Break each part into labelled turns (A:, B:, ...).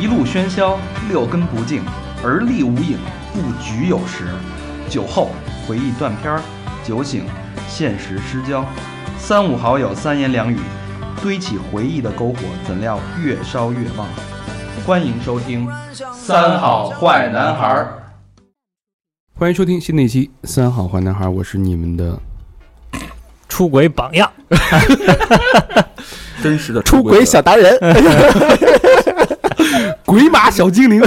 A: 一路喧嚣，六根不净，而立无影，不局有时。酒后回忆断片儿，酒醒现实失焦。三五好友三言两语，堆起回忆的篝火，怎料越烧越旺。欢迎收听《三好坏男孩》。
B: 欢迎收听新的一期《三好坏男孩》，我是你们的
C: 出轨榜 样，
B: 真实的
D: 出轨小达人，
B: 鬼马小精灵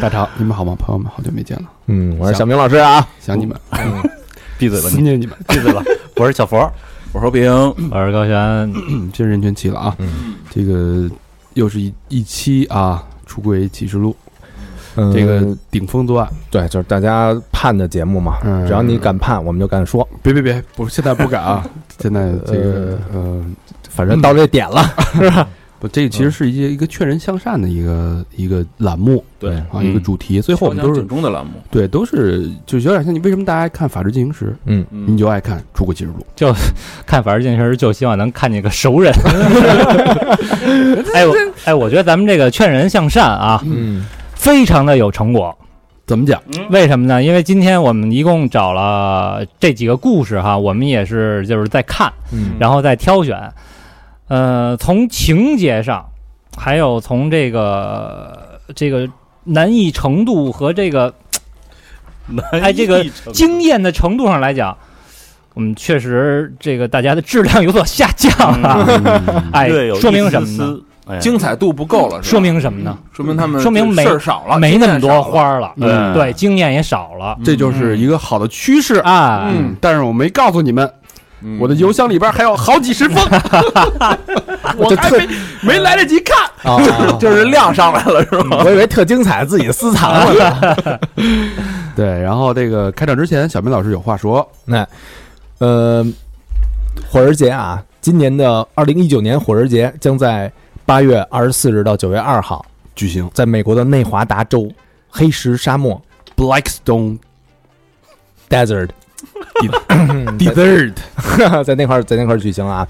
B: 大 潮，你们好吗？朋友们，好久没见了，
D: 嗯，我是小明老师啊，
B: 想你们，
C: 闭嘴吧
B: 思
C: 你，
B: 念你们。
C: 闭嘴吧！我是小佛，
E: 我和平，
C: 我是高璇，
B: 嗯这人全齐了啊，这个又是一一期啊出轨启示录，
D: 嗯
B: 这个顶风作案。
D: 对，就是大家盼的节目嘛，
B: 嗯
D: 只要你敢盼，我们就敢说，
B: 别别别，不，现在不敢啊， 现在这个呃，
D: 反正到这点了，
B: 不，这其实是一个一个劝人向善的一个一个栏目，
E: 对
B: 啊，一个主题。最
E: 最
B: 后我们都是
E: 警钟的栏目，
B: 对，都是就是有点像你为什么大家爱看《法制进行时》，
D: 嗯，
B: 你就爱看《出轨启示录》。
C: 看《法制进行时》就希望能看见个熟人。哎，我哎，我觉得咱们这个劝人向善啊，
D: 嗯，
C: 非常的有成果。
B: 怎么讲？
C: 为什么呢？因为今天我们一共找了这几个故事哈，我们也是就是在看，
D: 嗯
C: 然后再挑选。呃，从情节上，还有从这个这个难易程度和这个哎这个经验的程度上来讲，我们确实这个大家的质量有所下降了。
B: 嗯
C: 哎
E: 略有，
C: 说明
E: 一
C: 什么
E: 丝
C: 呢？
E: 丝？哎经
F: 精彩度不够了，是吧嗯
C: 说明什么呢？
F: 说明他们
C: 说明没
F: 事儿少了，
C: 没那
F: 经
C: 么
F: 验少
C: 多
F: 了
C: 花儿了，
B: 嗯
C: 对，经验也少了。
E: 嗯
B: 这就是一个好的趋势嗯啊。
C: 啊，
B: 嗯，但是我没告诉你们，
F: 嗯
B: 我的邮箱里边还有好几 十封，我还没没来得及 看。
D: 啊，
F: 就是量上来了，是吧？
D: 我以为特精彩，自己私藏了，
B: 对，然后这个开场之前，小明老师有话说，
D: 那，哎呃，火儿节啊，今年的二零一九年火儿节将在八月二十四日到九月二号
B: 举行
D: 在美国的内华达州黑石沙漠
B: Blackstone
D: （Desert）
B: 嗯 Desert
D: 在那块儿在那块儿举行啊。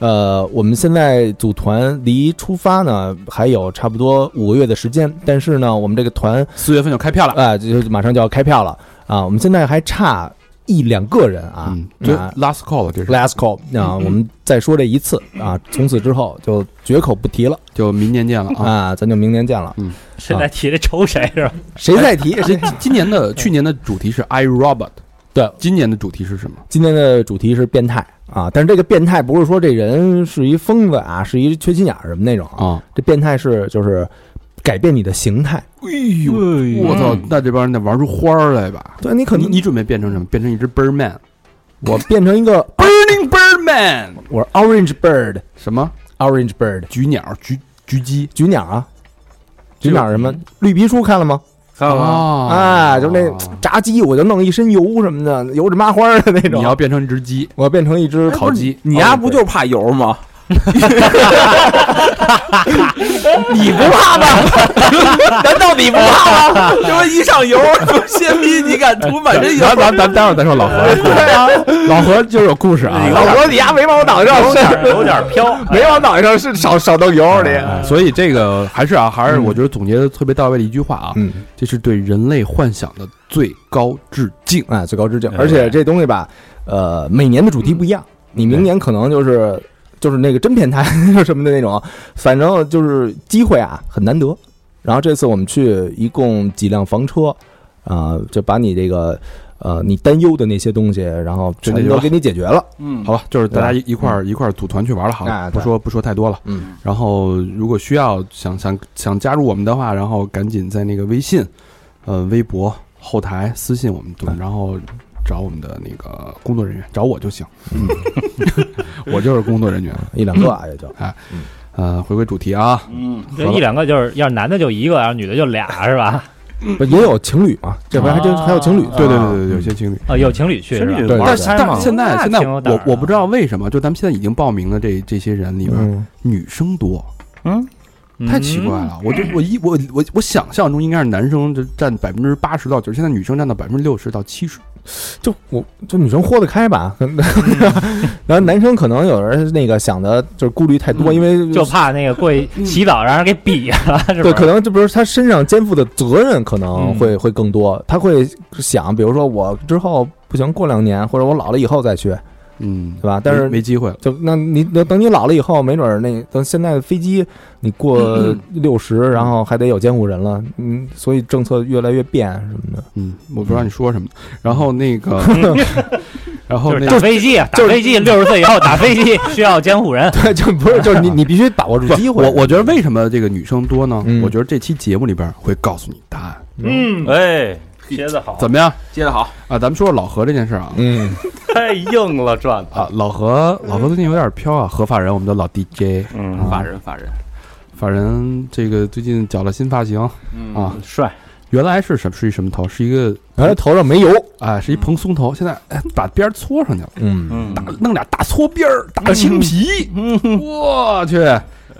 D: 呃，我们现在组团离出发呢还有差不多五个月的时间，但是呢，我们这个团
B: 四月份就开票了。
D: 啊、就就马上就要开票了啊，我们现在还差一两个人啊。
B: 嗯，这
D: 啊
B: last call 了，这
D: l
B: 是
D: a s t call 啊，我们再说这一次啊，从此之后就绝口不提了
B: 就明年见了啊。
D: 啊，咱就明年见了。
C: 谁来提这仇谁是吧？
D: 谁再提？
B: 这
D: 谁？
B: 今年的去年的主题是 I Robot，
D: 对，
B: 今年的主题是什么？
D: 今天的主题是变态啊，但是这个变态不是说这人是一疯子啊，是一缺心眼儿什么那种啊，
B: 啊，
D: 这变态是就是改变你的形态。
B: 哎呦，嗯我操！那这帮人得玩出花儿来吧？
D: 对你可
B: 你
D: 能
B: 你准备变成什么？变成一只 Birdman
D: 我变成一个
B: Burning Birdman
D: 我是 orange bird
B: 什么
D: orange bird
B: 菊鸟菊菊鸡
D: 菊鸟啊，菊鸟什么绿皮书看了吗？
F: 看到吗？
B: 啊
D: 嗯啊，就那炸鸡，我就弄一身油什么的，油着麻花儿的那种。
B: 你要变成一只鸡，
D: 我变成一只
B: 烤鸡，
F: 你丫不就怕油吗？
D: 你不怕吧？
F: 难道你不怕吗？这不一上 油，先逼你敢涂满身油
B: 咱？咱咱待会儿再说老何，
D: 对啊，
B: 老何就是有故事啊。
D: 老罗，你丫没往我脑袋上
C: 点
D: 是
C: 有点飘，
D: 没往脑袋上是少少弄油你。
B: 哎所以这个还是啊，还是我觉得总结的特别到位的一句话啊，
D: 嗯，
B: 这是对人类幻想的最高致敬。
D: 哎，最高致敬。而且这东西吧，呃，每年的主题不一样，你明年可能就是就是那个真变态 什么的那种，反正就是机会啊很难得。然后这次我们去一共几辆房车，啊、就把你这个呃你担忧的那些东西，然后
B: 真
D: 全
B: 的
D: 都
B: 有
D: 给你解决了。
F: 嗯，
B: 好吧，就是大家一一块儿一块儿组团去玩了，好了，
D: 哎
B: 不
D: 对
B: 说不说太多了。
D: 嗯，
B: 然后如果需要想想想加入我们的话，然后赶紧在那个微信、呃微博后台私信我们，对然后找我们的那个工作人员，找我就行， 我就是工作人员。
D: 一两个啊也就。
B: 呃，回归主题啊，
F: 嗯
C: 就一两个就是，要是男的就一个，要是女的就俩是吧？
D: 不也有情侣嘛？这回还真
C: 啊
D: 还有情侣，
B: 对对对对，有些情侣。
C: 啊，有情侣去是吧？
D: 对
B: 但
D: 玩
B: 是
E: 开
B: 但
E: 嘛
B: 现在
C: 那
B: 现在
C: 挺有胆
B: 我
C: 儿
B: 我不知道为什么，就咱们现在已经报名的这这些人里边，
D: 嗯，
B: 女生多，
E: 嗯，
B: 太奇怪了。我就我一我我我想象中应该是男生就占百分之八十到九十，现在女生占到百分之六十到七十。
D: 就我就女生豁得开吧，可能然后男生可能有人那个想的就是顾虑太多，
B: 嗯
D: 因为
C: 就怕那个过去洗澡让人给比了，是吧？
D: 对，可能这不是他身上肩负的责任可能会、会更多，他会想，比如说我之后不行，过两年或者我老了以后再去，
B: 嗯，
D: 对吧？但是
B: 没没机会了，
D: 就那你那等你老了以后，没准儿那等现在的飞机你过六十、然后还得有监护人了，嗯，所以政策越来越变什么的。
B: 嗯，我不知道你说什么，然后那个，然后
C: 就
B: 那
C: 是
B: 个
C: 打飞机，啊打
D: 就是
C: 飞机，六十岁以后打飞机需要监护 人。
D: 对，就不是，就是你，你必须把握住
B: 不
D: 机会。
B: 我我觉得为什么这个女生多呢？
D: 嗯
B: 我觉得这期节目里边会告诉你答案，
D: 嗯
F: 哎，
C: 鞋子好，
B: 怎么样
F: 接的好，
B: 啊？咱们说说老何这件事啊。
D: 嗯，
F: 太硬了，转的。
B: 啊，老何，老何最近有点飘啊，合法人，我们的老 DJ，
F: 嗯，
B: 法
F: 法人法人，
B: 法人这个最近绞了新发型，
F: 嗯
B: 啊
F: 帅，
B: 原来是什么是一什么头？是一个
D: 然后头上没油，
B: 啊，是一蓬松头，现在哎把边儿搓上去了，
D: 嗯，
F: 嗯，
B: 弄俩大搓边儿，大青皮，我去！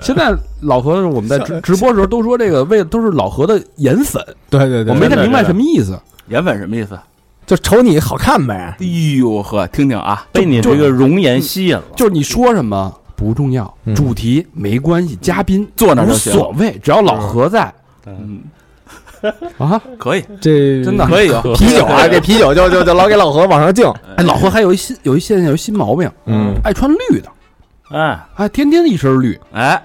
B: 现在老何，我们在直直播的时候都说这个为都是老何的颜粉，
D: 对对对，
B: 我没太明白什么意思。
F: 颜粉什么意思？
D: 就瞅你好看呗。
F: 哎呦呵，听听啊，被你
B: 就
F: 这个容颜吸引了，
B: 就是你说什么不重要，
D: 嗯
B: 主题没关系，嘉宾
F: 嗯坐那儿
B: 无
F: 就行
B: 所谓，只要老何在
F: 嗯，
B: 啊，
F: 可以，
D: 这
B: 真的
F: 可以有
D: 啤酒啊，这啤酒就就就老给老何往上敬。
B: 哎，老何还有一新有一现在有一新毛病，
D: 嗯，
B: 爱穿绿的，
F: 哎
B: 哎，天天一身绿，
F: 哎，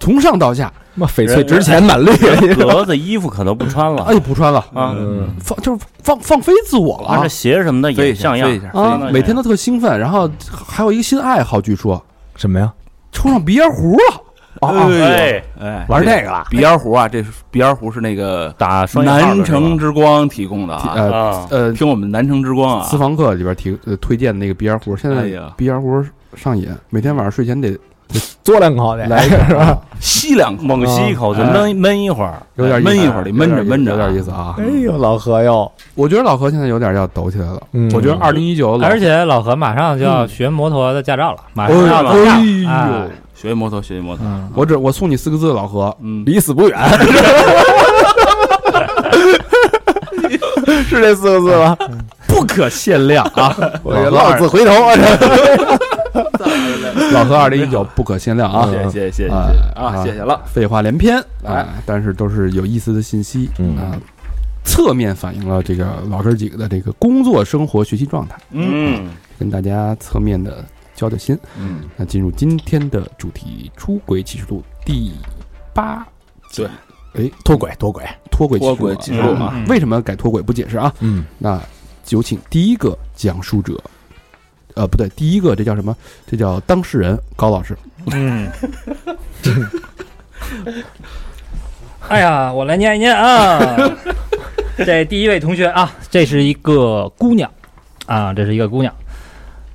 B: 从上到下，
D: 妈翡翠值钱满绿。
E: 格子衣服可能不穿了
B: 哎，不穿了，
E: 啊，
D: 嗯，
B: 放就是放放飞自我了
E: 而
B: 啊
E: 且鞋什么的
F: 飞一
E: 也
F: 下
E: 像样
F: 飞一下
B: 啊，
E: 飞一下
B: 每天都特兴奋，然后还有一个新爱好，据说
D: 什么呀？
B: 抽上鼻烟壶了，
D: 哦，
E: 哎，
F: 哎，
D: 玩这个了。
F: 鼻烟壶啊，这鼻烟壶是那个
E: 打双引号的
F: 南
E: 是吧
F: 城之光提供的啊，
B: 呃
E: 啊，
B: 呃，
F: 听我们南城之光啊
B: 私，房课里边提呃推荐的那个鼻烟壶，现
F: 哎
B: 在
F: 呀
B: 鼻烟壶上瘾，每天晚上睡前得
D: 嘬两口去，
B: 来一个，是吧？
F: 吸两口，
E: 猛吸一口
A: 哎
E: 就
F: 啊
E: 闷闷一会儿，
B: 有点意思
F: 闷一会儿得闷着闷着
B: 有
F: 啊
B: 点意思啊
D: 哎。呦，老何哟，
B: 我觉得老何现在有点要抖起来了。
D: 嗯
B: 我觉得二零一九，
C: 而且老何马上就要学摩托的驾照了，马
B: 哎
C: 上
B: 呦，
C: 要拿
B: 哎
C: 驾
B: 呦
C: 啊，
F: 学习摩托，学习摩托，
D: 嗯，
B: 我只我送你四个字，老何，
F: 嗯，
D: 离死 不远，是这四个字吗？
B: 不可限量 啊！
D: 我这浪子回头啊，
B: 老何二零一九不可限量啊！
F: 谢谢谢谢谢谢
B: 啊
F: 啊，谢谢了，
B: 废话连篇，
F: 哎
B: 啊，但是都是有意思的信息
D: 嗯
B: 啊，侧面反映了这个老哥几个的这个工作、生活、学习状态，
E: 嗯，
B: 跟大家侧面的交交心。
F: 嗯，
B: 那进入今天的主题——出轨启示录第八集。哎，
D: 脱轨脱轨，
B: 脱轨
F: 脱轨
B: 启
F: 启
B: 示
F: 示
B: 录
F: 录啊
B: 啊嗯为什么改脱轨不解释啊？
D: 嗯，
B: 那有请第一个讲述者，呃，不对，第一个这叫什么？这叫当事人高老师。
C: 嗯。哎呀，我来念一念啊。这第一位同学啊，这是一个姑娘啊，这是一个姑娘。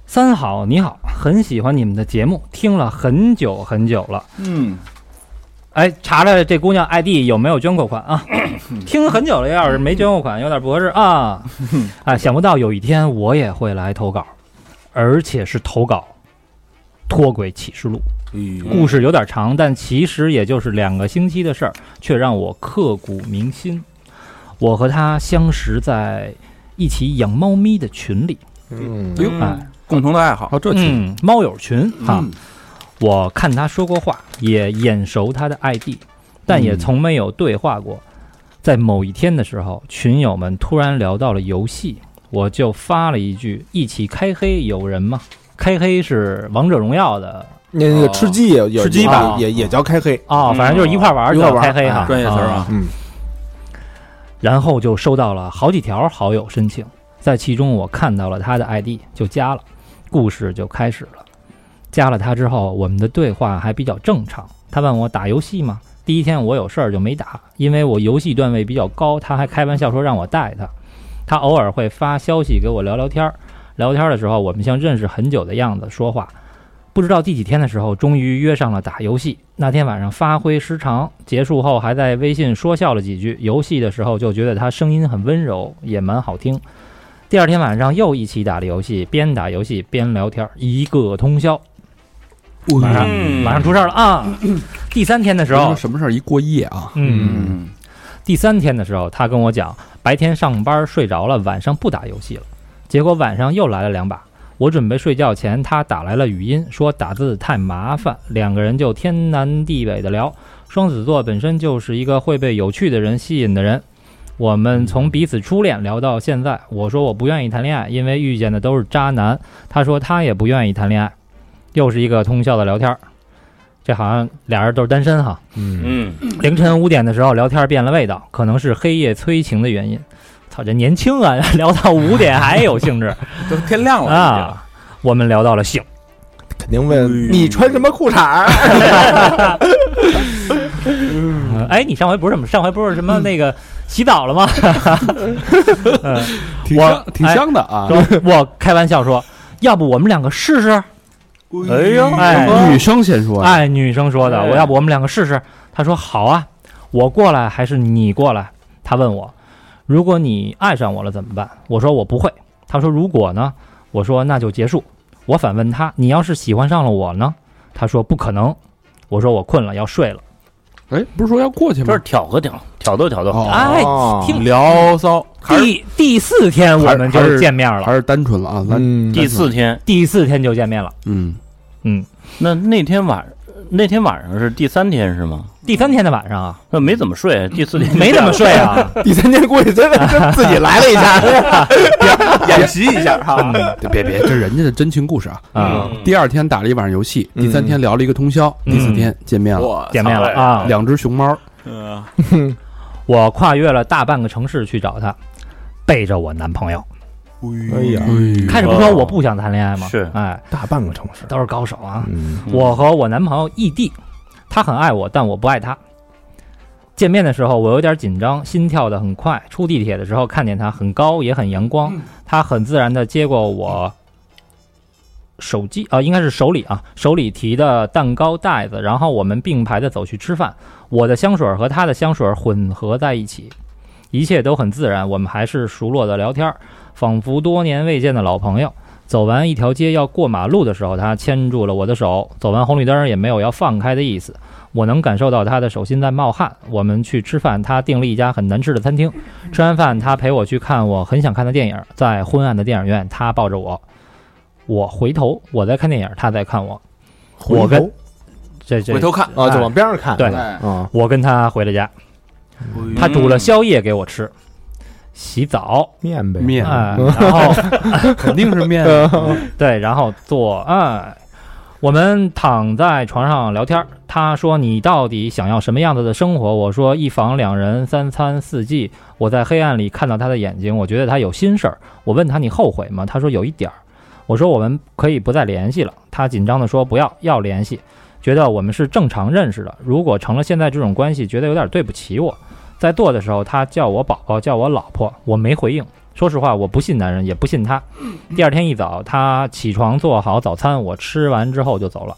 C: 三好，你好，很喜欢你们的节目，听了很久很久了。
F: 嗯，
C: 哎，查查这姑娘 ID 有没有捐过款啊？听很久了，要是没捐过款，有点不合适啊。哎，想不到有一天我也会来投稿，而且是投稿《脱轨启示录》。故事有点长，但其实也就是两个星期的事儿，却让我刻骨铭心。我和他相识在一起养猫咪的群里，
D: 嗯
F: 哎呦
C: 哎，
F: 共同的爱好，
B: 好，哦这期
C: 嗯，猫友群啊。
F: 嗯
C: 我看他说过话，也眼熟他的 ID，但
F: 嗯
C: 也从没有对话过。在某一天的时候，群友们突然聊到了游戏，我就发了一句：“一起开黑有人吗？”开黑是王者荣耀的
D: 那那个吃鸡也有
F: 吃鸡吧
D: 也也叫开黑，
F: 嗯
C: 哦，反正就是一块玩儿
D: 一
C: 就
D: 块玩儿
C: 开黑哈，
D: 哎
F: 专业词儿啊。
D: 嗯
C: 然后就收到了好几条好友申请，在其中我看到了他的 ID，就加了，故事就开始了。加了他之后，我们的对话还比较正常。他问我打游戏吗？第一天我有事儿就没打，因为我游戏段位比较高。他还开玩笑说让我带他，他偶尔会发消息给我聊聊天儿。聊天儿的时候，我们像认识很久的样子说话。不知道第几天的时候，终于约上了打游戏。那天晚上发挥失常，结束后还在微信说笑了几句。游戏的时候就觉得他声音很温柔，也蛮好听。第二天晚上又一起打了游戏，边打游戏边聊天，一个通宵。马上
E: 嗯
C: 马上出事儿了啊！第三天的时候，
B: 什么事儿一过夜啊？
C: 嗯，
F: 嗯，
C: 第三天的时候，他跟我讲，白天上班睡着了，晚上不打游戏了。结果晚上又来了两把。我准备睡觉前，他打来了语音，说打字太麻烦，两个人就天南地北的聊。双子座本身就是一个会被有趣的人吸引的人。我们从彼此初恋聊到现在，我说我不愿意谈恋爱，因为遇见的都是渣男。他说他也不愿意谈恋爱，又是一个通宵的聊天儿。这好像俩人都是单身哈。
B: 嗯，
E: 嗯，
C: 凌晨五点的时候聊天变了味道，可能是黑夜催情的原因。操，这年轻啊， 聊到五点还有兴致
F: 都天亮了
C: 啊！我们聊到了性，
D: 肯定问你穿什么裤衩啊儿？
C: 呃哎，你上回不是什么？上回不是什么那个洗澡了吗？ 嗯，
B: 挺
C: 我
B: 香挺香的啊。
C: 说我开玩笑说，要不我们两个试试？
B: 嗯
E: 哎呦，
C: 哎
B: 女生先说，，啊
C: 哎，女生说的，
E: 哎
C: 我要不我们两个试试？他说好啊，我过来还是你过来？他问我，如果你爱上我了怎么办？我说我不会。他说如果呢？我说那就结束。我反问他，你要是喜欢上了我呢？他说不可能。我说我困了，要睡了。
B: 哎，不是说要过去
E: 这
B: 吗
E: 是？挑个挑，挑逗挑逗，
B: 哦，
C: 哎，听
B: 聊骚
C: 第哎第四天我们
B: 还是
C: 就见面了，
B: 还是单纯了啊？咱
D: 嗯，
E: 第四天，
C: 第四天就见面了。
B: 嗯，
E: 那那天晚那天晚上是第三天是吗？
C: 第三天的晚 上啊，
E: 那没怎么睡，第四天
C: 没怎么睡啊，
D: 第三天过去真的自己来了一 下，
F: 演习一下哈。
B: 嗯对别别，这人家的真情故事啊。
C: 啊，
B: 第二天打了一晚上游戏，
D: 嗯
B: 第三天聊了一个通宵，
C: 嗯
B: 第四天见面了，
F: 我
C: 见面了啊，
B: 两只熊猫，
F: 嗯，
C: 我跨越了大半个城市去找他，背着我男朋友。
D: 哎呀，
B: 嗯
C: 开始不说我不想谈恋爱吗？
E: 是
C: 哎，
D: 大半个城市，
C: 都是高手啊！
D: 嗯，
C: 我和我男朋友异地，他很爱我，但我不爱他。见面的时候我有点紧张，心跳的很快。出地铁的时候看见他很高，也很阳光，他很自然的接过我手机啊、应该是手里啊，手里提的蛋糕袋子，然后我们并排的走去吃饭。我的香水和他的香水混合在一起，一切都很自然。我们还是熟络的聊天，仿佛多年未见的老朋友。走完一条街要过马路的时候，他牵住了我的手。走完红绿灯也没有要放开的意思，我能感受到他的手心在冒汗。我们去吃饭，他订了一家很难吃的餐厅。吃完饭，他陪我去看我很想看的电影，在昏暗的电影院，他抱着我，我回头，我在看电影，他在看我。我
D: 回头
C: 跟这这
F: 回头看，
D: 啊，就往边上看，
C: 对
F: 哎
D: 啊，
C: 我跟他回了家，他
F: 嗯
C: 煮了宵夜给我吃，洗澡，
D: 面呗，
B: 面
C: 啊，然后
B: 肯定是面，
C: 对，然后做爱。我们躺在床上聊天儿，他说：“你到底想要什么样子的生活？”我说：“一房两人，三餐四季。”我在黑暗里看到他的眼睛，我觉得他有心事儿。我问他：“你后悔吗？”他说：“有一点儿。”我说：“我们可以不再联系了。”他紧张地说：“不要，要联系。”觉得我们是正常认识的，如果成了现在这种关系，觉得有点对不起我。在做的时候，他叫我宝宝，叫我老婆，我没回应。说实话，我不信男人，也不信他。第二天一早，他起床做好早餐，我吃完之后就走了。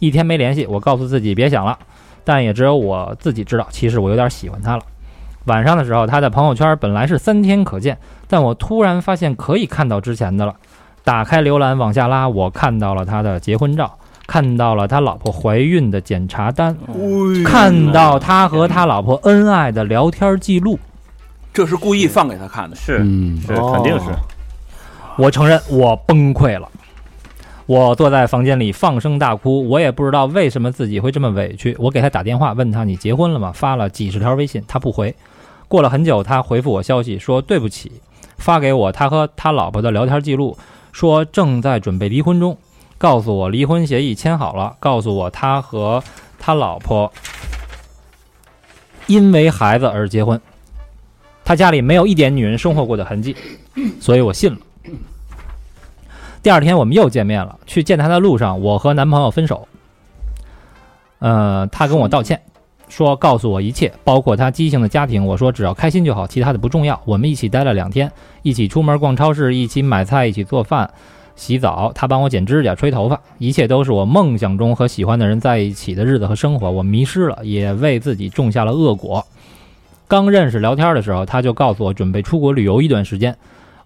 C: 一天没联系，我告诉自己别想了，但也只有我自己知道，其实我有点喜欢他了。晚上的时候，他的朋友圈本来是三天可见，但我突然发现可以看到之前的了。打开浏览往下拉，我看到了他的结婚照，看到了他老婆怀孕的检查单，
F: 嗯
C: 看到他和他老婆恩爱的聊天记录。
F: 这是故意放给他看的，
E: 是
B: 嗯，
E: 是肯定是
D: 哦
C: 我承认我崩溃了，我坐在房间里放声大哭，我也不知道为什么自己会这么委屈。我给他打电话问他你结婚了吗？发了几十条微信，他不回。过了很久，他回复我消息说对不起，发给我他和他老婆的聊天记录，说正在准备离婚中，告诉我离婚协议签好了，告诉我他和他老婆因为孩子而结婚，他家里没有一点女人生活过的痕迹，所以我信了。第二天我们又见面了，去见她的路上，我和男朋友分手。呃，她跟我道歉，说告诉我一切，包括她畸形的家庭。我说只要开心就好，其他的不重要。我们一起待了两天，一起出门逛超市，一起买菜，一起做饭、洗澡。她帮我剪指甲、吹头发，一切都是我梦想中和喜欢的人在一起的日子和生活。我迷失了，也为自己种下了恶果。刚认识聊天的时候，她就告诉我准备出国旅游一段时间。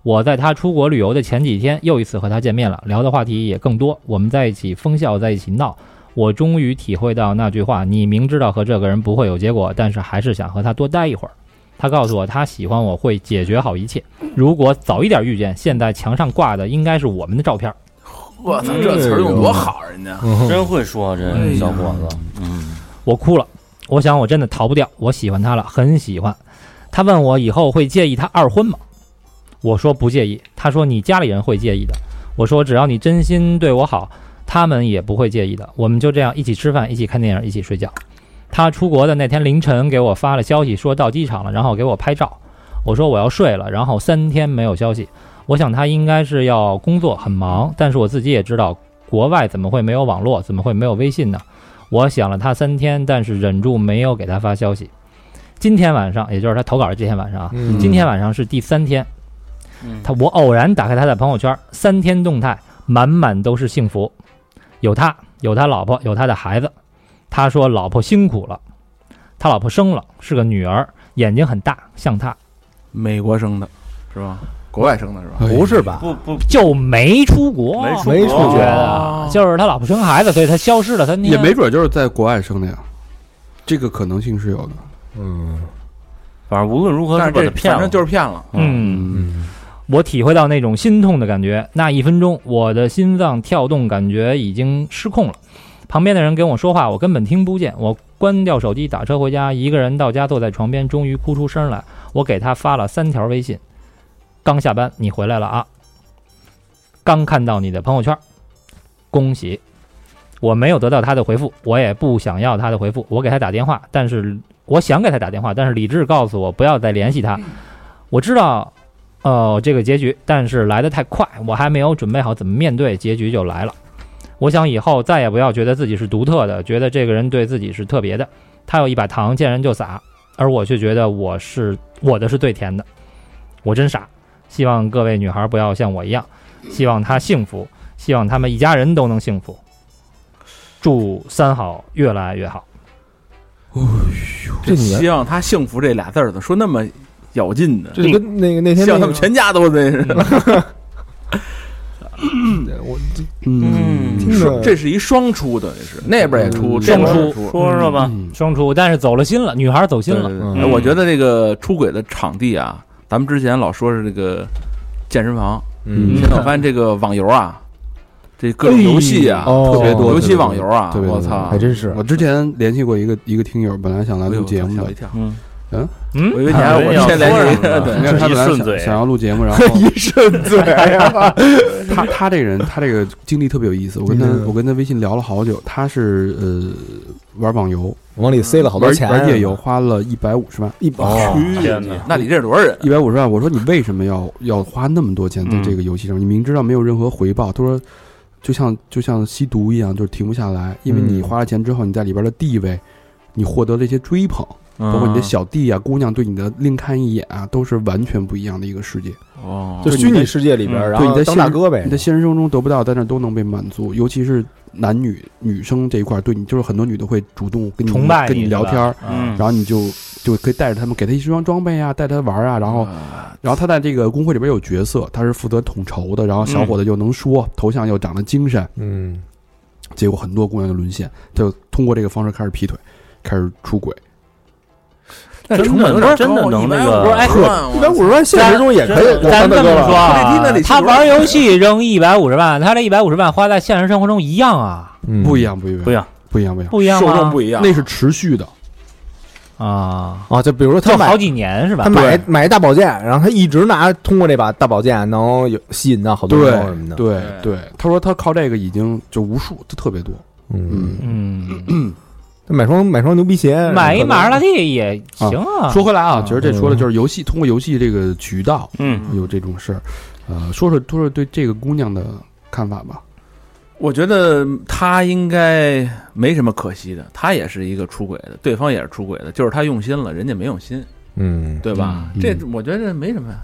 C: 我在他出国旅游的前几天，又一次和他见面了，聊的话题也更多，我们在一起疯笑，在一起闹。我终于体会到那句话：你明知道和这个人不会有结果，但是还是想和他多待一会儿。他告诉我，他喜欢我会解决好一切。如果早一点遇见，现在墙上挂的应该是我们的照片。
F: 我操，这词儿用多好，人家
E: 真会说这
F: 哎
E: 小伙子，嗯，
C: 我哭了，我想我真的逃不掉，我喜欢他了，很喜欢。他问我以后会介意他二婚吗？我说不介意。他说你家里人会介意的。我说只要你真心对我好，他们也不会介意的。我们就这样一起吃饭，一起看电影，一起睡觉。他出国的那天凌晨给我发了消息，说到机场了，然后给我拍照。我说我要睡了，然后三天没有消息。我想他应该是要工作很忙，但是我自己也知道国外怎么会没有网络，怎么会没有微信呢？我想了他三天，但是忍住没有给他发消息。今天晚上，也就是他投稿的这天晚上啊，
B: 嗯
C: 今天晚上是第三天，他我偶然打开他的朋友圈，三天动态满满都是幸福，有他，有他老婆，有他的孩子。他说老婆辛苦了，他老婆生了，是个女儿，眼睛很大，像他
F: 美国生的，是吧？国外生的是吧？
D: 不是吧？
E: 不不
C: 就哦没出国，
E: 没出
D: 没出
C: 觉
D: 去
C: 得啊就是他老婆生孩子，所以他消失了三天，
B: 也没准就是在国外生的呀，这个可能性是有的。
E: 反正无论如何
F: 但是
E: 把他
F: 这
E: 骗了，
F: 反正就是骗了，
C: 嗯，我体会到那种心痛的感觉。那一分钟，我的心脏跳动感觉已经失控了。旁边的人跟我说话，我根本听不见。我关掉手机，打车回家，一个人到家，坐在床边，终于哭出声来。我给他发了三条微信：刚下班，你回来了啊！刚看到你的朋友圈，恭喜！我没有得到他的回复，我也不想要他的回复。我给他打电话，但是我想给他打电话，但是理智告诉我不要再联系他。我知道哦，这个结局，但是来得太快，我还没有准备好怎么面对，结局就来了。我想以后再也不要觉得自己是独特的，觉得这个人对自己是特别的。他有一把糖，见人就撒，而我却觉得我是我的是最甜的。我真傻。希望各位女孩不要像我一样，希望她幸福，希望他们一家人都能幸福。祝三好越来越好。
D: 这女的，
F: 希望他幸福这俩字儿怎么说那么咬劲呢？
D: 这就跟那个那天
F: 希
D: 那
F: 望他
D: 个
F: 们全家都得是。
D: 我
E: 嗯
D: 听着
F: 这是一双出的，这是那边也出，
B: 嗯
F: 这边也
C: 双
F: 出。
E: 说说吧，
B: 嗯
C: 双出，但是走了心了，女孩走心
F: 对
C: 了
F: 对。
D: 嗯
F: 对哎我觉得这个出轨的场地啊，咱们之前老说是这个健身房，
B: 嗯
F: 现在我发现这个网游啊，这各种游戏啊，
D: 哦
B: 特别多，
F: 尤
B: 特别
F: 其
B: 多
F: 网游啊，
B: 特别多
F: 我操
D: 还！真是
B: 我之前联系过一个一个听友，本来想来
F: 哎呦
B: 录节目
F: 吓
B: 的
F: 我一，跳，
E: 嗯，
F: 我以为你还我
E: 要
F: 先
E: 说
F: 联系
E: 什么呢
F: 对
B: 没有他本来
E: 一顺
B: 想
E: 嘴
B: 想要录节目，然后
D: 一顺嘴呀，
B: 他他这个人，他这个经历特别有意思。我跟他
D: 嗯
B: 我跟他微信聊了好久，他是呃玩网游，
D: 往里塞了好多
B: 玩
D: 钱，啊
B: 玩夜游花了一百五十万，
D: 一包
E: 哦
D: 啊
E: 天哪，
F: 那你这是多少人？
B: 一百五十万。我说你为什么要要花那么多钱在这个游戏上？你明知道没有任何回报，他说就像就像吸毒一样，就是停不下来，因为
D: 嗯
B: 你花了钱之后，你在里边的地位，你获得了一些追捧，包
F: 嗯包
B: 括你的小弟啊、姑娘对你的另看一眼啊，都是完全不一样的一个世界。
F: 哦
D: 就虚拟世界里边，
E: 嗯
D: 然
B: 对你
D: 后
B: 在
D: 当
B: 现
D: 大哥呗
B: 你，在现实生活中得不到，在那都能被满足，尤其是男女女生这一块儿，对你就是很多女的会主动跟你
C: 崇拜
B: 嗯跟
C: 你
B: 你聊
C: 是吧
B: 天
F: 啊
B: 儿，
E: 嗯
B: 然，后你就就可以带着他们，给他一双装备啊，带他玩儿啊，然后然后他在这个工会里边有角色，他是负责统筹的，然后小伙子又能说，头像又长得精神，
D: 嗯，
B: 结果很多姑娘就沦陷，他就通过这个方式开始劈腿，开始出轨，
F: 那
E: 真
F: 成
E: 的
F: 本有点高
E: 真的能那个
F: 150万
E: 哎
D: 一百五十万现实中也可以，我
C: 咱
D: 当大
C: 这
D: 哥
C: 么
D: 了
C: 说
F: 我那天那
C: 啊
F: 得，
C: 他
F: 去多少
C: 玩游戏扔一百五十万，他这一百五十万花在现实生活中一样啊，
D: 嗯
B: 不一样，不一样，
E: 不一样，
B: 不一样，不一样，
C: 不一样
F: 受众
C: 吗？
F: 不一样，
B: 那是持续的，
C: 啊，
D: 啊，就比如说他
C: 就
D: 买
C: 好几年是吧
D: 他？买买一大宝剑，然后他一直拿通过这把大宝剑能有吸引到好多
B: 对
D: 人什么的，
B: 对
F: 对
B: 对，他说他靠这个已经就无数，就特别多，
D: 嗯，
B: 嗯。
C: 嗯，
D: 他买双买双牛皮鞋，
C: 买一玛莎
D: 了，
C: 拉蒂也行啊。
B: 说回来啊，其实这说的
D: 嗯
B: 就是游戏，通过游戏这个渠道
E: 嗯，
B: 有这种事儿，呃，说说说说对这个姑娘的看法吧。
E: 嗯
F: 我觉得他应该没什么可惜的，他也是一个出轨的，对方也是出轨的，就是他用心了，人家没用心，
D: 嗯，
F: 对吧？
B: 嗯
F: 这我觉得这没什么呀。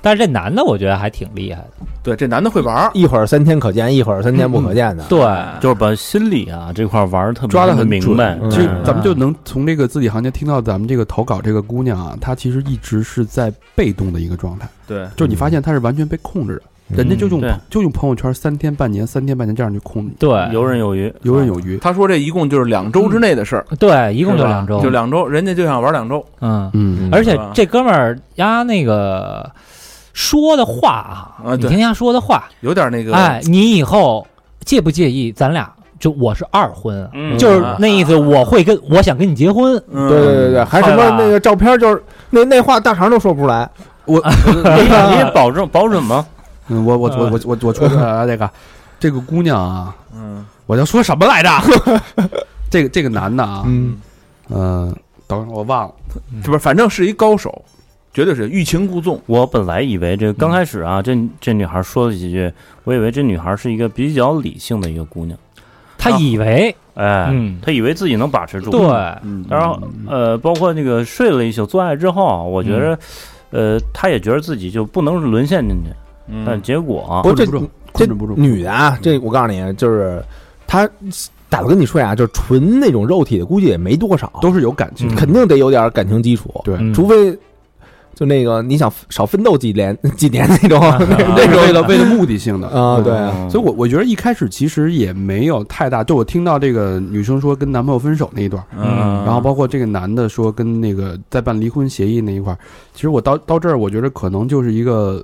C: 但是这男的我觉得还挺厉害的，
F: 对，这男的会玩儿，
D: 一会儿三天可见，一会儿三天不可见的，
C: 对，
E: 就是把心理啊这块玩儿特别
B: 抓得很
E: 明白，
D: 准
B: 其实
E: 嗯
B: 咱们就能从这个字里行间听到咱们这个投稿这个姑娘啊，她其实一直是在被动的一个状态，
F: 对，
B: 就是你发现她是完全被控制的，人家就用
E: 嗯对
B: 就用朋友圈三天半年三天半年这样去控制，
C: 对
E: 游刃有余，
B: 游刃有余。
F: 他说这一共就是两周之内的事儿，
C: 对，一共
F: 是
C: 就
F: 吧
C: 两周，
F: 就两周，人家就想玩两周，
C: 嗯，
B: 嗯，
C: 而且
F: 是吧
C: 这哥们儿呀，那个说的话啊，
F: 啊
C: 你
F: 对
C: 听他说的话，
F: 有点那个，
C: 哎，你以后介不介意咱俩就我是二婚啊？
F: 嗯，
C: 就是那意思，我会跟我想跟你结婚，
B: 啊
F: 嗯，
D: 对对对对，还什么
C: 快吧
D: 那个照片，就是那那话大肠都说不出来。
E: 你 你也保证保准吗？
B: 嗯我我我我我我说出 来了这个这个姑娘啊，
F: 嗯，
B: 我要说什么来着？ 这个这个男的啊，
D: 嗯，
B: 嗯，等会儿我忘了，
F: 这不是，反正是一高手，绝对是欲擒故纵，
E: 我本来以为这刚开始啊，这这女孩说了几句，我以为这女孩是一个比较理性的一个姑娘，
C: 他
E: 啊
C: 以为，
E: 哎，
C: 嗯
E: 她以为自己能把持住。
C: 对，
F: 嗯
E: 然后呃，包括那个睡了一宿做爱之后，啊我觉得，呃，她也觉得自己就不能沦陷进去，但结果啊
D: 不过
B: 控制
D: 这
B: 不住，
D: 这
B: 控制不住。
D: 女的啊，这我告诉你，就是她打算跟你睡啊，就是纯那种肉体的，估计也没多少，
B: 都是有感情，
C: 嗯
D: 肯定得有点感情基础。
B: 对
C: 嗯
D: 除非就那个你想少奋斗几年几年那种那
B: 这是为
D: 种
B: 了为了目的性的
D: 啊，对啊，
E: 嗯
B: 所以我，我觉得一开始其实也没有太大，就我听到这个女生说跟男朋友分手那一段，
F: 嗯，
B: 然后包括这个男的说跟那个在办离婚协议那一块儿，其实我到到这儿，我觉得可能就是一个，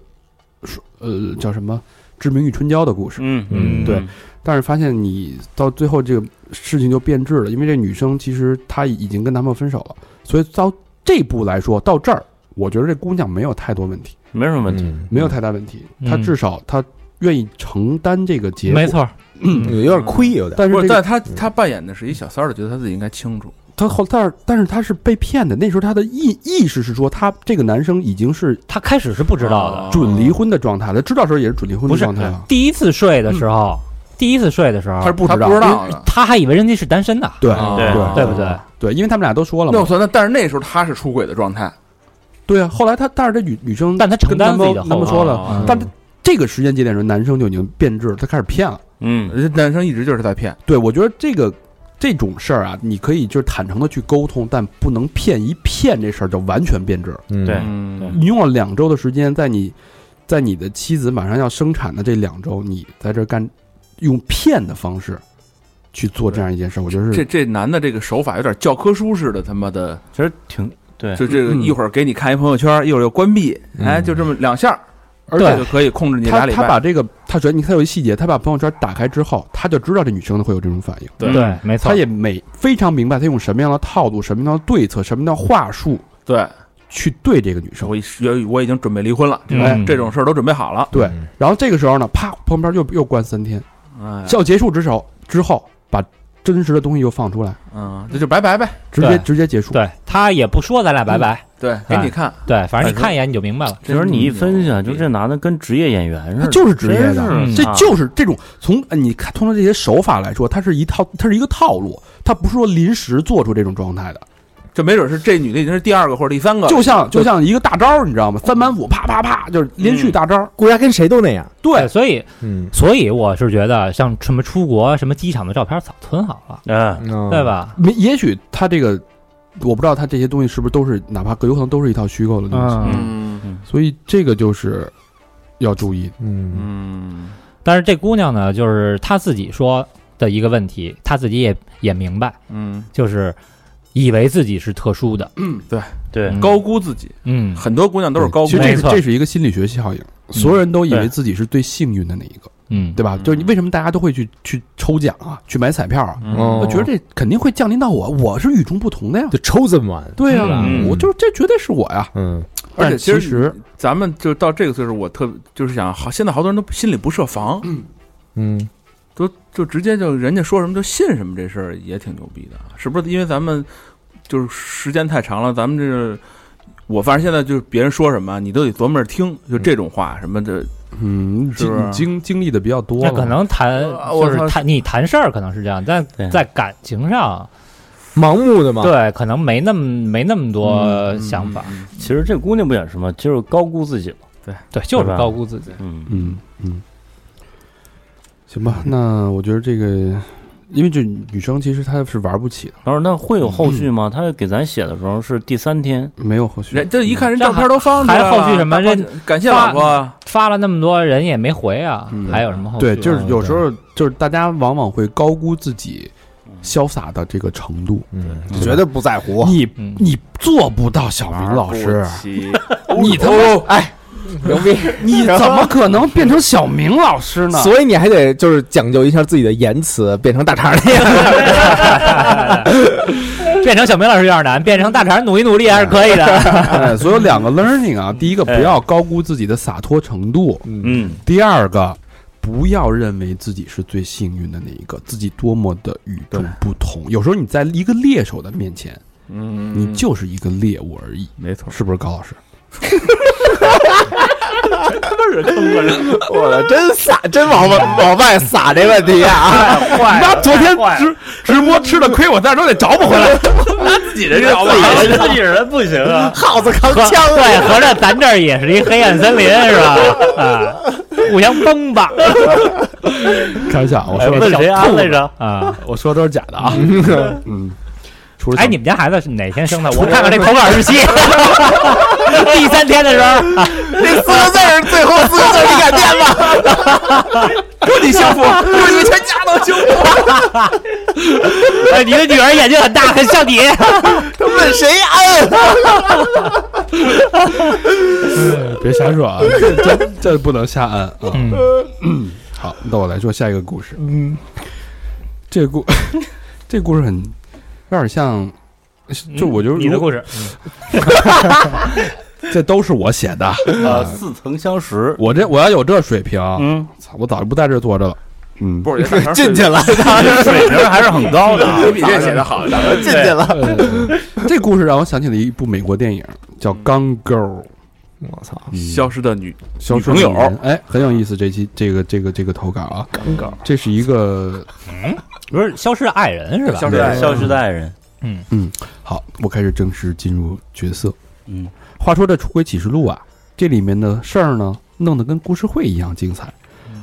B: 呃，叫什么《志明与春娇》的故事。
E: 嗯
D: 嗯
B: 对，但是发现你到最后这个事情就变质了，因为这女生其实她已经跟男朋友分手了，所以到这步来说，到这儿，我觉得这姑娘没有太多问题，
E: 没什么问题。
D: 嗯
B: 没有太大问题，她
C: 嗯
B: 至少她愿意承担这个结果。
C: 没，错儿，
D: 有点亏，有点。
B: 但是
F: 不是，
B: 这个
F: 但他他扮演的是一小三儿，觉得他自己应该清楚，
B: 他后，但是但是他是被骗的。那时候他的意意识是说，他这个男生已经是
C: 他开始是不知道的，
F: 哦
B: 准离婚的状态了，知道时候也是准离婚
C: 不
B: 的
C: 是
B: 状态了。
C: 第一次睡的时候，第一次睡的时候
B: 嗯他是，不
F: 他
B: 知道，哦
F: 不知道呢。
C: 他还以为人家是单身呢，
B: 对
F: 啊
E: 对
B: 对
C: 对不对？
B: 对，因为他们俩都说了
F: 那我
B: 嘛。
F: 操，那但是那时候他是出轨的状态，
B: 对啊，后来他但是这女女生，
C: 但他承
B: 跟
C: 担
B: 男
C: 自己
B: 朋友
C: 的
B: 男
C: 后
B: 朋友
C: 果
B: 说了，
E: 啊
F: 了
B: 但这个时间节点的时候，男生就已经变质了，他开始骗了。
E: 嗯，
F: 这呃男生一直就是在骗，
B: 对我觉得这个这种事儿啊，你可以就是坦诚的去沟通，但不能骗一骗这事儿就完全变质了。
D: 嗯
E: 对
F: 嗯，
B: 你用了两周的时间，在你在你的妻子马上要生产的这两周，你在这儿干，用骗的方式去做这样一件事，我觉得
F: 这
B: 是
F: 这男的这个手法有点教科书式的，他妈的，
E: 其实挺对，
F: 就这个
B: 嗯
F: 一会儿给你看一朋友圈，一会儿又关闭，
D: 嗯
F: 哎，就这么两下儿，而
C: 对
F: 且就可以控制你
B: 他
F: 俩礼
B: 他
F: 拜。
B: 把这个他觉得你看有一细节，他把朋友圈打开之后，他就知道这女生会有这种反应，
F: 对
C: 对，没错
B: 他
C: 儿，
B: 也每非常明白他用什么样的套路、什么样的对策、什么样的话术
F: 对，
B: 去对这个女生
F: 我。已我已经准备离婚了，
C: 嗯
B: 哎
F: 这种事儿都准备好了，
B: 对，然后这个时候呢，啪，朋友圈又又关三天，
F: 哎，
B: 要结束之手之后，把真实的东西又放出来，
F: 嗯，这就拜拜呗，
B: 直接
C: 对
B: 直接结束。
C: 对他也不说咱俩拜拜，
B: 嗯
F: 对，给你看，
C: 对，反正你
E: 哎
C: 看一眼你就明白了，
E: 其实你一分析啊，
F: 真
E: 就
F: 牛逼
E: 这男的跟职业演员似
B: 他
E: 的，
B: 就是职业的
E: 真
B: 这
E: 啊
B: 就是这种从呃你看通过这些手法来说，它是一套，它是一个套路，它不是说临时做出这种状态的。
F: 这没准是这女的已经是第二个或者第三个了，
B: 就像就像一个大招儿，你知道吗？三板斧，啪啪啪，就是连续大招儿。
D: 国家跟谁都那样。
C: 对，所以
D: 嗯，
C: 所以我是觉得像什么出国什么机场的照片早存好了，
E: 哎，
D: 对
B: 嗯
C: 对？吧？
B: 没，也许他这个，我不知道他这些东西是不是都是，哪怕有可能都是一套虚构的东西。
C: 嗯，
F: 嗯
B: 所以这个就是要注意。
D: 嗯
F: 嗯
C: 但是这姑娘呢，就是她自己说的一个问题，她自己也也明白，
F: 嗯，
C: 就是以为自己是特殊的，
E: 对
C: 嗯
F: 高估自己，
C: 嗯，
F: 很多姑娘都是高估
B: 其实
F: 自己
B: 这
C: 没
B: 是
C: 错
B: 这是一个心理学效应，所有人都以为自己是最幸运的那一个，
C: 嗯，
B: 对吧？
F: 嗯
B: 就是你为什么大家都会去去抽奖啊，去买彩票啊？
D: 哦
B: 我觉得这肯定会降临到我，我是与众不同的呀。
D: 就 chosen one。
B: 对呀、
E: 嗯
B: 我就是这绝对是我呀。
D: 嗯，
F: 而且
B: 但
F: 其
B: 其
F: 实
B: 实
F: 咱们就到这个岁数，我特就是想，好，现在好多人都心里不设防，
D: 嗯，
F: 都就直接就人家说什么就信什么，这事儿也挺牛逼的，啊是不是？因为咱们就是时间太长了，咱们这个我反正现在就是别人说什么，你都得琢磨着听，就这种话什么的，
B: 嗯，
F: 是不是
B: 经经经历的比较多
C: 那
B: 了，
C: 可能谈
F: 啊
C: 就
F: 我操
C: 是谈你谈事儿可能是这样，但
E: 对
C: 在感情上，
D: 盲目的嘛。
C: 对，可能没那么没那么多
F: 嗯
C: 想法，
F: 嗯
E: 其实这姑娘不也是吗？就是高估自己了。
C: 对，就是
E: 对吧
C: 高估自己。
E: 嗯，
B: 嗯嗯，行吧。那我觉得这个因为这女生其实她是玩不起的，
E: 老师，那会有后续吗？他给咱写的时候是第三天，
B: 没有后续。
F: 人这一看人照片都放出来了，
C: 还后续什
F: 大
C: 么
F: 哥感谢老婆啊，
C: 发了那么多人也没回啊，
B: 嗯
C: 还有什么后续啊？
B: 对，就是有时候就是大家往往会高估自己潇洒的这个程度，
D: 嗯，绝对不在乎。
B: 你
C: 嗯
B: 你做不到，小明老师，
D: 你他
B: 哦
D: 妈哎，牛逼！
B: 你
D: 然后
B: 怎么可能变成小明老师呢？
D: 所以你还得就是讲究一下自己的言辞，变成大肠那样。
C: 变成小明老师有点难，变成大肠努一努力还是可以的。
B: 哎，所以有两个 learning 啊，第一个不要高估自己的洒脱程度，
E: 嗯，
B: 第二个不要认为自己是最幸运的那一个，自己多么的与众不同。有时候你在一个猎手的面前，
F: 嗯
B: 你就是一个猎物而已，
F: 没错，
B: 是不是高老师？
D: 我的真撒，真往外往外撒这问题啊！
B: 你妈昨天直直播吃的亏，我在这儿得找补回来。
E: 自己人
C: 哎
E: 找吧，自己人不行啊。
D: 耗子扛枪
C: 对，合着咱这儿也是一黑暗森林是吧？啊，互相崩 吧
B: 开玩笑，我说
E: 哎
B: 的
E: 问谁安来着？
C: 啊！
B: 我说的都是假的啊。嗯，除了小
C: 哎，你们家孩子是哪天生的？我看看这投稿日期， 第三天的时候，啊
D: 这四个字儿，最后四个字儿你敢念吗？祝你幸福，祝你全家都幸福。
C: 哎你的女儿眼睛很大，很像你。
D: 他问谁安？
B: 别瞎说 啊，这这这不能瞎按啊。嗯，好，那我来说下一个故事。嗯，这个故 这故事很有点像，就我就是
C: 你的故事，
B: 这都是我写的。
E: 啊，似曾相识。
B: 我这我要有这水平，
E: 嗯，
B: 操，我早就不在这儿坐着了。嗯，
F: 不是 也大肠
D: 进去了，
E: 水平还是很高 的啊。
F: 你比这写的好，大哥
D: 进去了。
B: 呃这故事让我想起了一部美国电影，叫《Gone Girl》。
D: 我操！
E: 嗯
F: 消失的女
B: 嗯小
F: 女朋友
B: 哎，很有意思。这期这个这个这个投稿啊，
F: 稿
B: 这是一个
C: 不是消失的爱人是吧？
F: 消失的爱人
E: 消失的爱人，
B: 好，我开始正式进入角色。
E: 嗯，
B: 话说这《出轨启示录》啊，这里面的事儿呢，弄得跟故事会一样精彩。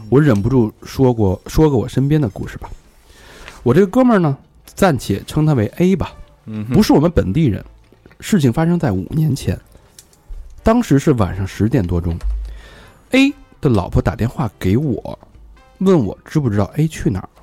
B: 我忍不住说过说个我身边的故事吧。我这个哥们儿呢，暂且称他为 A 吧，
F: 嗯
B: 不是我们本地人。事情发生在五年前，当时是晚上十点多钟，A 的老婆打电话给我，问我知不知道 A 去哪儿了。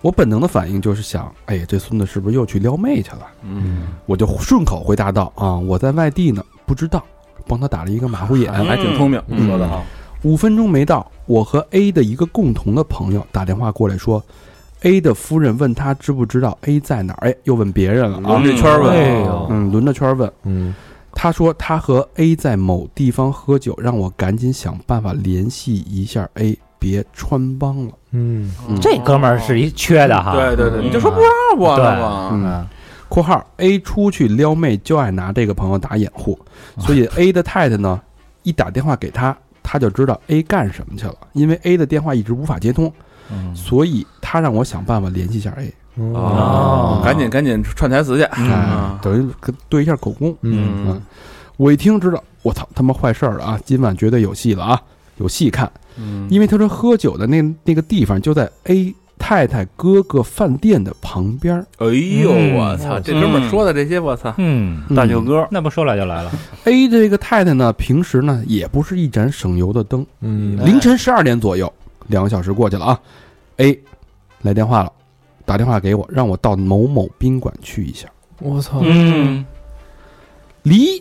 B: 我本能的反应就是想，哎呀，这孙子是不是又去撩妹去了？
F: 嗯，
B: 我就顺口回答道：“啊，我在外地呢，不知道。”帮他打了一个马虎眼。
F: 哎还挺聪明，
B: 嗯
E: 说的好，
B: 五分钟没到，我和 A 的一个共同的朋友打电话过来说，A 的夫人问他知不知道 A 在哪儿？哎，又问别人了啊。
F: 轮这圈儿问，
E: 哎呦
B: 嗯，轮着圈儿问。
D: 嗯，
B: 他说他和 A 在某地方喝酒，让我赶紧想办法联系一下 A，别穿帮了。
D: 嗯，
B: 嗯
C: 这哥们儿是一缺的哈。
F: 对对对，
E: 嗯
F: 你就说不知道我
C: 对
F: 嘛，
B: 嗯，括号 A 出去撩妹就爱拿这个朋友打掩护，所以 A 的太太呢，一打电话给他，他就知道 A 干什么去了，因为 A 的电话一直无法接通，所以他让我想办法联系一下 A，
D: 嗯
E: 哦
F: 赶紧赶紧串台词去，
B: 哎
F: 啊，
B: 等于跟对一下口供。
D: 嗯，
B: 嗯，我一听知道，我操，他妈坏事儿了啊！今晚绝对有戏了啊，有戏看，
F: 嗯
B: 因为他说喝酒的那那个地方就在 A 太太哥哥饭店的旁边儿。
F: 哎呦
C: 嗯
F: 我操，这哥们儿说的这些我操，
C: 嗯，
E: 大舅哥，
C: 那不说来就来了。
B: A 这个太太呢，平时呢也不是一盏省油的灯。
D: 嗯
B: 凌晨十二点左右，两个小时过去了啊，A 来电话了，打电话给我，让我到某某宾馆去一下。
D: 我操
E: 嗯，
B: 离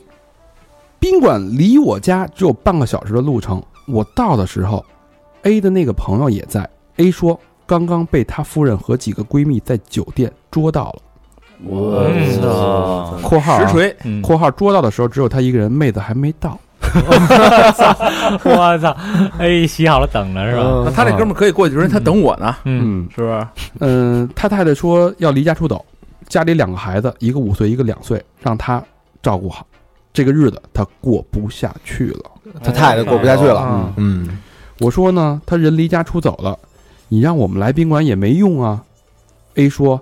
B: 宾馆离我家只有半个小时的路程，我到的时候，A 的那个朋友也在。A 说刚刚被他夫人和几个闺蜜在酒店捉到了。
E: 我操，
B: 括号、啊
F: 实锤，
C: 嗯，
B: 括号捉到的时候只有他一个人，妹子还没到。
C: 我操！哎，洗好了等着是吧？
E: 嗯
F: 那他这哥们儿可以过去说他等我呢，
C: 嗯，
B: 嗯
F: 是不是？
B: 嗯，他太太说要离家出走，家里两个孩子，一个五岁，一个两岁，让他照顾好。这个日子他过不下去了。
D: 他太太过不下去了。
B: 嗯，
D: 嗯，
B: 我说呢，他人离家出走了，你让我们来宾馆也没用啊。A 说，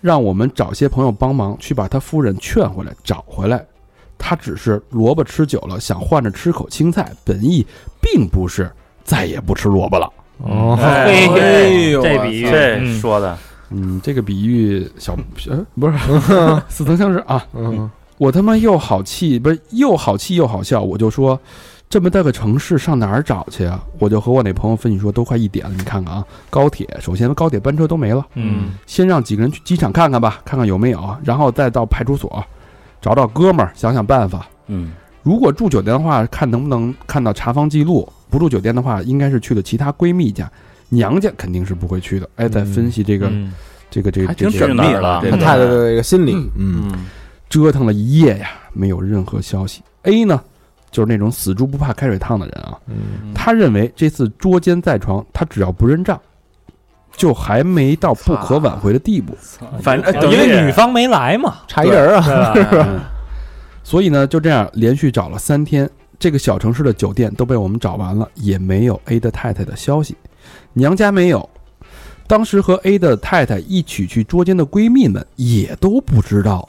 B: 让我们找些朋友帮忙去把他夫人劝回来，找回来。他只是萝卜吃久了，想换着吃口青菜，本意并不是再也不吃萝卜了。
D: 哦
C: 哎
F: 哎呦
C: 这
F: 我
C: 比喻
E: 哎
C: 嗯
E: 这说的，
B: 嗯，这个比喻小，呃，不是似曾相识啊。
D: 嗯，
B: 我他妈又好气，不是又好气又好笑，我就说这么大个城市上哪儿找去啊？我就和我那朋友分析说，都快一点了，你看看啊，高铁首先高铁班车都没了，
C: 嗯
B: 先让几个人去机场看看吧，看看有没有，然后再到派出所找找哥们儿，想想办法。
E: 嗯
B: 如果住酒店的话，看能不能看到查房记录；不住酒店的话，应该是去了其他闺蜜家，娘家肯定是不会去的。哎，再分析这个、
C: 嗯
B: 这个这
F: 还
B: 个
F: 挺
B: 这
E: 是
F: 缜
B: 个
E: 哪
F: 密
E: 儿了
F: 这
D: 他
F: 个
D: 太太的这个心理，嗯，
F: 嗯
B: 折腾了一夜呀，没有任何消息。A 呢，就是那种死猪不怕开水烫的人啊，
F: 嗯
B: 他认为这次捉奸在床，他只要不认账，就还没到不可挽回的地步。
F: 反正哎等
C: 因
F: 于
C: 为女方没来嘛，
D: 差一人啊，
C: 对吧？
B: 嗯，所以呢，就这样连续找了三天，这个小城市的酒店都被我们找完了，也没有 A 的太太的消息，娘家没有。当时和 A 的太太一起去捉奸的闺蜜们也都不知道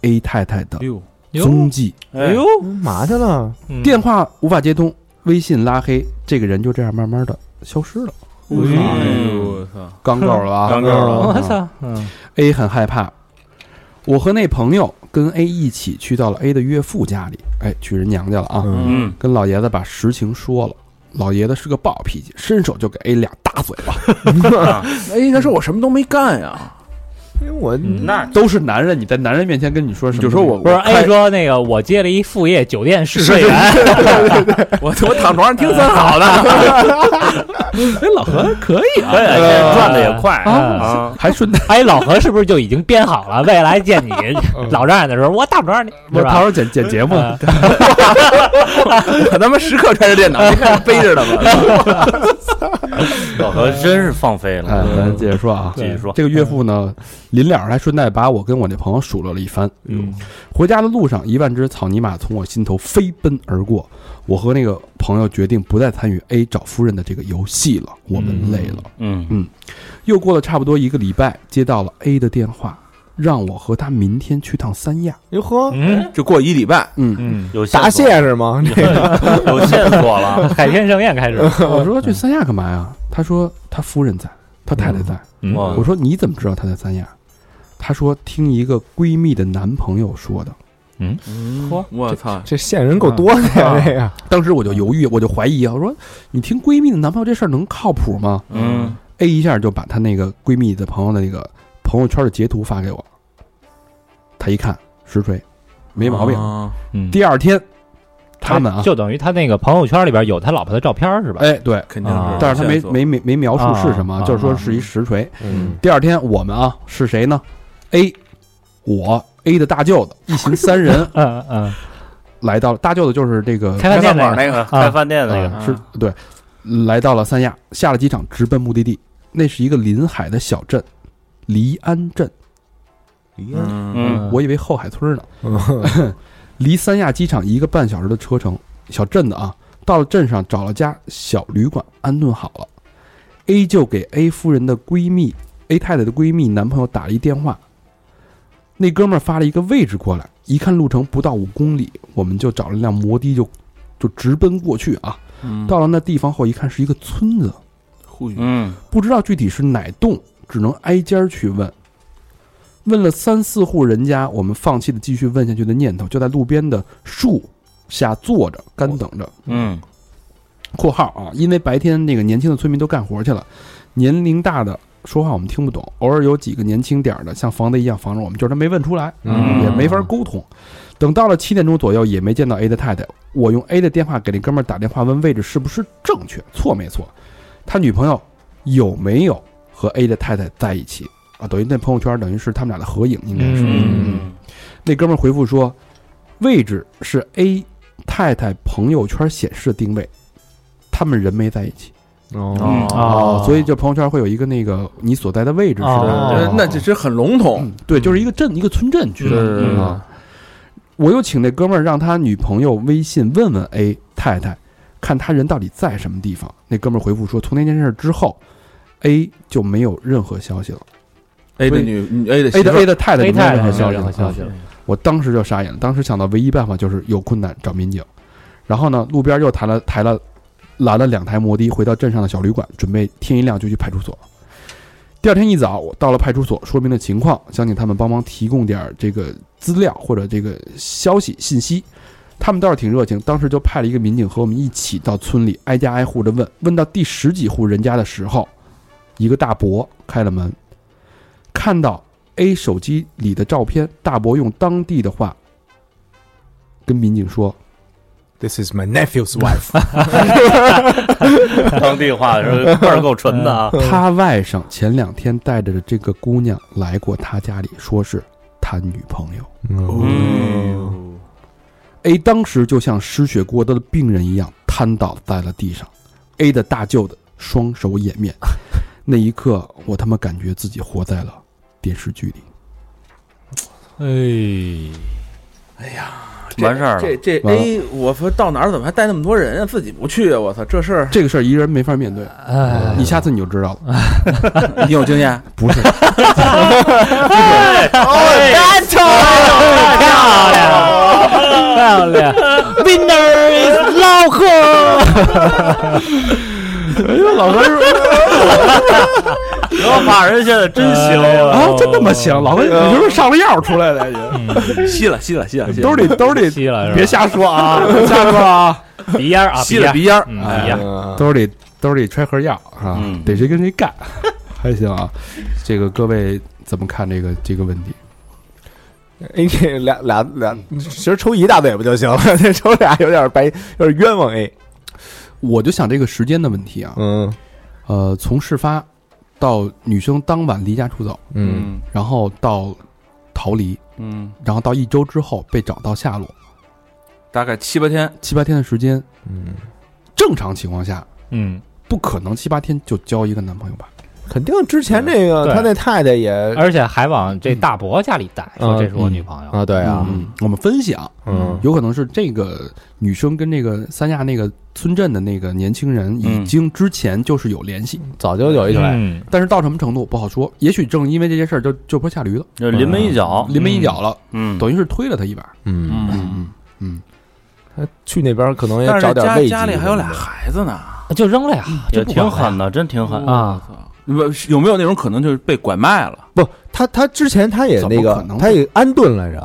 B: A 太太的
F: 哎呦，
B: 踪迹，
C: 哎呦，
D: 嘛去了？
C: 嗯
B: 电话无法接通，微信拉黑，这个人就这样慢慢的消失了。
F: 哎呦我操！
B: 刚够了啊！
E: 刚够了
C: 我
B: 嗯
C: 操，嗯
B: A 很害怕。我和那朋友跟 A 一起去到了 A 的岳父家里，哎，去人娘家了啊。
D: 嗯，
E: 嗯，
B: 跟老爷子把实情说了。老爷子是个暴脾气，伸手就给 A 俩大嘴巴。
F: 哎，他说我什么都没干呀，
D: 因为哎我
E: 那
B: 都是男人，你在男人面前跟你说什么？
F: 就说我
C: 不是
F: 我开
C: A 说那个我接了一副业酒店试睡员，
F: 我我躺床上听三好 的，
C: 哎，老何可以啊，
E: 对，哎这 转的也快
C: 啊。
E: 啊，
B: 还顺带
C: 哎，老何是不是就已经编好了？未来见你老丈人的时候，我打不着你，
B: 我
C: 是
B: 到时
C: 吧？
B: 候剪剪节目，
C: 啊
F: 我他妈时刻揣着电脑， 你看背着呢吧？
E: 老何真是放飞
B: 哎
E: 了，，
B: 咱接着说啊。
E: 继续说，
B: 这个岳父呢，临了还顺带把我跟我那朋友数落了一番。哎
C: 嗯
B: 回家的路上，一万只草泥马从我心头飞奔而过。我和那个朋友决定不再参与 A 找夫人的这个游戏了，我们累了。
E: 嗯
B: 又过了差不多一个礼拜，接到了 A 的电话，让我和他明天去趟三亚。
D: 哟呵，
C: 嗯
F: 就过一礼拜，
B: 嗯
C: 嗯，
E: 有线
D: 答
E: 索，
D: 谢是吗？这个
E: 有线索了，
C: 海天盛宴开始，
B: 我说去三亚干嘛呀？他说他夫人在，他太太在。
C: 嗯
E: 哇
B: 我说你怎么知道他在三亚？他说听一个闺蜜的男朋友说的。
C: 嚯
F: 我操！
D: 这线人够多的呀，这个
B: 当时我就犹豫，我就怀疑啊，我说你听闺蜜的男朋友这事儿能靠谱吗
E: 嗯，
B: ？A 一下就把她那个闺蜜的朋友的那个朋友圈的截图发给我了。他一看实锤，没毛病。
F: 啊
C: 嗯
B: 第二天，他们啊，
C: 哎就等于他那个朋友圈里边有他老婆的照片是吧？
B: 哎对，
F: 肯定是
C: 啊，
B: 但是他没没没没描述是什
C: 啊
B: 么，
C: 啊
B: 就是说
C: 啊
B: 是一实锤。
D: 嗯，
B: 第二天我们啊是谁呢？A，我 A 的大舅子，一行三人
C: 嗯嗯，
B: 来到了大舅子就是这个
C: 开饭店那个，
E: 那个
C: 啊
E: 开饭店那个，
B: 呃是对，来到了三亚，下了机场直奔目的地，那是一个临海的小镇，离安镇，
F: 嗯
E: 嗯
B: 我以为后海村呢，
D: 嗯
B: 离三亚机场一个半小时的车程，小镇子啊。到了镇上找了家小旅馆安顿好了，A 就给 A 夫人的闺蜜 A 太太的闺蜜男朋友打了一电话，那哥们儿发了一个位置过来，一看路程不到五公里，我们就找了辆摩的就就直奔过去啊。
F: 嗯
B: 到了那地方后一看是一个村子，
F: 呼吁
E: 嗯
B: 不知道具体是哪栋，只能挨家儿去问。问了三四户人家，我们放弃了继续问下去的念头，就在路边的树下坐着，干等着。
E: 嗯
B: （括号啊，因为白天那个年轻的村民都干活去了，年龄大的说话我们听不懂，偶尔有几个年轻点儿的像防贼一样防着我们，就是他没问出来，
D: 哎
E: 嗯
B: 也没法沟通。等到了七点钟左右，也没见到 A 的太太。我用 A 的电话给那哥们儿打电话，问位置是不是正确，错没错，他女朋友有没有和 A 的太太在一起啊？等于那朋友圈等于是他们俩的合影，应该是。
C: 嗯
E: 嗯
B: 那哥们儿回复说，位置是 A 太太朋友圈显示的定位，他们人没在一起
F: 嗯
B: 啊
D: 哦，
C: 哦
B: 所以就朋友圈会有一个那个你所在的位置是
C: 哦
B: 吧？
F: 呃那这这很笼统，
B: 嗯对，就是一个镇一个村镇去的。
E: 嗯
B: 啊我又请那哥们儿让他女朋友微信问问 A 太太，看他人到底在什么地方。那哥们儿回复说，从那件事之后，A 就没有任何消息了。
F: A 的
B: 所以
F: 女 A 的
B: A
F: 媳妇
B: 的
F: 儿
B: A 的太太
C: A
B: 就没有
C: 太
B: 任
C: 太
B: 何
C: 没有
B: 消息
C: 任何
B: 了。
C: 消息了，
B: 我当时就傻眼了，当时想到唯一办法就是有困难找民警，然后呢，路边又抬了抬了，拦了两台摩的，回到镇上的小旅馆，准备天一亮就去派出所。第二天一早，我到了派出所，说明了情况，想请他们帮忙提供点儿这个资料或者这个消息信息。他们倒是挺热情，当时就派了一个民警和我们一起到村里挨家挨户的问。问到第十几户人家的时候，一个大伯开了门，看到 A 手机里的照片，大伯用当地的话跟民警说
D: This is my nephew's wife
E: 当地话是倍儿够纯的啊：“。
B: 他外甥前两天带着这个姑娘来过他家里，说是谈女朋友。”
D: 嗯
F: 哎
E: 嗯
B: A 当时就像失血过多的病人一样瘫倒在了地上，A 的大舅的双手掩面。那一刻，我他妈感觉自己活在了电视剧里。
C: 哎，
E: 完事儿
F: 这
E: 了。
F: 这
B: 完了
F: A，我说到哪儿怎么还带那么多人啊？自己不去啊？我操，这事 儿
B: 这个事儿一人没法面对，
C: 哎，
B: 你下次你就知道了。
F: 你有经 验？
B: 不是，
C: 漂亮，漂亮，Winner is 老贺，
B: 老何
E: 德法人现在真行，
B: 啊，真他妈行！老何，你是不是上了药出来的？
F: 吸了，吸了，吸了，吸了
B: 兜里兜里
C: 吸了是吧？
B: 别瞎说啊， 瞎说啊！
C: 鼻烟啊，
F: 吸了
C: 鼻
F: 鼻烟儿。
C: 嗯，鼻烟，
B: 兜里兜里揣盒药啊
E: 嗯，
B: 得谁跟谁干， 还行啊。这个各位怎么看这个这个问题？
D: A 这哎俩俩俩，其实抽一大嘴巴就行了， 这抽俩有点白，有点冤枉哎 A。
B: 我就想这个时间的问题啊，
D: 嗯
B: 呃，从事发到女生当晚离家出走，
D: 嗯，
B: 然后到逃离，
F: 嗯，
B: 然后到一周之后被找到下落，
F: 大概七八天，
B: 七八天的时间，
D: 嗯，
B: 正常情况下
C: 嗯，
B: 不可能七八天就交一个男朋友吧？
D: 肯定之前这个
C: 对
D: 他那太太也
C: 而且还往这大伯家里带，说这是我女朋友。
D: 啊，对啊，
B: 嗯，我们分析啊，
D: 嗯
B: 有可能是这个女生跟这个三亚那个村镇的那个年轻人已
F: 嗯
B: 经之前就是有联系，
D: 早就有一腿，
C: 嗯，
B: 但是到什么程度不好说，也许正因为这件事儿就就坡下驴了，
E: 就临门一
F: 哦
E: 脚。
B: 临门一脚了，
E: 嗯，
B: 等于是推了他一把。
D: 嗯，
B: 嗯嗯嗯，
D: 他去那边可能也
F: 但
D: 找
F: 是
D: 点
F: 家
D: 慰藉。
F: 家里还有俩孩子呢，
C: 就扔了呀，
E: 也
C: 这不管
E: 挺
C: 了呀
E: 狠的，真挺狠。
C: 啊
F: 我操！不是有没有那种可能就是被拐卖了？
D: 不，他他之前他也那
B: 怎么可
D: 个
B: 能，
D: 他也安顿来着。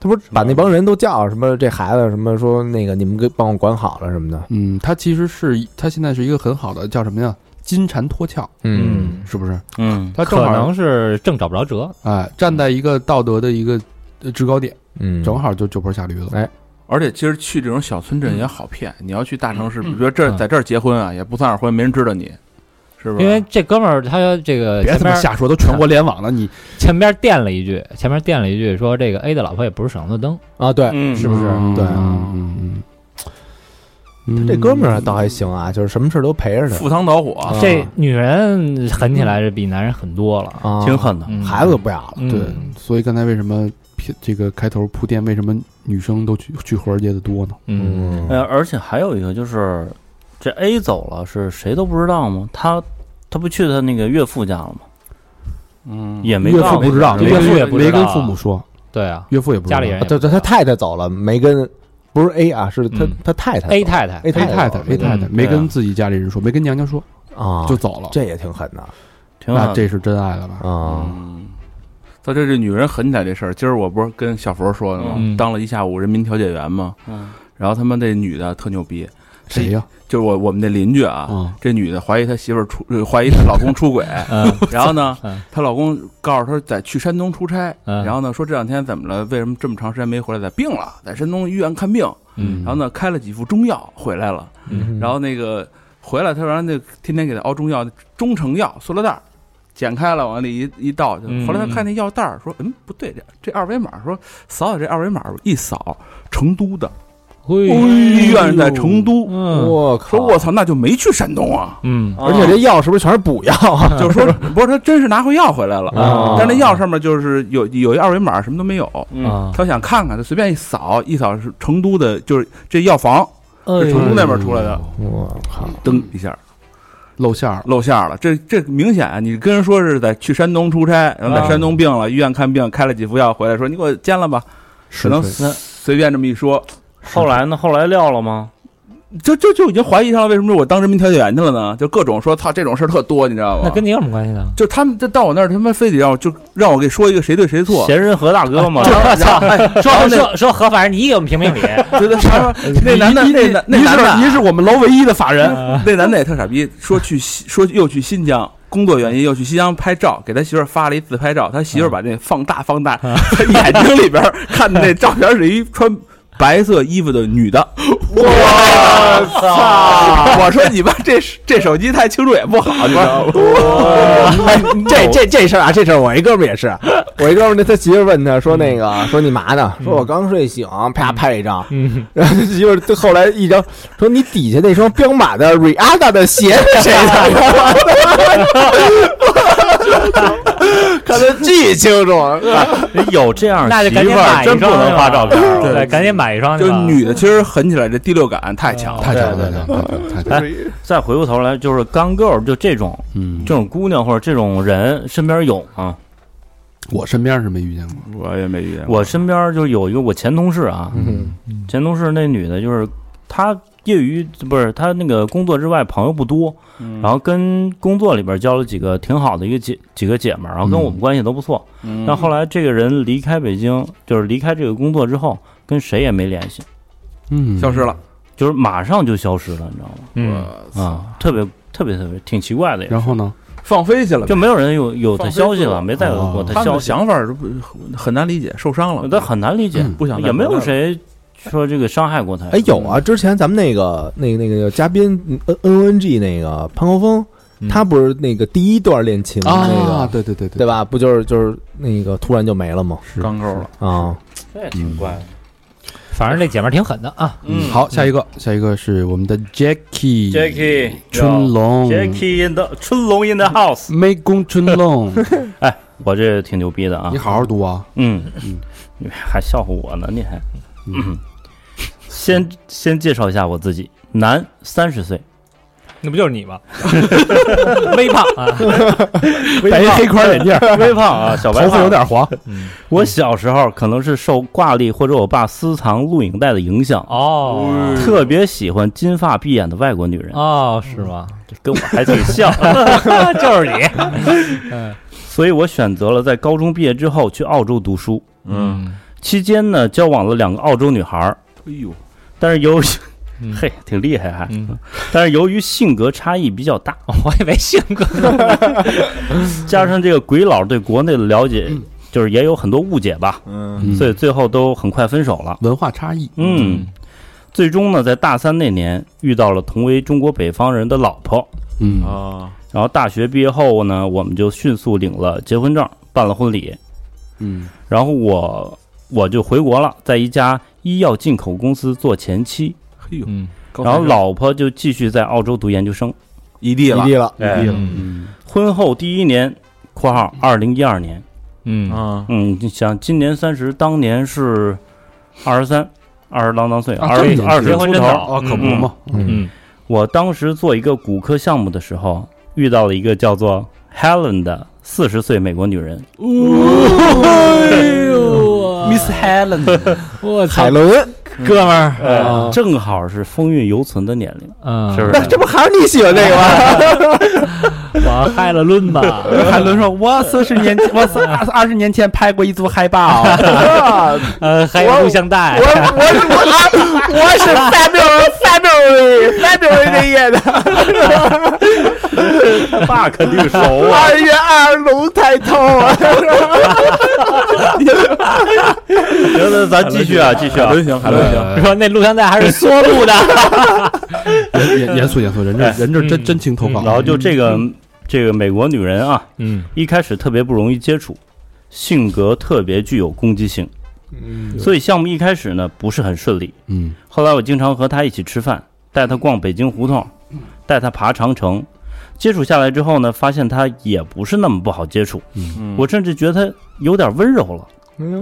D: 他不是把那帮人都叫什么？这孩子什么说那个你们给帮我管好了什么的。
B: 嗯，他其实是他现在是一个很好的叫什么呀？金蝉脱壳，
C: 嗯
B: 是不是？
E: 嗯，
B: 他正
C: 可
B: 好
C: 能是正找不着辙。
B: 哎，站在一个道德的一个呃制高点，
D: 嗯，
B: 正好就就坡下驴了。
D: 哎
F: 而且其实去这种小村镇也好骗，
E: 嗯
F: 你要去大城市，比如说这儿在这儿结婚啊，也不算是婚，没人知道你，是不是？
C: 因为这哥们儿他这个
B: 哎别
C: 前
B: 他妈
C: 边
B: 瞎说，都全国联网了，你
C: 前边垫了一句，前边垫了一句说这个 A 的老婆也不是省油的灯，
D: 啊，对，
E: 嗯
C: 是不是？
D: 对
B: 嗯嗯，
D: 这哥们儿倒还行啊，就是什么事儿都陪着
F: 赴汤蹈火，
D: 啊
C: 这女人狠起来是比男人狠多了，
D: 他，啊
E: 挺，狠的。
C: 嗯
D: 孩子都不要了。
C: 嗯
B: 对，所以刚才为什么片这个开头铺垫，为什么女生都去去华尔街的多呢？
C: 嗯，
E: 呃，而且还有一个就是，这 A 走了是谁都不知道吗？他他不去他那个岳父家了吗？
F: 嗯，
E: 也没
B: 岳
E: 告
B: 父
E: 诉
B: 不知道，
C: 没
B: 岳
C: 岳父也
B: 父
C: 不
B: 没
C: 知道
B: 跟父母说，
C: 对啊
B: 岳父也不知道
C: 家里人
D: 啊对对，他太太走了，没跟不是 A 啊，是他
C: 嗯
D: 他太太走了
C: ，A 太太嗯
D: A
B: ，A 太
D: 太
B: 太
D: 走了
B: ，A 太太没
E: 对
B: 跟
E: 啊
B: 自己家里人说，没跟娘家说，
D: 啊，
B: 就走了。
D: 这也挺狠的
E: 挺
B: 那
E: 好。
B: 这是真爱了吧？
D: 啊。
F: 嗯，到这这女人狠起来这事儿，今儿我不是跟小佛说的吗？
C: 嗯
F: 当了一下午人民调解员嘛，
E: 嗯
F: 然后他妈这女的特牛逼，
B: 谁呀？
F: 就是我我们那邻居啊，
B: 啊，
F: 这女的怀疑她媳妇儿出，呃怀疑她老公出轨，
C: 嗯
F: 然后呢
C: 嗯，
F: 她老公告诉她在去山东出差，
C: 嗯
F: 然后呢说这两天怎么了？为什么这么长时间没回来？在病了，在山东医院看病，
C: 嗯
F: 然后呢开了几副中药回来了，嗯然后那个回来她让那天天给她熬中药，中成药塑料袋儿，剪开了往里一一倒，就
C: 嗯
F: 后来她看那药袋儿说，嗯不对，这这二维码说扫扫这二维码一扫，成都的
C: 哎
F: 医院在成都，
C: 嗯
D: 我靠！
F: 说我操那就没去山东啊。
C: 嗯
D: 而且这药是不是全是补药啊？
F: 就是说，不是他真是拿回药回来了，
D: 啊
F: 但是那药上面就是有有一二维码，什么都没有。
A: 哎
E: 嗯，
F: 他想看看，他随便一扫，一扫是成都的，就是这药房是成都
C: 哎呦
F: 那边
E: 嗯
F: 出来的，
D: 我靠！
F: 噔一下
B: 露馅儿了。
F: 露馅儿了。这这明显，啊你跟人说是在去山东出差，然后在
E: 啊
F: 山东病了，医院看病，开了几副药回来，说你给我煎了吧，
B: 是
F: 只能
B: 是
F: 随随便这么一说，
E: 后来呢？后来撂了吗？
F: 这这就已经怀疑上了，为什么我当人民调解员去了呢？就各种说，操，这种事儿特多，你知道吗？
C: 那跟你有什么关系呢？
F: 就他们这到我那儿，他们非得让我就让我给说一个谁对谁错，
E: 闲人何大 哥嘛，
F: 然后然后哎
C: 说说说何凡，你给我们评评 理。
F: 觉得他说那男的那男那
B: 您
F: 男的
B: 是
F: 啊
B: 您是我们楼唯一的法人，
F: 那男的也特傻逼，说去西说又去新疆。工作原因又去新疆拍照，给他媳妇儿发了一自拍照，他媳妇儿把那放大放大，他眼睛里边儿看的那照片是一穿白色衣服的女的。我操！我说你妈这这手机太清楚也不好，你知道吗？
D: 哎这这这事儿啊，这事儿我一哥们儿也是，我一哥们儿那他媳妇儿问他说那个说你嘛呢？说我刚睡醒，啪拍一张，
C: 嗯，
D: 然后他媳妇儿就后来一张说你底下那双彪马的 Rihanna 的鞋是谁的？看得巨清楚，
E: 哎有这 样
C: 那
E: 媳
C: 就赶紧
E: 妇
C: 买
E: 儿
C: 一
E: 真
C: 双
E: 不能发照片儿。
C: 对，赶紧买一双去
F: 就
C: 吧。
F: 女的其实狠起来这第六感太强了。
B: 啊太强了，
E: 对
B: 太
E: 对
B: 强了，太强了，
E: 再回过头来，就是刚 girl 就这种
B: 嗯，
E: 这种姑娘或者这种人身边有吗？
B: 我身边是没遇见过，
F: 我也没遇见过，
E: 我身边就有一个我前同事啊，
D: 嗯，
E: 前同事那女的，就是她业余不是她那个工作之外朋友不多，
F: 然
E: 然后跟工作里边交了几个挺好的一个姐几个姐们儿，然后跟
B: 嗯
E: 我们关系都不错。
F: 然
E: 但后来这个人离开北京，就是离开这个工作之后，跟谁也没联系，
B: 嗯，
F: 消失了。
E: 就是马上就消失了，你知道
C: 嗯，
F: 我
E: 吗？
F: 操，
E: 啊，特别特别特别挺奇怪的也是，
B: 然后呢？
F: 放飞去了
E: 就
F: 呗。
E: 没有人有有他消息了，
F: 放
E: 没再有过
B: 哦
F: 他们
E: 他消
F: 的
E: 息，
F: 想法儿都不很难理解，受伤了，
E: 但很难理解，
B: 嗯
F: 不想再
E: 也没
F: 回来
E: 有
F: 了
E: 谁说这个伤害过他。
D: 哎有啊，之前咱们那个那个那个嘉宾嗯 N N N G 那个潘国峰，他不是那个第一段恋情
E: 嗯
D: 那
B: 啊，
D: 个
B: 对对对对
D: 嗯对？吧？不就是就是那个突然就没了吗？
B: 是
F: 钢钩了。
D: 啊，
E: 这也挺怪的。
C: 反正这姐们儿挺狠的啊。
E: 嗯
B: 好，下一个，下一个是我们的 Jackie
E: Jackie
B: 春龙
E: Jackie in the 春龙 in the house，
B: 湄公 春龙，
E: 嗯我这挺牛逼的啊
B: 你！好好读啊，
E: 嗯嗯，你还笑话我呢？你还？嗯，先先介绍一下我自己，男，三十岁，
C: 那不就是你吗？ 微胖啊，
B: 戴一黑框眼镜，
E: 微胖啊，小白
B: 头发有
E: 胖。
B: 点黄，
E: 我小时候可能是受挂历或者我爸私藏录影带的影响，
C: 哦
E: 特别喜欢金发碧眼的外国女人，
C: 哦，是吗？
E: 跟我还挺 像，
C: 就是你。
E: 所以我选择了在高中毕业之后去澳洲读书。
C: 嗯，
E: 期间呢，交往了两个澳洲女孩儿，
F: 哎呦，
E: 但是由于
C: 嗯
E: 嘿，挺厉害还、
C: 嗯
E: 但是由于性格差异比较大，
C: 我以为性格
E: 加上这个鬼佬对国内的了解，就是也有很多误解吧，
F: 嗯，
B: 嗯
E: 所以最后都很快分手了。
B: 文化差异，
E: 嗯，最终呢，在大三那年遇到了同为中国北方人的老婆，
B: 嗯
F: 啊，
E: 然后大学毕业后呢，我们就迅速领了结婚证，办了婚礼，
B: 嗯
E: 然后我我就回国了，在一家医药进口公司做前期，
F: 嘿呦，
C: 嗯，
A: 哦
E: 然后老婆就继续在澳洲读研究生。
F: 异地
D: 异
F: 了
D: 地了，
E: 哎
C: 嗯
B: 嗯
E: 婚后第一年（括号二零一二年
C: 嗯，
F: 啊），，
E: 嗯，你想今年三十，当年是二十三，二十郎当岁，
B: 啊
E: 二
B: 这
E: 十
B: 么
E: 二
B: 年轻
E: 十
C: 结婚
E: 出
C: 真
E: 头。
C: 早
F: 哦
B: 啊，可不
E: 嗯
B: 嘛，
C: 嗯
E: 我当时做一个骨科项目的时候，遇到了一个叫做 Helen 的四十岁美国女人。
C: 哎
B: ，Miss Helen，
C: 我操
D: 海，伦，
C: 哥们儿，
E: 呃，
B: 啊
E: 正好是风韵犹存的年龄，
C: 嗯，
E: 是不
D: 那这
E: 是？
D: 不还是你喜欢这个吗？
C: 嗯我嗨了抡 吧，
B: 海伦说，我四十年， 我四二二十年前拍过一组海报，啊
C: 呃，还有录像带，
D: 我是我我是 February February February 那夜的
E: 他爸肯定 熟啊。
D: 二月二龙抬头，
E: 行，那咱继续啊，继续啊。
F: 行，还
B: 呃
C: 说那录像带还是缩录的，
B: 严严严肃严肃，人这人这真真情投
E: 嗯然
B: 稿，
E: 后就这个
B: 嗯
E: 这个美国女人啊，
C: 嗯，
E: 一开始特别不容易接触，性格特别具有攻击性，所以项目一开始呢不是很顺利。
B: 嗯
E: 后来我经常和她一起吃饭，带她逛北京胡同，带她爬长城。接触下来之后呢，发现她也不是那么不好接触，
F: 嗯
E: 我甚至觉得她有点温柔了。
D: 哎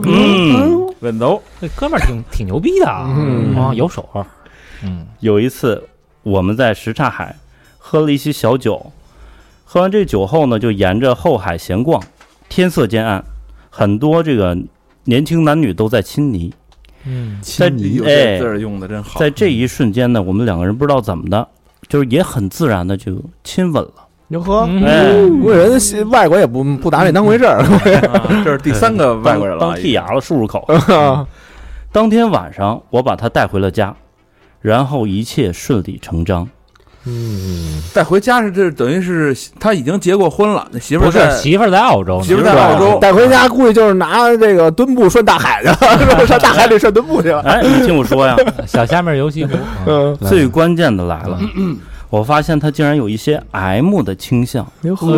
E: 嗯，
F: 稳走，
C: 这哎哥们儿挺挺牛逼的啊，
D: 嗯
C: 啊，有手，嗯
E: 有一次我们在什刹海喝了一些小酒，喝完这酒后呢，就沿着后海闲逛，天色渐暗，很多这个年轻男女都在亲昵。
C: 嗯
E: 在
B: 亲
E: 这
B: 昵
F: 有
E: 哎
F: 这字儿用的真好，
E: 在这一瞬间呢，我们两个人不知道怎么的，就是也很自然的就亲吻了。
D: 哟呵，
C: 嗯
E: 哎，
D: 我人西外国也不不拿这当回事儿，
F: 啊这是第三个外国人了，啊
E: 当当啊剔牙了，漱漱口。 当天晚上，我把他带回了家，然后一切顺理成 章。
D: 嗯，
F: 带回家是这等于是他已经结过婚了，那媳妇
C: 不
F: 儿在
C: 是媳妇儿在澳洲呢，
F: 媳妇儿在澳洲
D: 带回家估计就是拿这个墩布拴大海去了，上大海里涮墩布去了。
E: 哎，你听我说呀，
C: 小虾米儿游 戏服，
D: 嗯，
B: 来
E: 最关键的来了，我发现他竟然有一些 M 的倾向，
D: 哟
C: 哎
D: 呵，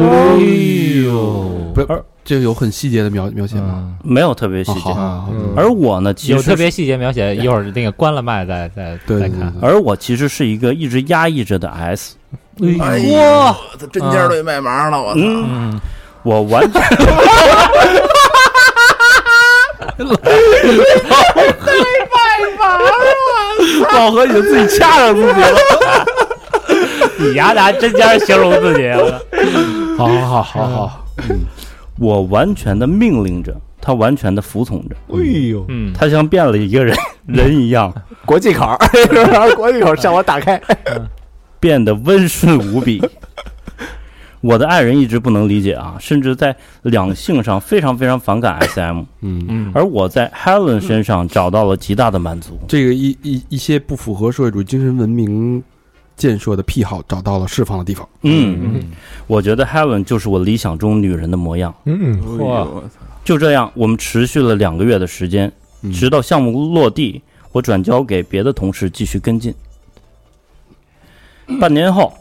C: 呦，
B: 不是这个有很细节的描描写吗？
C: 嗯
E: 没有特别细
B: 啊好
E: 节。
B: 好好，
D: 嗯
E: 而我呢，其
C: 有
E: 实
C: 特别细节 描写，一会儿那个关了麦再再
B: 对
C: 再
B: 对对
C: 看。
B: 对，
E: 而我其实是一个一直压抑着的 S，啊
F: 哎呦
C: 哇，
F: 这针尖儿对麦芒了，我操！
E: 嗯，
C: 嗯，
E: 我完全
B: 老何已经自己掐上自己了。
C: 以牙拿针尖儿形容自己，
B: 好好好好好，
E: 我完全的命令着他，完全的服从着，
D: 哎呦，
C: 嗯，
E: 他像变了一个人人一样，
D: 国际口儿， 然后国际口儿向我打开，
E: 变得温顺无比。我的爱人一直不能理解啊，甚至在两性上非常非常反感 SM，
B: 嗯，
E: 而我在 Helen 身上找到了极大的满足。
B: 这个一一一些不符合社会主义精神文明建设的癖好找到了释放的地方。
E: 嗯，我觉得 Helen 就是我理想中女人的模样。
D: 嗯，
F: 哎呦我操
E: 就这样，我们持续了两个月的时间，
B: 嗯
E: 直到项目落地，我转交给别的同事继续跟进。半年后，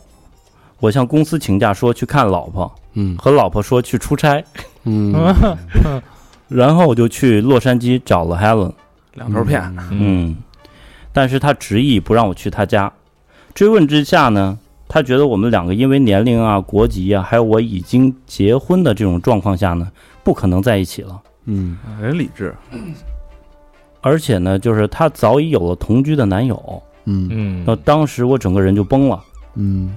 E: 我向公司请假说去看老婆，
B: 嗯
E: 和老婆说去出差，
B: 嗯，
E: 然后我就去洛杉矶找了 Helen。
F: 两头骗，
E: 嗯，但是他执意不让我去他家。追问之下呢，他觉得我们两个因为年龄啊、国籍啊，还有我已经结婚的这种状况下呢，不可能在一起了。
B: 嗯
F: 人理智，
E: 而且呢，就是她早已有了同居的男友。
B: 嗯
C: 嗯
F: 哦
E: 那当时我整个人就崩了。
B: 嗯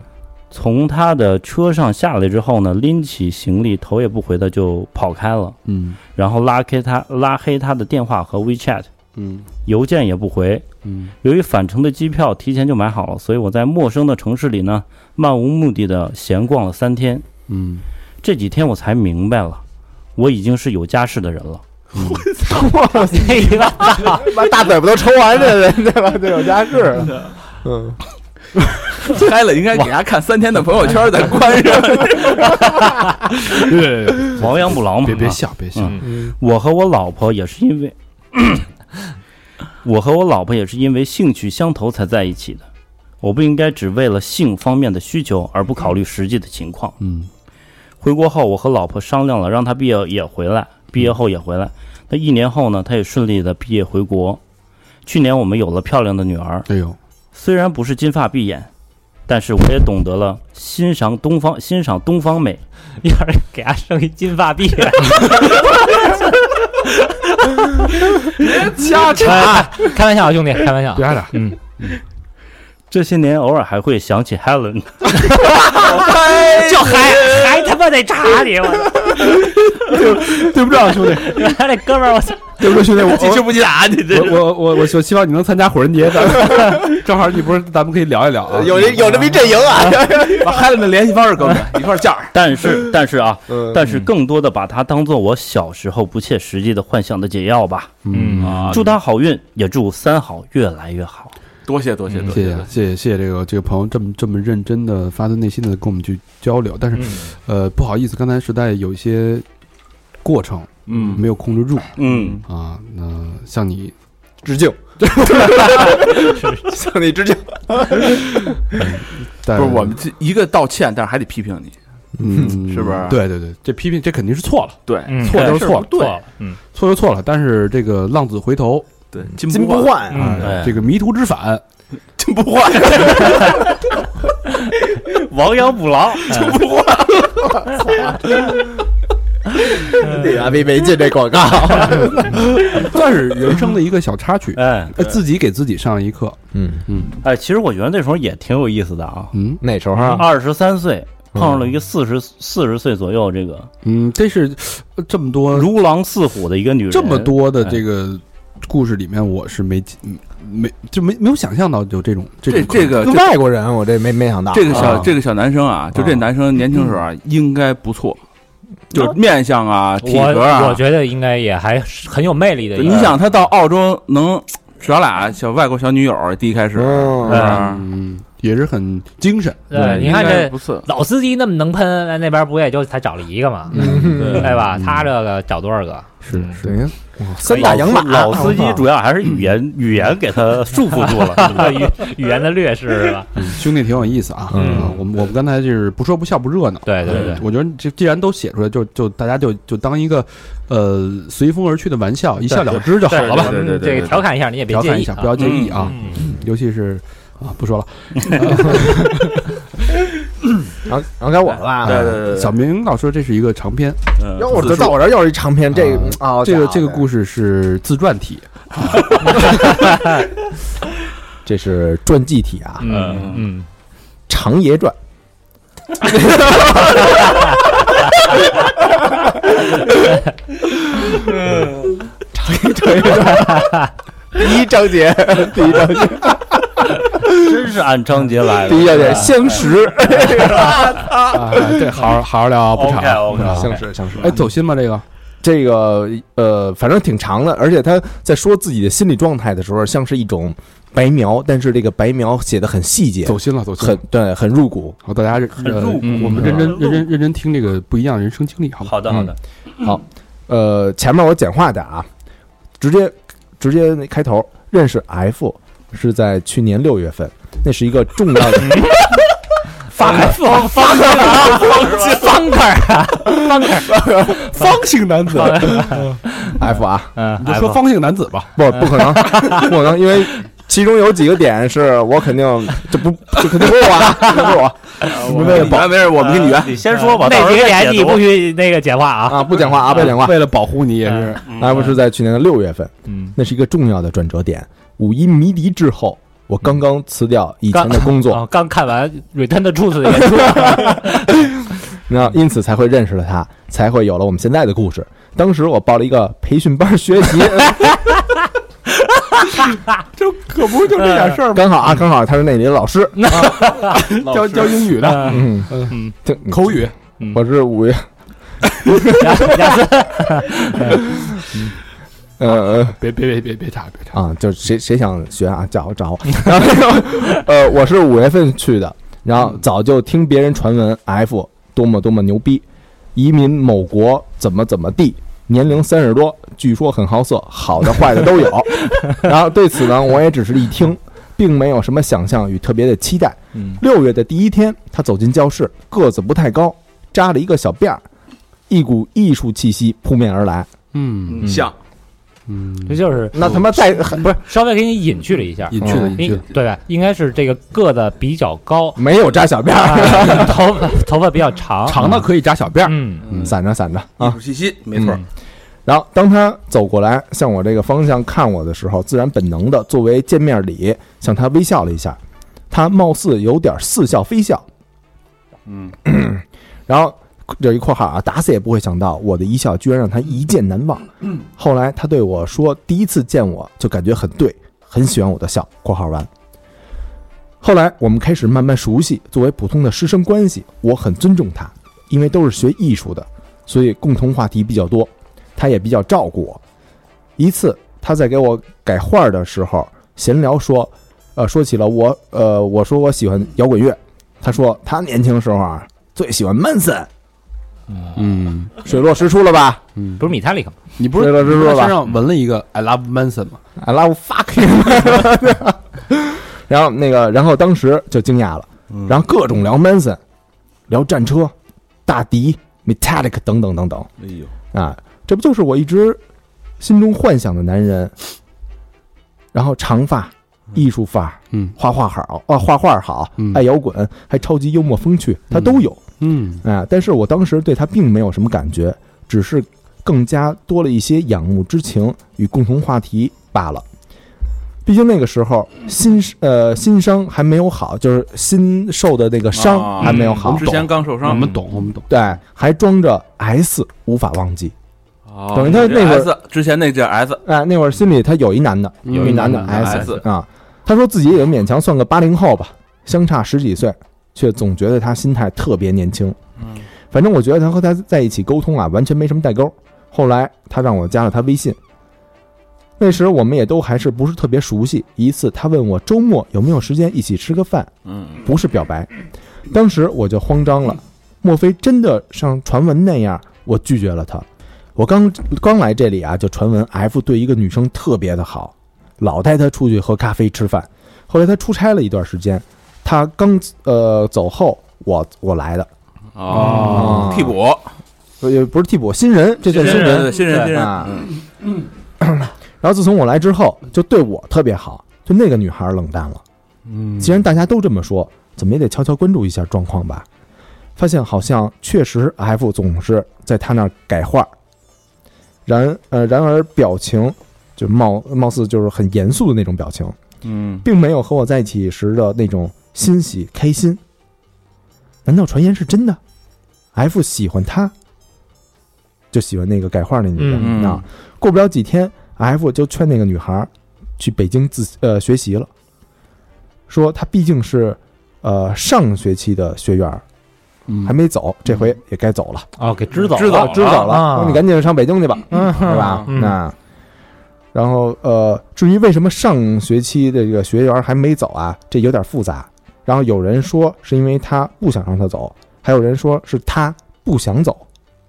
E: 从他的车上下来之后呢，拎起行李，头也不回的就跑开了，
B: 嗯
E: 然后拉黑他，拉黑他的电话和 WeChat，
B: 嗯
E: 邮件也不回，
B: 嗯
E: 由于返程的机票提前就买好了，所以我在陌生的城市里呢，漫无目的的闲逛了三天。
B: 嗯，
E: 这几天我才明白了，我已经是有家室的人了。
D: 哇塞，把大嘴巴都抽完这人 对吧？这有家室了，嗯，
F: 开了应该给大家看三天的朋友圈，再关 上。
E: 亡羊补牢嘛，
B: 嗯别别
E: 啊
B: 笑别笑，
E: 嗯我和我老婆也是因 为，我和我老婆也是因为兴趣相投才在一起的。我不应该只为了性方面的需求而不考虑实际的情况。
B: 嗯
E: 回国后，我和老婆商量了，让她毕业也回来，毕业后也回来。那一年后呢，她也顺利的毕业回国。去年我们有了漂亮的女儿，
B: 哎呦，
E: 虽然不是金发碧眼，但是我也懂得了欣赏东方欣赏东方美。
C: 一会儿给他生一金发碧眼，
D: 瞎扯，
C: 哎开玩笑啊，兄弟，开玩笑啊
B: 别，挨打，
E: 这些年偶尔还会想起 Helen，
C: 就还还他妈得查你，我
B: 对不住啊兄 弟，
C: 他这哥们儿，我操，
B: 对不住兄弟，我
F: 不记打你这
B: 我我我我希望你能参加火人节，咱们 正好你不是咱们可以聊一聊啊，
D: 有这有这么一阵营啊，
F: 把海伦的联系方式给我们一块儿叫上。
E: 但 是但是啊，
D: 嗯
E: 但是更多的把它当做我小时候不切实际的幻想的解药吧。
B: 嗯，
F: 啊
E: 祝他好运，也祝三好越来越好。
F: 多谢多谢多
B: 谢
F: 谢
B: 谢
F: 多谢，
B: 谢谢谢谢这个这个朋友这么这么认真的发自内心的跟我们去交流，但是呃不好意思，刚才实在有一些过程
F: 嗯，
B: 没有控制住
E: 嗯，
B: 啊，那像你
D: 致敬，向你致敬，
B: 不
F: 不是我们这一个道歉，但是还得批评你，
B: 嗯
F: 是不是
B: 对对对，这批评这肯定是错了，
F: 对，
C: 嗯
B: 错就是错
F: 错，对
C: 了，嗯
B: 错就错了，但是这个浪子回头
F: 对，金
D: 金不
F: 不
D: 换啊，
C: 嗯，
E: 哎
B: 这个迷途知返，
F: 金不啊换，
E: 亡羊补牢。
D: 你妈逼没进这广告，
B: 算是人生的一个小插曲，
E: 哎
B: 呃自己给自己上一课，
D: 嗯，
B: 嗯
E: 哎，其实我觉得那时候也挺有意思的啊。
B: 嗯
D: 那时候啊，
E: 二十三岁碰上了一个四十四十岁左右这个
B: 嗯，这是呃这么多
E: 如狼似虎的一个女人，
B: 这么多的这个故事里面我是没嗯没就没没有想象到有这种这
F: 这
B: 种
F: 这个
D: 跟外国人，我这没没想到。
F: 这个小、
D: 啊嗯
F: 这个小男生啊，就这男生年轻时候啊，应该不错，
D: 哦
F: 就是面相啊、体格
C: 我我
F: 啊。
C: 觉得应该也还是很有魅力的一
F: 你
C: 个人。
F: 想他到澳洲能找俩小外国小女友，第一开始，
D: 嗯
F: 是吧
B: 嗯也是很精神，
C: 对，
F: 嗯
C: 你
F: 应
C: 看
F: 该
C: 这
F: 不错，
C: 老司机那么能喷，那那边不也就才找了一个嘛，
D: 嗯
C: 对吧？
B: 嗯
C: 他这个找多少个？
B: 是
D: 等于
E: 老
D: 三打养马，啊
E: 老司机主要还是语言语言给他束缚住了，对不对
C: 语言的劣势是吧？
B: 兄弟挺有意思啊。
D: 嗯
B: 啊我们我们刚才就是不说不笑不热闹。
C: 对对对，
B: 我觉得这既然都写出来，就就大家就就当一个呃随风而去的玩笑，一笑了之就好了吧。
F: 对对对对
C: 这
F: 对
C: 个调侃一下你也别
B: 调侃
C: 介
B: 一
C: 意
B: 下，
C: 啊，
B: 不要介意啊。
C: 嗯
B: 尤其是啊，不说了。
D: 然后然后该我了吧？
F: 对对对对
B: 小明老师，这是一个长篇，
F: 嗯
D: 要我这到我这儿又是一长篇，这个啊，
B: 这个这个故
D: 事，
B: 事是自传体，
D: 这是传记体啊，
C: 嗯嗯，
D: 《长爷传》。 长爷长爷传， 第一章节，第一章节，
E: 真是按章节来的
F: 嗯
D: 第一。章节，相识，
B: 啊，
D: 哎
B: 对，好好好好聊啊，不长
E: OK，OK，
B: 啊
D: 相识，相识。
B: 哎，走心吗？这个
D: 这个呃，反正挺长的，而且他在说自己的心理状态的时候，像是一种白描，但是这个白描写的很细节，
B: 走心了，走心
D: 很
B: 了。
D: 对，很入骨。
B: 好，大家认
E: 很入骨
B: 呃我们认真认真认真听这个不一样的人生经历，好吧？
E: 好的好的，
D: 呃，前面我简化点啊，直接直接那开头认识 F 是在去年六月份，那是一个重要的
C: 方方方格啊，方格啊，方格，
B: 方形男子，
D: F 啊，
C: 嗯，
B: 你就说方形男子吧。
D: 不不可能，不可能，因为其中有几个点是我肯定这不这肯定不是我啊，肯定不是我
F: 没事没事，我们给你圆。
E: 呃
F: 嗯
E: 你先说吧，
C: 那
E: 到时
C: 几
E: 候
C: 个
E: 再
C: 点
E: 解
C: 你
E: 读
C: 不许那个简化啊，
D: 啊，不讲话啊，不讲话。
B: 为了保护你也是，
D: F 是在去年的六月份，
C: 嗯，
D: 那是一个重要的转折点。五一迷笛之后，我刚刚辞掉以前的工
C: 啊
D: 作，
C: 刚看完《Return to Truth》的演出，
B: 啊
D: 那因此才会认识了他，才会有了我们现在的故事。当时我报了一个培训班学习，
B: 可不是 就这点事儿吗？
D: 刚好啊，刚好他是那里的老师。
B: 教教英语的，
C: 嗯
D: 嗯
C: 嗯，
D: 这
B: 口语，
D: 我是五月，
C: 雅雅思
D: 呃
B: 别别别别别查别查。
D: 啊，就是谁谁想学啊，找我找 我。然后，呃，我是五月份去的，然后早就听别人传闻 F 多么多么牛逼，移民某国怎么怎么地，年龄三十多，据说很好色，好的坏的都有。 然后对此呢，我也只是一听，并没有什么想象与特别的期待。
F: 嗯
D: 六月的第一天，他走进教室，个子不太高，扎了一个小辫儿，一股艺术气息扑面而来。
B: 嗯
F: 像
B: 嗯，
C: 这 就是
D: 那他妈再不是
C: 稍微给你隐去了一下，
B: 隐去了
D: 嗯，
B: 隐去
C: 应
B: 了。
C: 对吧？应该是这个个子比较高
D: 没有扎小辫儿，
C: 啊头发头发比较长，
B: 长的可以扎小辫儿，
C: 啊嗯，
B: 嗯
D: 散着散着
F: 艺
D: 啊。
F: 术气息，没错
D: 嗯，然后当他走过来向我这个方向看我的时候，自然本能的作为见面礼向他微笑了一下，他貌似有点似笑非笑，
F: 嗯，
D: 然后有一括号啊，打死也不会想到我的一笑居然让他一见难忘。后来他对我说，第一次见我就感觉很对，很喜欢我的笑。括号完。后来我们开始慢慢熟悉，作为普通的师生关系，我很尊重他，因为都是学艺术的，所以共同话题比较多，他也比较照顾我。一次他在给我改画的时候闲聊说，呃，说起了我，呃，我说我喜欢摇滚乐，他说他年轻时候啊最喜欢 Manson，
B: 嗯
D: 水落石出了吧
B: 嗯，
C: 不是米泰利克吗？
B: 你不是
D: 对了知道
B: 你在
D: 了吧
B: 身上纹了一个 I love Manson 吗？
D: ？I love fuck you 然后那个，然后当时就惊讶了，然后各种聊 Manson，聊战车、大迪、Metallic 等等等等
F: 哎呦，
D: 啊，这不就是我一直心中幻想的男人？然后长发、艺术范儿、
B: 嗯
D: 画画好啊，画画好
B: 嗯，
D: 爱摇滚，还超级幽默风趣，他都有。
B: 嗯
D: 啊，但是我当时对他并没有什么感觉，只是更加多了一些仰慕之情与共同话题罢了。毕竟那个时候心呃心伤还没有好，就是心受的那个伤
B: 啊
D: 还
B: 嗯
D: 没有好，
F: 啊
D: 嗯
F: 之前刚受
B: 我
F: 伤，
B: 们懂我们懂。
D: 对，还装着 S 无法忘记，
F: 哦
D: 等于他那会儿
F: 这 S 之前那叫 S，
D: 哎，那会儿心里他有一男的，
B: 有
D: 一
B: 一
D: 男的
B: 男的
D: S
F: S
D: 啊，他说自己也勉强算个八零后吧，相差十几岁，却总觉得他心态特别年轻。
F: 嗯，
D: 反正我觉得他和他在一起沟通啊，完全没什么代沟。后来他让我加了他微信，那时我们也都还是不是特别熟悉。一次他问我周末有没有时间一起吃个饭，
F: 嗯，
D: 不是表白，当时我就慌张了，莫非真的像传闻那样，我拒绝了他？我刚刚来这里啊，就传闻 F 对一个女生特别的好，老带她出去喝咖啡吃饭。后来他出差了一段时间，他刚呃走后，我我来的，嗯呃
F: 哦，替补，
D: 也不是替补，新人，这叫新
F: 新
D: 人
F: 人，新人，新人，
D: 啊。然后自从我来之后，就对我特别好，就那个女孩冷淡了。
B: 嗯
D: 既然大家都这么说，怎么也得悄悄关注一下状况吧。发现好像确实 F 总是在他那儿改话，然呃，然而表情就貌貌似就是很严肃的那种表情，
F: 嗯，
D: 并没有和我在一起时的那种欣喜开心。难道传言是真的？F 喜欢他，就喜欢那个改话那女的。
F: 嗯
D: 啊，过不了几天，F 就劝那个女孩儿去北京自呃学习了，说她毕竟是呃上学期的学员儿，
F: 嗯
D: 还没走，这回也该走了。
C: 哦，给支走
F: 知道
C: 了，
D: 知道了，
C: 啊
D: 那你赶紧上北京去吧，
C: 嗯
D: 对吧？
C: 嗯
D: 那，然后呃，至于为什么上学期的这个学员还没走啊，这有点复杂。然后有人说是因为他不想让他走，还有人说是他不想走，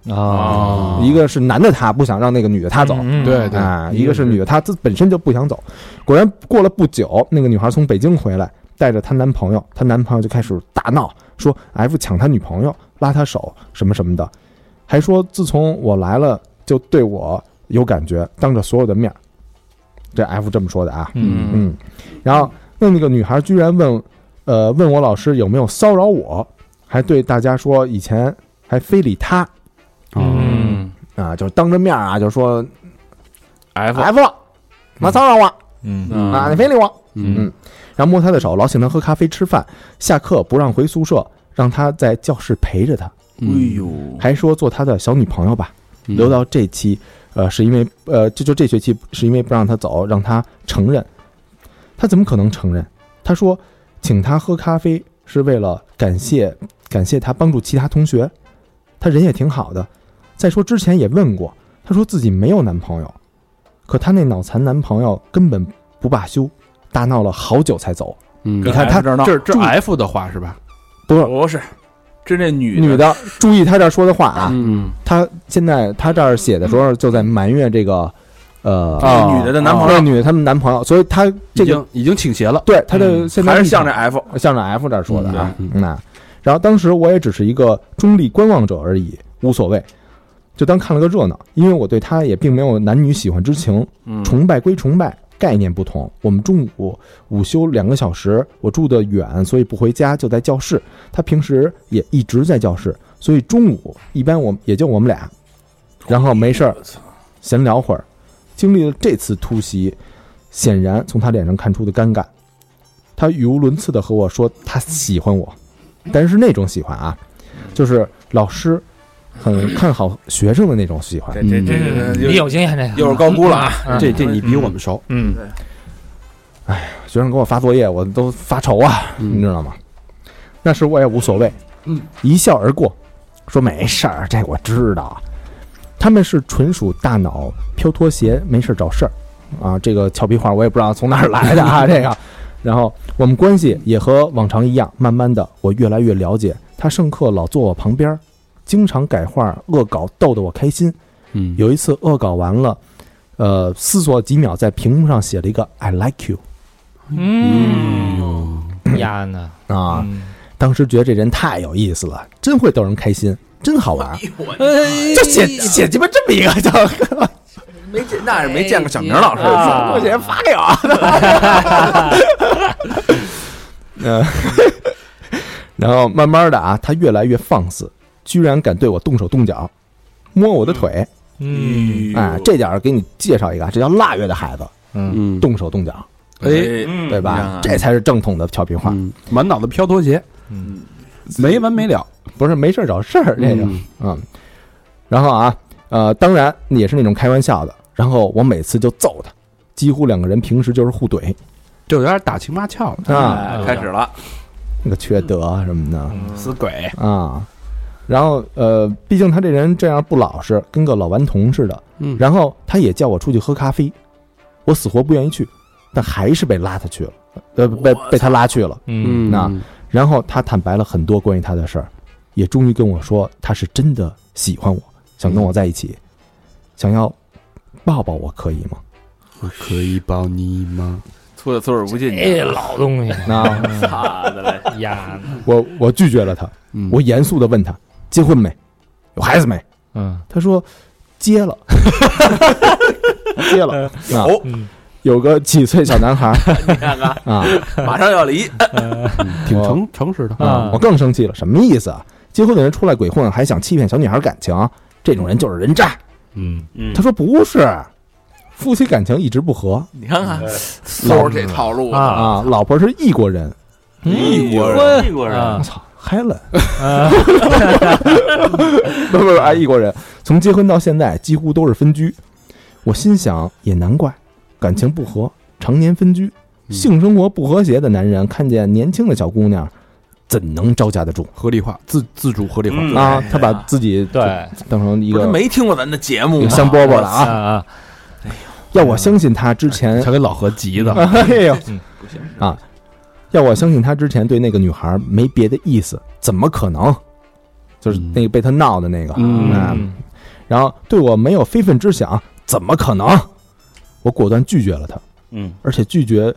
C: 啊
D: 一个是男的他不想让那个女的哦他走，
C: 嗯
B: 对对
D: 啊，一个是女的她自本身就不想走。果然过了不久，那个女孩从北京回来，带着她男朋友，她男朋友就开始大闹，说 F 抢她女朋友，拉她手什么什么的，还说自从我来了就对我有感觉，当着所有的面儿，这 F 这么说的啊，
C: 嗯
F: 嗯
D: 嗯，然后那那个女孩居然问，呃，问我老师有没有骚扰我，还对大家说以前还非礼她
B: 嗯
F: 嗯
D: 啊，就是当着面儿啊，就说
F: F，
D: F 了，妈骚扰我。
B: 嗯
F: 嗯
D: 啊，你非礼我。
B: 嗯
D: 然后摸他的手，老请他喝咖啡吃饭，下课不让回宿舍，让他在教室陪着他，
B: 嗯
F: 哎呦，
D: 还说做他的小女朋友吧。留到这期，呃，是因为呃，这就这学期是因为不让他走，让他承认，他怎么可能承认？他说，请他喝咖啡是为了感谢感谢他帮助其他同学，他人也挺好的。再说之前也问过，他说自己没有男朋友，可他那脑残男朋友根本不罢休，大闹了好久才走。
B: 嗯
D: 你看他
F: 这儿闹
B: 这这
D: 注
B: F 的话是吧？
D: 不是
F: 不是，这这女
D: 女
F: 的，
D: 的，注意他这儿说的话啊，
B: 嗯
D: 他现在他这儿写的时候就在埋怨这个，呃，
F: 这女的的男朋友
D: 那女的他们男朋友，所以他这
B: 已
D: 个
B: 经已经倾斜了。
D: 对他的现在
F: 嗯还是
D: 立
F: 向
D: 场
F: 着 F，
D: 向着 F 这儿说的啊，
B: 嗯
D: 那然后当时我也只是一个中立观望者而已，无所谓，就当看了个热闹，因为我对他也并没有男女喜欢之情，
F: 嗯
D: 崇拜归崇拜，概念不同。我们中午午休两个小时，我住得远，所以不回家，就在教室。他平时也一直在教室，所以中午一般我们也就我们俩，然后没事儿闲聊会儿。经历了这次突袭，显然从他脸上看出的尴尬，他语无伦次的和我说他喜欢我，但是那种喜欢啊，就是老师很看好学生的那种喜欢
F: 这。这这这
D: 嗯
C: 你有经验这个，
F: 又是高估了啊，
C: 嗯
B: 这这你比我们熟，
C: 嗯
D: 学生给我发作业，我都发愁啊，你知道吗？那时我也无所谓，一笑而过，说没事儿，这我知道。他们是纯属大脑飘拖鞋，没事儿找事儿啊。这个俏皮话我也不知道从哪儿来的啊，这个。然后我们关系也和往常一样，慢慢的我越来越了解他。上课老坐我旁边儿，经常改话恶搞，逗得我开心。
B: 嗯
D: 有一次恶搞完了，呃，思索几秒，在屏幕上写了一个 “I like you”
C: 嗯，呀呢
D: 啊。，当时觉得这人太有意思了，真会逗人开心，真好玩。
C: 嗯
D: 就写写鸡巴这么一个，叫
F: 没见那是没见过小明老师的
C: 哎
F: 字
C: 啊
D: 我写发给我。嗯， 然后慢慢的啊，他越来越放肆，居然敢对我动手动脚，摸我的腿。
C: 嗯
D: 哎，这点儿给你介绍一个啊，这叫腊月的孩子，
B: 嗯，
D: 动手动脚，
B: 哎，
F: 哎
D: 对
F: 你看
D: 吧
F: 看？
D: 这才是正统的俏皮话，
B: 嗯满脑子飘拖鞋，
C: 嗯
B: 没完没了。
D: 不是没事儿找事儿这个。
B: 嗯
D: 嗯，然后啊，呃，当然也是那种开玩笑的。然后我每次就揍他，几乎两个人平时就是互怼
B: 就有点打情骂俏了。
D: 啊，
F: 哎开始了，
D: 那个缺德啊什么的
E: 死鬼，
D: 啊。然后呃，毕竟他这人这样不老实，跟个老顽童似的。
B: 嗯
D: 然后他也叫我出去喝咖啡，我死活不愿意去，但还是被拉他去了，呃，被被他拉去了。
C: 嗯
D: 那然后他坦白了很多关于他的事儿，也终于跟我说他是真的喜欢我，想跟我在一起，想要抱抱我可以吗？
B: 我可以抱你吗？
F: 粗粗水无尽，
C: 哎，老东西
D: 那
E: 擦的嘞！
C: 呀，
D: 我我拒绝了他，
B: 嗯
D: 我严肃的问他结婚没，有孩子没？
C: 嗯
D: 他说结了， 结 了，啊，
C: 嗯，
D: 有个几岁小男孩儿
F: 你看看，
D: 啊
F: 马上要离，哎
B: 挺
D: 哦
B: 诚哦诚实的
C: 啊
D: 我更生气了，什么意思啊？结婚的人出来鬼混，还想欺骗小女孩感情，这种人就是人渣。
B: 嗯，
E: 嗯
D: 他，说不是，夫妻感情一直不和
F: 你看看，都是这套路
C: 啊
D: 啊，老婆是异国人，
F: 嗯异国人，
E: 异国人，
F: 哎
C: 啊
D: 我操，Helen，
C: 啊
D: 不不不，哎，异国人，从结婚到现在几乎都是分居。我心想也难怪，感情不和，常年分居，
B: 嗯
D: 性生活不和谐的男人看见年轻的小姑娘，怎能招架得住
B: 合理化，自自主合理化。
E: 嗯
D: 啊？他把自己
C: 对
D: 当成一
F: 不是
D: 个
F: 他没听过咱的节目
D: 一个
F: 吗？
D: 香饽饽了
C: 啊
D: 啊！
C: 啊，
D: 要我相信他之
F: 嗯
D: 前
B: 嗯 他给老何急的，
D: 哎呦
C: 嗯，
D: 啊！要我相信他之前对那个女孩没别的意思，怎么可能？就是那个被他闹的那个，啊
C: 嗯，
D: 然后对我没有非分之想，怎么可能？我果断拒绝了他，
E: 嗯，
D: 而且拒绝，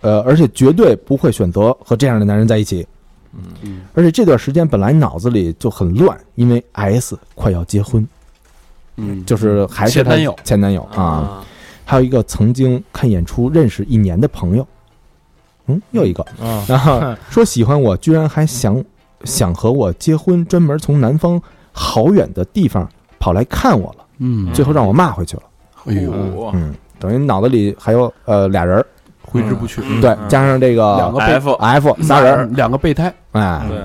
D: 呃，而且绝对不会选择和这样的男人在一起。
B: 嗯，
D: 而且这段时间本来脑子里就很乱，因为 S 快要结婚，
B: 嗯，
D: 就是还是她
B: 前男友
D: 前男友啊。还有一个曾经看演出认识一年的朋友，嗯，又一个，
C: 嗯
D: 然后说喜欢我，居然还想 想和我结婚，专门从南方好远的地方跑来看我了，
B: 嗯，
D: 最后让我骂回去了。
B: 哎呦，
F: 五
D: 嗯，等于脑子里还有呃俩人儿，
B: 挥之不去。
D: 对，加上这
B: 嗯两
D: 个
B: 个备
F: F，嗯
D: F 仨人儿，
B: 两个备胎
D: 哎，
F: 对，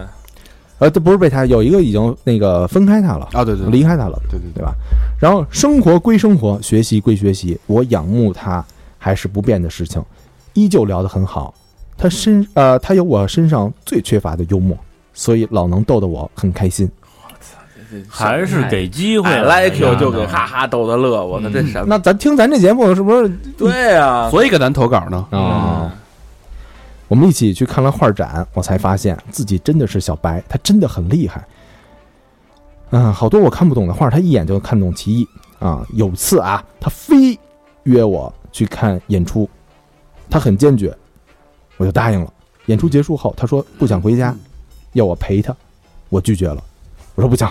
D: 呃，这不是被他有一个已经那个分开他了，
B: 啊，对对，
D: 离开他了，
B: 对对
D: 对吧？然后生活归生活，学习归学习，我仰慕他还是不变的事情，依旧聊得很好。他身呃，他有我身上最缺乏的幽默，所以老能逗得我很开心。
F: 嗯
E: 还是给机会
F: I
E: 了
F: like you 就给
E: 哎呀
F: 哈哈逗他乐，我操，这什么？
D: 那咱听咱这节目是不是
F: 对呀，
B: 所以给咱投稿呢。
D: 啊？我们一起去看了画展，我才发现自己真的是小白，他真的很厉害。嗯，好多我看不懂的画，他一眼就看懂其意啊。有次啊，他非约我去看演出，他很坚决，我就答应了。演出结束后，他说不想回家，要我陪他，我拒绝了。我说不行，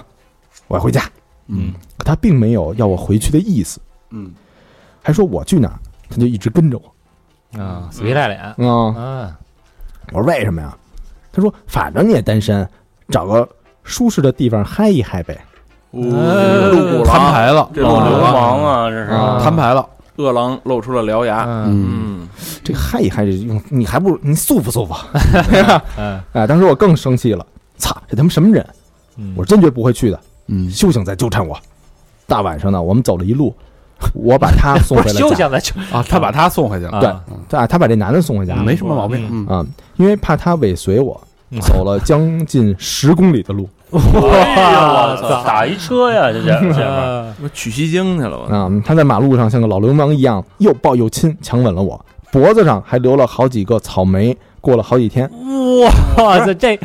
D: 我要回家。
B: 嗯
D: 可他并没有要我回去的意思，
B: 嗯，
D: 还说我去哪儿，他就一直跟着我
C: 啊，死皮赖脸
D: 啊。
C: 啊，
D: 我说为什么呀？他说反正你也单身，找个舒适的地方嗨一嗨呗。
F: 呜
C: 呃
F: 露骨了
B: 嗯摊
F: 啊，
B: 牌了，
F: 这露
E: 流
F: 流氓，
E: 氓啊，这是
D: 啊
B: 摊牌了。
F: 饿狼露出了獠牙，
C: 嗯
B: 嗯，
F: 嗯，
D: 这嗨一嗨，这用你还不如你舒服舒服。
C: 嗯
D: 哎，当时我更生气了，操，这他妈什么人？
C: 嗯，
D: 我真绝不会去的，
B: 嗯，
D: 休想再纠缠我。大晚上呢，我们走了一路，我把 他送
C: 不
D: 回
C: 是
D: 了
C: 休
D: 家，
C: 想再去，
B: 啊，他把他送回去了，
D: 对对啊，他把这男的送回家了，
B: 没什么毛病。嗯，
D: 啊，因为怕他尾随我
C: 嗯，
D: 走了将近十公里的路
E: 哎呀
C: 哇
E: 我操， 打一车呀，这这这玩意儿
C: 啊
F: 我取西经去了，我操
D: 啊，他在马路上像个老流氓一样又抱又亲，强吻了我，脖子上还留了好几个草莓。过了好几天，
C: 哇塞，这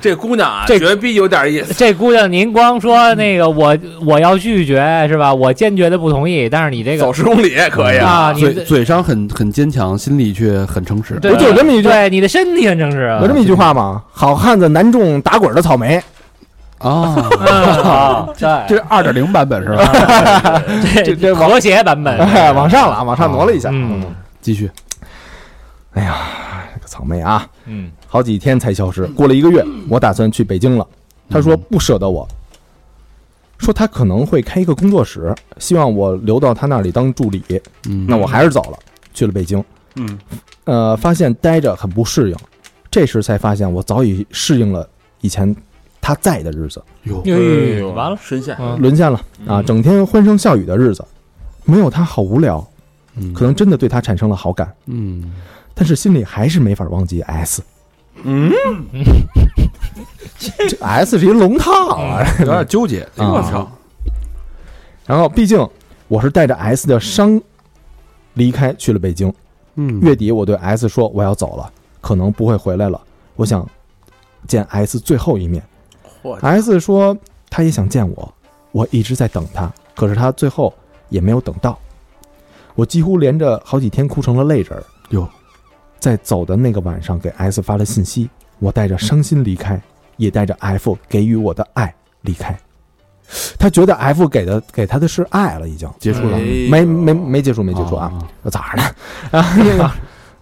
F: 这姑娘啊，
C: 这
F: 绝逼有点意思，
C: 这姑娘，您光说那个我我要拒绝是吧？我坚决的不同意，但是你这
F: 走
C: 个
F: 十公里也可以啊，
C: 啊，你
B: 嘴
C: 这
B: 嘴上很很坚强，心里却很诚实。
C: 对
D: 不就这么一句，
C: 对你的身体很诚实啊
D: 有这么一句话吗？好汉子难种打滚的草莓，
B: 啊，
C: 啊，对，
B: 这是二点零版本是吧？
C: 这
D: 这这往
C: 和谐版本，
D: 哎，往上了啊，往上挪了一下。
C: 嗯，
B: 继续，
D: 这个草莓啊，
C: 嗯
D: 好几天才消失。过了一个月，我打算去北京了。他说不舍得我，说他可能会开一个工作室，希望我留到他那里当助理。
B: 嗯，
D: 那我还是走了，去了北京。
E: 嗯，
D: 呃，发现待着很不适应，这时才发现我早已适应了以前他在的日子，
B: 哟，
C: 哎呦完了，
F: 嗯深陷
C: 嗯
D: 沦陷了啊，整天欢声笑语的日子，没有他好无聊，
B: 嗯
D: 可能真的对他产生了好感，
B: 嗯，
D: 但是心里还是没法忘记 S。
F: 嗯，
D: 这 S 是一龙套啊！
B: 有点纠结。
D: 啊
B: 我操，
D: 然后，毕竟我是带着 S 的伤离开去了北京。
B: 嗯，
D: 月底我对 S 说我要走了，可能不会回来了，我想见 S 最后一面。
F: 嚯
D: S 说他也想见我，我一直在等他，可是他最后也没有等到，我几乎连着好几天哭成了泪人儿。
B: 哟，
D: 在走的那个晚上给 S 发了信息，我带着伤心离开，也带着 F 给予我的爱离开。他觉得 F 给的给他的是爱了，已经
B: 结束了
F: 哎，呦
D: 没没没结束，没结束啊！
B: 哦
D: 我咋着呢？ 啊，那个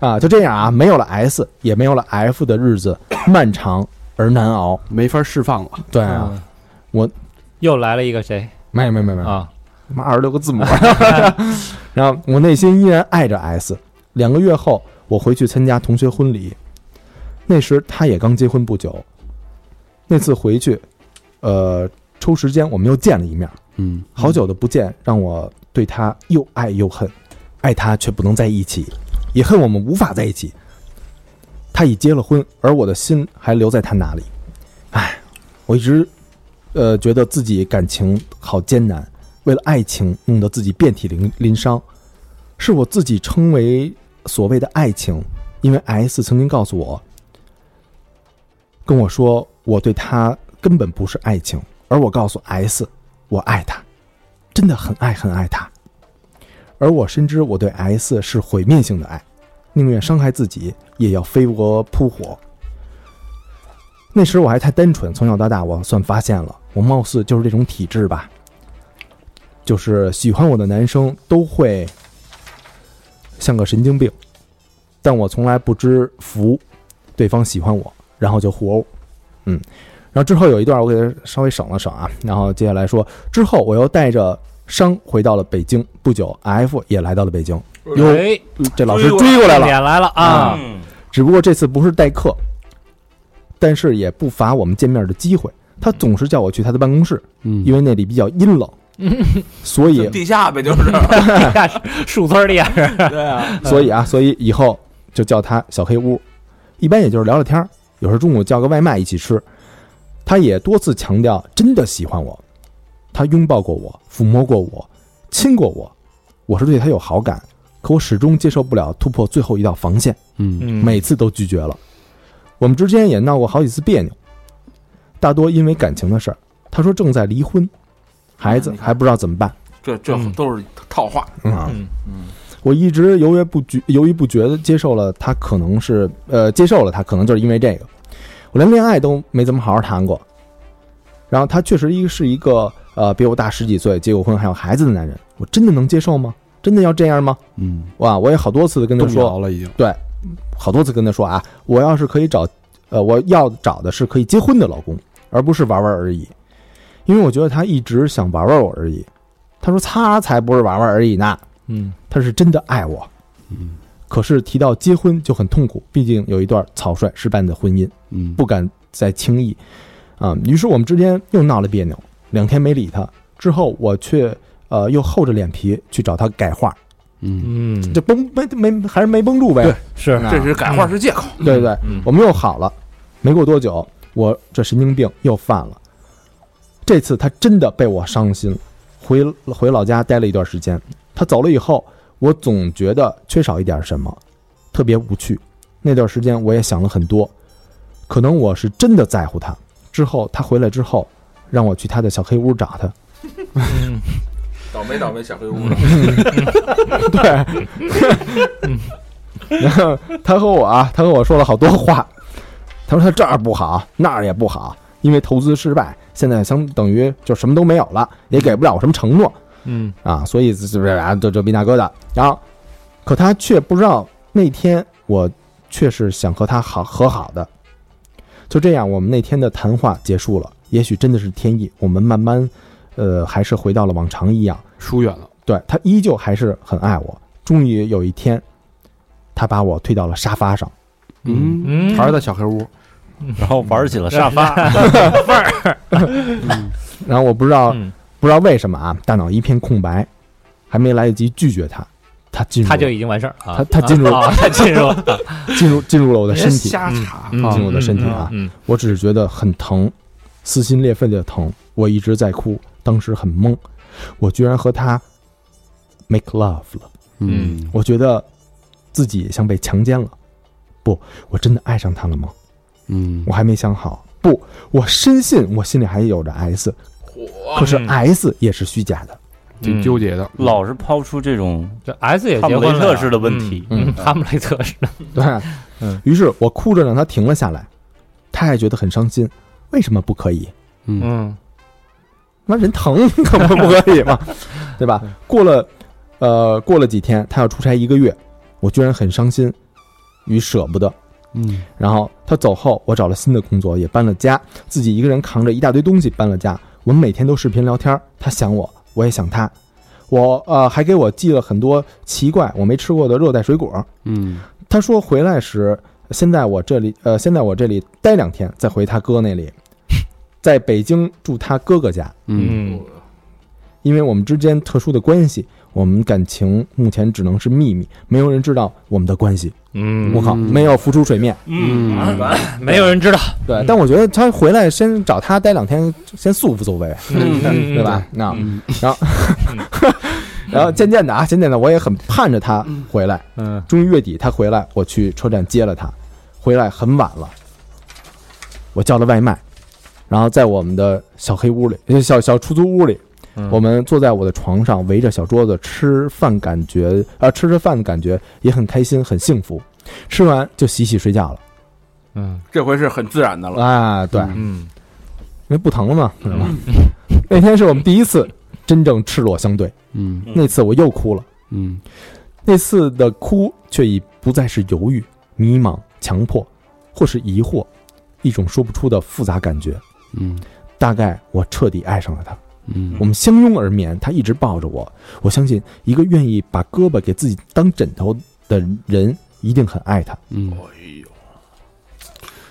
D: 啊，就这样啊，没有了 S，也没有了 F 的日子漫长而难熬。
B: 没法释放了。
D: 对啊，
C: 嗯
D: 我
C: 又来了一个谁
D: 没没没没，
C: 啊？
D: 妈二十六个字母。啊 然后我内心依然爱着 S。两个月后，我回去参加同学婚礼，那时他也刚结婚不久。那次回去，呃，抽时间我们又见了一面，
B: 嗯，
D: 好久的不见，让我对他又爱又恨，爱他却不能在一起，也恨我们无法在一起。他已结了婚，而我的心还留在他那里。唉，我一直，呃，觉得自己感情好艰难，为了爱情弄得自己遍体鳞鳞伤，是我自己称为所谓的爱情，因为 S 曾经告诉我，跟我说我对他根本不是爱情，而我告诉 S，我爱他，真的很爱很爱他。而我深知我对 S 是毁灭性的爱，宁愿伤害自己，也要飞蛾扑火。那时我还太单纯，从小到大我算发现了，我貌似就是这种体质吧，就是喜欢我的男生都会像个神经病，但我从来不知服对方喜欢我，然后就互殴。嗯，然后之后有一段我给他稍微省了省啊，然后接下来说之后我又带着伤回到了北京，不久 F 也来到了北京，哟
C: 哎，
D: 这老师
F: 追过
D: 嗯追过来了，
C: 脸来了啊！
E: 嗯，
D: 只不过这次不是代课，但是也不乏我们见面的机会。他总是叫我去他的办公室，
B: 嗯，
D: 因为那里比较阴 冷，所以
F: 就地下呗，就是，
C: 地下室树村地下 室，
F: 对啊，
D: 所以啊，所以以后就叫他小黑屋，一般也就是聊聊天儿，有时候中午叫个外卖一起吃。他也多次强调真的喜欢我，他拥抱过我，抚摸过我，亲过我，我是对他有好感，可我始终接受不了突破最后一道防线，
B: 嗯
C: 嗯
D: 每次都拒绝了。我们之间也闹过好几次别扭，大多因为感情的事儿。他说正在离婚，孩子
F: 嗯
D: 还不知道怎么办。
F: 这这
C: 嗯
F: 都是套话，
D: 啊，
C: 嗯
D: 我一直犹豫不决，犹豫不决的接受了他，可能是呃接受了他，可能就是因为这个，我连恋爱都没怎么好好谈过。然后他确实一个是一个呃比我大十几岁，结过婚还有孩子的男人，我真的能接受吗？真的要这样吗？
B: 嗯，
D: 哇，我也好多次的跟他
B: 动
D: 说
B: 摇，了已经。
D: 好多次跟他说啊，我要是可以找，呃，我要找的是可以结婚的老公，而不是玩玩而已，因为我觉得他一直想玩玩我而已。他说他才不是玩玩而已呢，
C: 嗯，
D: 他是真的爱我。
B: 嗯
D: 可是提到结婚就很痛苦，毕竟有一段草率失败的婚姻，
B: 嗯，
D: 不敢再轻易。啊、于是我们之间又闹了别扭，两天没理他。之后我却呃又厚着脸皮去找他改话，
B: 嗯，
C: 嗯，
D: 这绷没没还是没绷住呗。
C: 是
D: 啊
F: 这是改话是借口，
D: 对对，
C: 嗯
D: 我们又好了。没过多久，我这神经病又犯了。这次他真的被我伤心了，回回老家待了一段时间。他走了以后，我总觉得缺少一点什么，特别无趣。那段时间我也想了很多，可能我是真的在乎他。之后他回来之后，让我去他的小黑屋找他。
F: 倒霉倒霉小黑屋，
D: 对，然后他和我啊，他和我说了好多话。他说他这儿不好，那儿也不好，因为投资失败，现在相等于就什么都没有了，也给不了我什么承诺
C: 嗯
D: 啊，所以这这啊，这这逼大哥的。然后，可他却不知道那天我却是想和他好和好的。就这样，我们那天的谈话结束了。也许真的是天意，我们慢慢，呃，还是回到了往常一样。
B: 疏远了。
D: 对他依旧还是很爱我。终于有一天，他把我推到了沙发上，
B: 嗯，
C: 嗯
B: 还是在小黑屋。
E: 然后玩起了沙发，
B: 嗯
D: 然后我不知道
C: 嗯，
D: 不知道为什么啊，大脑一片空白，还没来得及拒绝他，他进 入
C: 他就已经完事儿啊，哎
D: 他他 进入
C: 啊，他进 入
D: 进入进入了我的身体，
B: 瞎查
C: 嗯
D: 进入我的身体啊，
C: 嗯，
D: 我只是觉得很疼，撕心裂肺的疼，我一直在哭，当时很懵，我居然和他 make love 了，
B: 嗯
D: 我觉得自己像被强奸了，不，我真的爱上他了吗？
B: 嗯
D: 我还没想好。不，我深信我心里还有着 S，可是 S 也是虚假的。
B: 挺纠结的，
E: 老是抛出这种
C: 这嗯 S 也
E: 哈
C: 结
E: 姆
C: 婚
E: 雷
C: 了
E: 特式的问题，
C: 嗯，嗯哈姆雷特式的，
D: 对，于是我哭着让他停了下来，他也觉得很伤心。为什么不可以？
B: 嗯
C: 嗯
D: 那人疼， 可不不可以嘛？对吧？过了，呃，过了几天，他要出差一个月，我居然很伤心与舍不得。
B: 嗯
D: 然后他走后，我找了新的工作，也搬了家，自己一个人扛着一大堆东西搬了家。我们每天都视频聊天，他想我，我也想他。我呃还给我寄了很多奇怪我没吃过的热带水果。
B: 嗯
D: 他说回来时，先在我这里呃先在我这里待两天，再回他哥那里，在北京住他哥哥家。
B: 嗯
C: 嗯
D: 因为我们之间特殊的关系，我们感情目前只能是秘密，没有人知道我们的关系。
C: 嗯
D: 我靠，
B: 嗯
D: 没有浮出水面。
B: 嗯
C: 没有人知道，
D: 对，但我觉得他回来先找他待两天，先素无所谓，
C: 嗯嗯
D: 对吧？那、
B: 嗯
D: 然后， 然后渐渐的啊，渐渐的，我也很盼着他回来。
C: 嗯
D: 终于月底他回来，我去车站接了他，回来很晚了，我叫了外卖，然后在我们的小黑屋里，呃小小出租屋里，
C: 嗯
D: 我们坐在我的床上，围着小桌子吃饭，感觉啊、吃着饭感觉也很开心，很幸福。吃完就洗洗睡觉了
C: 嗯
F: 这回是很自然的了。
D: 啊，对，
C: 嗯
D: 因为不疼了嘛，是吧？那天是我们第一次真正赤裸相对，
B: 嗯
D: 那次我又哭了，
B: 嗯
D: 那次的哭却已不再是犹豫、迷茫、强迫，或是疑惑，一种说不出的复杂感觉。
B: 嗯
D: 大概我彻底爱上了他，
B: 嗯
D: 我们相拥而眠，他一直抱着我。我相信一个愿意把胳膊给自己当枕头的人，一定很爱他。
B: 嗯，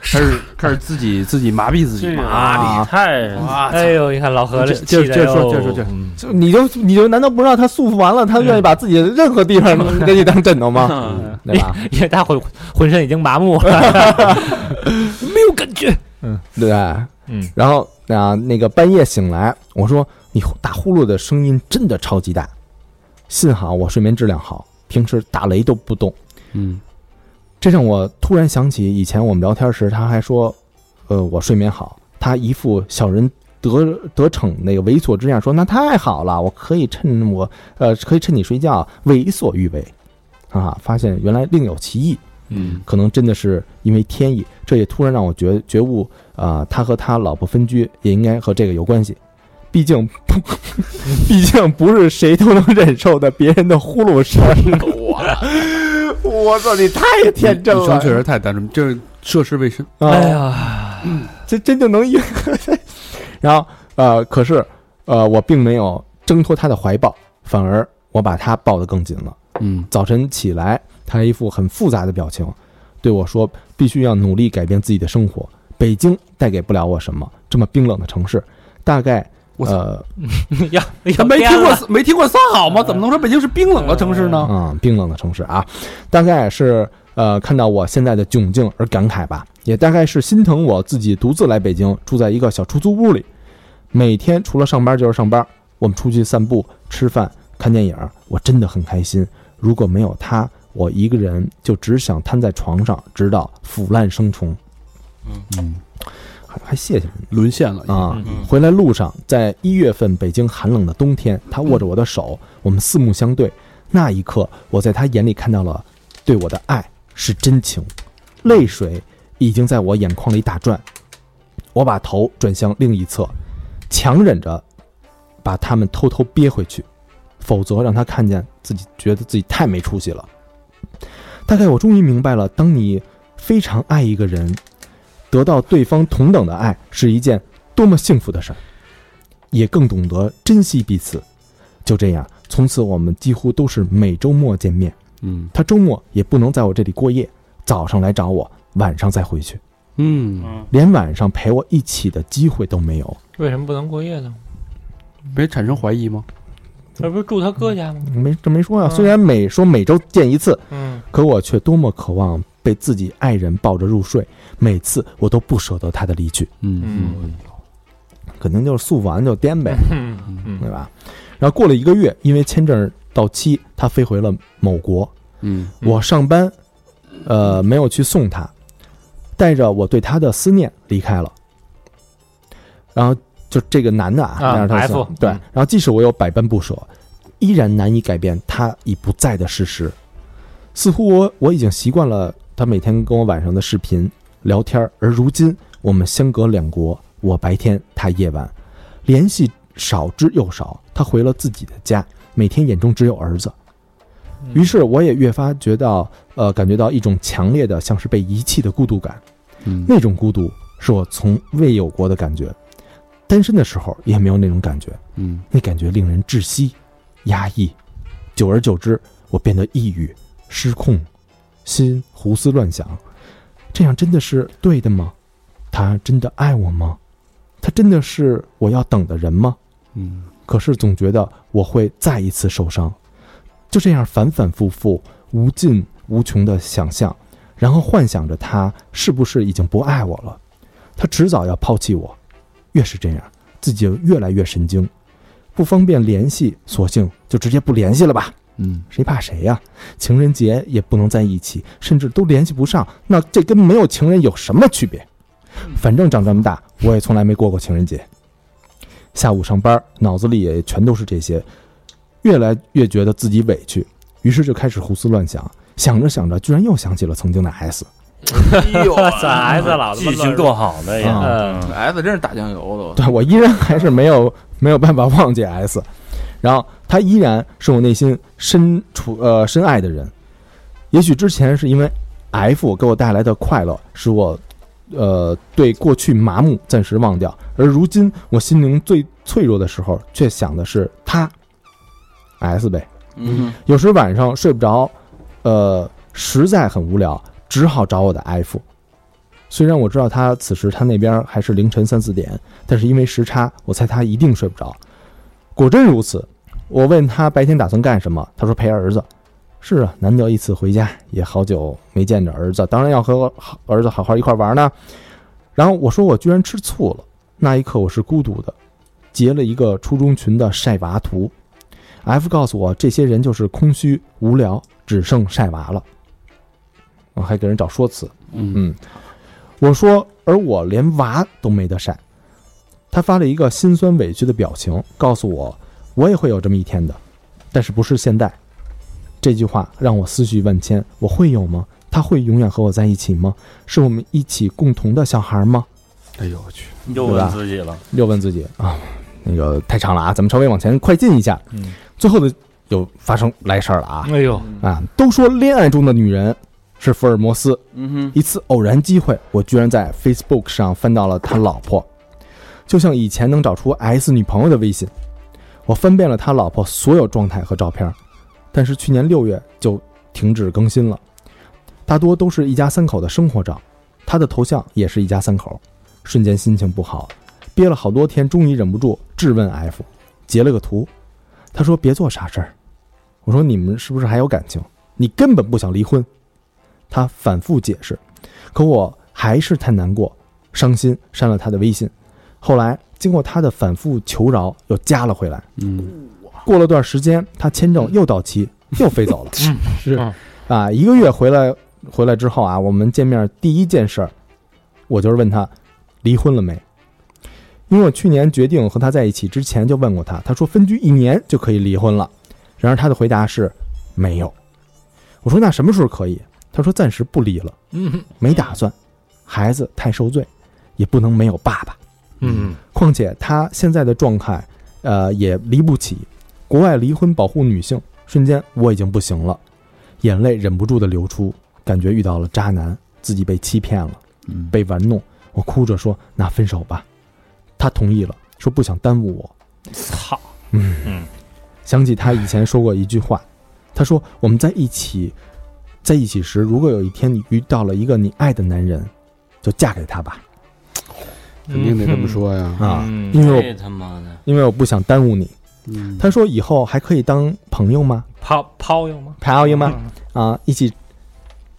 B: 开始开始自己自己麻痹自己
E: 这个
B: 嘛，
E: 啊，你太
F: 嗯
C: 哎呦，你看老何
B: 这
C: 气
B: 这
C: 的
B: 这说
C: 哟
B: 这说这
C: 嗯
D: 就你就你就难道不知道他束缚完了，他愿意把自己的任何地方给你当枕头吗？
F: 嗯
D: 对吧？
C: 因为他浑浑身已经麻木了，没有感觉，
D: 对，
C: 嗯
D: 然后啊，那个半夜醒来，我说你打呼噜的声音真的超级大，幸好我睡眠质量好，平时打雷都不动。
B: 嗯
D: 这让我突然想起以前我们聊天时，他还说，呃，我睡眠好，他一副小人得得逞那个猥琐之样说，那太好了，我可以趁我呃可以趁你睡觉为所欲为，啊，发现原来另有其意。
B: 嗯
D: 可能真的是因为天意，这也突然让我觉觉悟啊、他和他老婆分居也应该和这个有关系，毕竟 毕竟不是谁都能忍受的别人的呼噜声。我 我操，你太天真
B: 女生
D: 了！
B: 确实太单纯，这涉世未深，
D: 啊、嗯
C: 哎呀，
D: 这真就能一，然后呃，可是呃，我并没有挣脱他的怀抱，反而我把他抱得更紧了。
B: 嗯
D: 早晨起来，他一副很复杂的表情，对我说：“必须要努力改变自己的生活。北京带给不了我什么，这么冰冷的城市，大概
B: 我操
D: 呃
C: 呀，
B: 他没
C: 呀
B: 听
C: 变了
B: 过没听过三好吗？怎么能说北京是冰冷的城市呢？
D: 嗯，冰冷的城市啊，大概是呃看到我现在的窘境而感慨吧，也大概是心疼我自己独自来北京，住在一个小出租屋里，每天除了上班就是上班，我们出去散步、吃饭、看电影，我真的很开心。如果没有他，我一个人就只想瘫在床上，直到腐烂生虫。
B: 嗯，
D: 还还谢谢
B: 沦陷了
D: 你啊！
F: 嗯
D: 回来路上，在一月份北京寒冷的冬天，他握着我的手，我们四目相对。那一刻，我在他眼里看到了对我的爱是真情，泪水已经在我眼眶里打转。我把头转向另一侧，强忍着把他们偷偷憋回去，否则让他看见自己觉得自己太没出息了。大概我终于明白了，当你非常爱一个人，得到对方同等的爱是一件多么幸福的事儿，也更懂得珍惜彼此。就这样，从此我们几乎都是每周末见面。
B: 嗯
D: 他周末也不能在我这里过夜，早上来找我，晚上再回去。
B: 嗯，
E: 嗯，
D: 连晚上陪我一起的机会都没有。
G: 为什么不能过夜呢？
B: 没产生怀疑吗？
G: 那不是住他哥家吗？
D: 没这没说呀、
G: 嗯
D: 虽然每说每周见一次，
G: 嗯，
D: 可我却多么渴望被自己爱人抱着入睡，每次我都不舍得他的离去，
B: 嗯
G: 嗯
D: 肯定就是诉完就颠呗，
G: 嗯
D: 对吧？然后过了一个月，因为签证到期，他飞回了某国，
B: 嗯
F: 嗯
D: 我上班，呃，没有去送他，带着我对他的思念离开了。然后就这个男的啊，
G: 啊
D: 那样他
G: F，
D: 对
G: 嗯，
D: 然后即使我有百般不舍，依然难以改变他已不在的事实。似乎我我已经习惯了他每天跟我晚上的视频聊天儿，而如今我们相隔两国，我白天，他夜晚，联系少之又少。他回了自己的家，每天眼中只有儿子。于是我也越发觉到，呃，感觉到一种强烈的像是被遗弃的孤独感。
B: 嗯
D: 那种孤独是我从未有过的感觉，单身的时候也没有那种感觉，
B: 嗯
D: 那感觉令人窒息、压抑。久而久之，我变得抑郁、失控，心胡思乱想。这样真的是对的吗？他真的爱我吗？他真的是我要等的人吗？
B: 嗯
D: 可是总觉得我会再一次受伤。就这样反反复复、无尽无穷的想象，然后幻想着他是不是已经不爱我了，他迟早要抛弃我。越是这样，自己就越来越神经，不方便联系，索性就直接不联系了吧。
B: 嗯
D: 谁怕谁呀、情人节也不能在一起，甚至都联系不上，那这跟没有情人有什么区别？反正长这么大，我也从来没过过情人节。下午上班，脑子里也全都是这些，越来越觉得自己委屈，于是就开始胡思乱想，想着想着，居然又想起了曾经的 S。
F: 哇
C: 咋 S 老
E: 记性多好的呀！
C: 嗯
E: 嗯
F: S 真是打酱油的，
D: 对我依然还是没有没有办法忘记 S，然后他依然是我内心深处呃深爱的人。也许之前是因为 F 给我带来的快乐，使我呃对过去麻木，暂时忘掉。而如今我心灵最脆弱的时候，却想的是他 S 呗。
F: 嗯，
D: 有时晚上睡不着，呃，实在很无聊，只好找我的 F。虽然我知道他此时他那边还是凌晨三四点，但是因为时差，我猜他一定睡不着。果真如此，我问他白天打算干什么，他说陪儿子。是啊，难得一次回家，也好久没见着儿子，当然要和儿子好好一块玩呢。然后我说我居然吃醋了，那一刻我是孤独的，截了一个初中群的晒娃图，F 告诉我，这些人就是空虚、无聊，只剩晒娃了。我还给人找说辞。
B: 嗯
D: 嗯，我说，而我连娃都没得晒。他发了一个心酸委屈的表情，告诉我，我也会有这么一天的，但是不是现在。这句话让我思绪万千，我会有吗？他会永远和我在一起吗？是我们一起共同的小孩吗？
B: 哎呦我去，
E: 又问自己了，
D: 又问自己啊，那个太长了啊，咱们稍微往前快进一下。
F: 嗯，
D: 最后的有发生来事儿了啊
G: 哎呦，
D: 啊！都说恋爱中的女人是福尔摩斯，
F: 嗯哼，
D: 一次偶然机会，我居然在 Facebook 上翻到了他老婆，就像以前能找出 S 女朋友的微信。我翻遍了他老婆所有状态和照片，但是去年六月就停止更新了，大多都是一家三口的生活照，他的头像也是一家三口。瞬间心情不好，憋了好多天，终于忍不住质问 F，截了个图，他说别做傻事儿。我说你们是不是还有感情？你根本不想离婚。他反复解释，可我还是太难过、伤心，删了他的微信。后来经过他的反复求饶，又加了回来。
B: 嗯
D: 过了段时间，他签证又到期，又飞走了。
B: 是
G: 嗯
D: 啊，一个月回来回来之后啊，我们见面第一件事儿，我就是问他离婚了没，因为我去年决定和他在一起之前就问过他，他说分居一年就可以离婚了，然而他的回答是没有。我说那什么时候可以？他说暂时不离了，
G: 嗯
D: 没打算，孩子太受罪，也不能没有爸爸。
G: 嗯
D: 况且他现在的状态，呃，也离不起国外离婚保护女性。瞬间我已经不行了，眼泪忍不住的流出，感觉遇到了渣男，自己被欺骗了，
B: 嗯
D: 被玩弄。我哭着说：“那分手吧。”他同意了，说不想耽误我。
G: 操，
D: 想起他以前说过一句话，他说：“我们在一起，在一起时，如果有一天你遇到了一个你爱的男人，就嫁给他吧
B: 肯定得这么说呀。
D: 啊，
G: 嗯
F: 哎
D: 因为我
G: 这他妈的
D: 因为我不想耽误你。
B: 嗯，
D: 他说以后还可以当朋友吗？
G: 嗯抛抛硬吗？
D: 朋友吗？啊，一起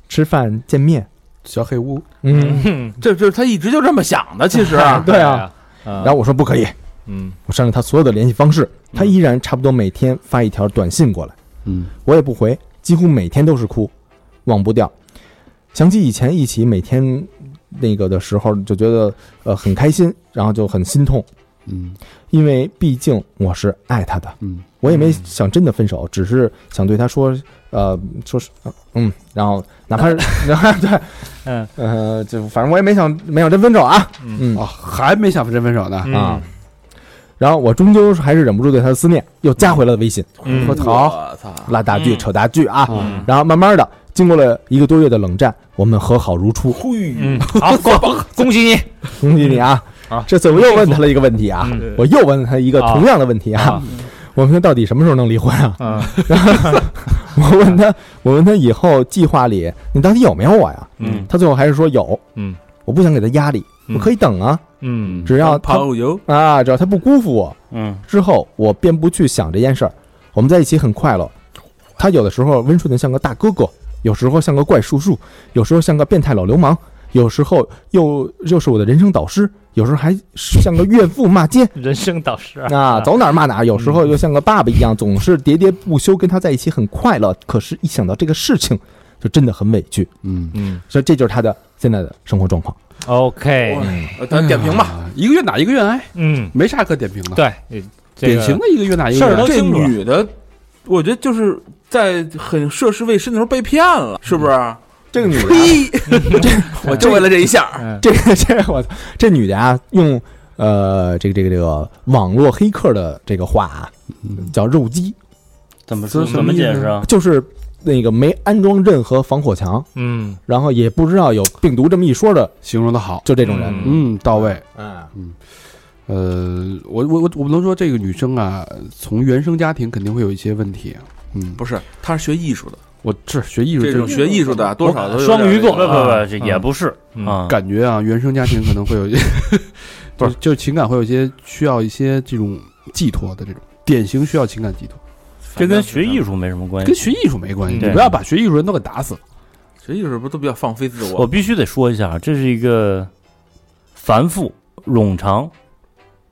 D: 吃饭见面。
B: 小黑屋，
D: 嗯，
G: 嗯，
F: 这这他一直就这么想的，其实
D: 对啊。
G: 嗯，
D: 然后我说不可以，
G: 嗯
D: 我删了他所有的联系方式，他依然差不多每天发一条短信过来。
B: 嗯，
D: 我也不回，几乎每天都是哭，忘不掉。想起以前一起每天那个的时候，就觉得呃很开心，然后就很心痛，
B: 嗯
D: 因为毕竟我是爱他的，
B: 嗯
D: 我也没想真的分手，只是想对他说，呃，说是呃嗯，然后 哪怕是 然后对，
G: 嗯
D: 呃，就反正我也没想没想真分手啊，嗯
B: 啊，还没想真分手
G: 嗯
B: 呢。
D: 啊，然后我终究还是忍不住对他的思念，又加回了微信，
G: 嗯
D: 我操，
F: 我操，
D: 拉大锯
G: 嗯
D: 扯大锯啊，
B: 啊，
D: 然后慢慢的，经过了一个多月的冷战，我们和好如初。
G: 嗯，好，恭恭喜你，
D: 恭喜你啊！
G: 啊
D: 这次我又问他了一个问题啊，
G: 嗯
D: 我又问他一个同样的问题啊，
G: 啊
D: 我们到底什么时候能离婚啊？
G: 嗯
D: 我问他，我问他以后计划里你到底有没有我呀？
G: 嗯
D: 他最后还是说有，
G: 嗯，
D: 我不想给他压力，
G: 嗯
D: 我可以等啊，
G: 嗯
D: 只要
F: 泡
D: 他
F: 泡油，
D: 啊，只要他不辜负我，
E: 嗯
D: 之后我便不去想这件事儿，我们在一起很快乐。他有的时候温顺的像个大哥哥，有时候像个怪叔叔，有时候像个变态老流氓，有时候又又是我的人生导师，有时候还像个岳父骂 街
G: 人生导师
D: 啊，走哪儿骂哪儿。有时候又像个爸爸一样，总是喋喋不休，跟他在一起很快乐。可是，一想到这个事情，就真的很委屈。
B: 嗯，
G: 嗯
D: 所以，这就是他的现在的生活状况。
F: 哎
G: ，OK，
F: 哇呃咱点评吧，
B: 啊，一个月打一个月哀，
G: 嗯，
B: 没啥可点评的，
G: 对，这个
B: 典型的一个月打一
G: 事
B: 个
G: 儿
B: 月
G: 都
B: 哀。
F: 这
G: 清楚了
F: 女的，我觉得就是在很涉世未深的时候被骗了，是不是？
D: 这个女的、
F: 呸！我就为了嗯 这一下，
G: 嗯
D: 这个这个我操，这女的啊，用呃这个这个这个网络黑客的这个话啊，
C: 嗯
D: 叫肉鸡，
E: 怎么
B: 这
E: 说
B: 是什
E: 怎
B: 么
E: 么
B: 意
E: 解
B: 思
E: 释啊？
D: 就是那个没安装任何防火墙，
G: 嗯
D: 然后也不知道有病毒这么一说的，
B: 形容的好，
D: 就这种人，
B: 嗯，到位。
D: 嗯，
B: 呃，我我我我不能说这个女生啊，从原生家庭肯定会有一些问题。嗯，
F: 不是，她是学艺术的，
B: 我是学艺术
F: 这种学艺术的啊多少都有点
G: 双鱼座
E: 不不
G: 啊
E: 不，这也不是
G: 嗯
E: 啊，
B: 感觉啊，原生家庭可能会有一 些，就就情感会有一些需要一些这种寄托的这种典型需要情感寄托，
E: 这跟学艺术没什么关
F: 哎
B: 跟
E: 系。
B: 学艺术没关系。
F: 嗯
E: 对
B: 你不要把学艺术人都给打死了。
F: 学艺术不都比较放飞自
E: 我
F: 我？
E: 必须得说一下，啊这是一个繁复冗长。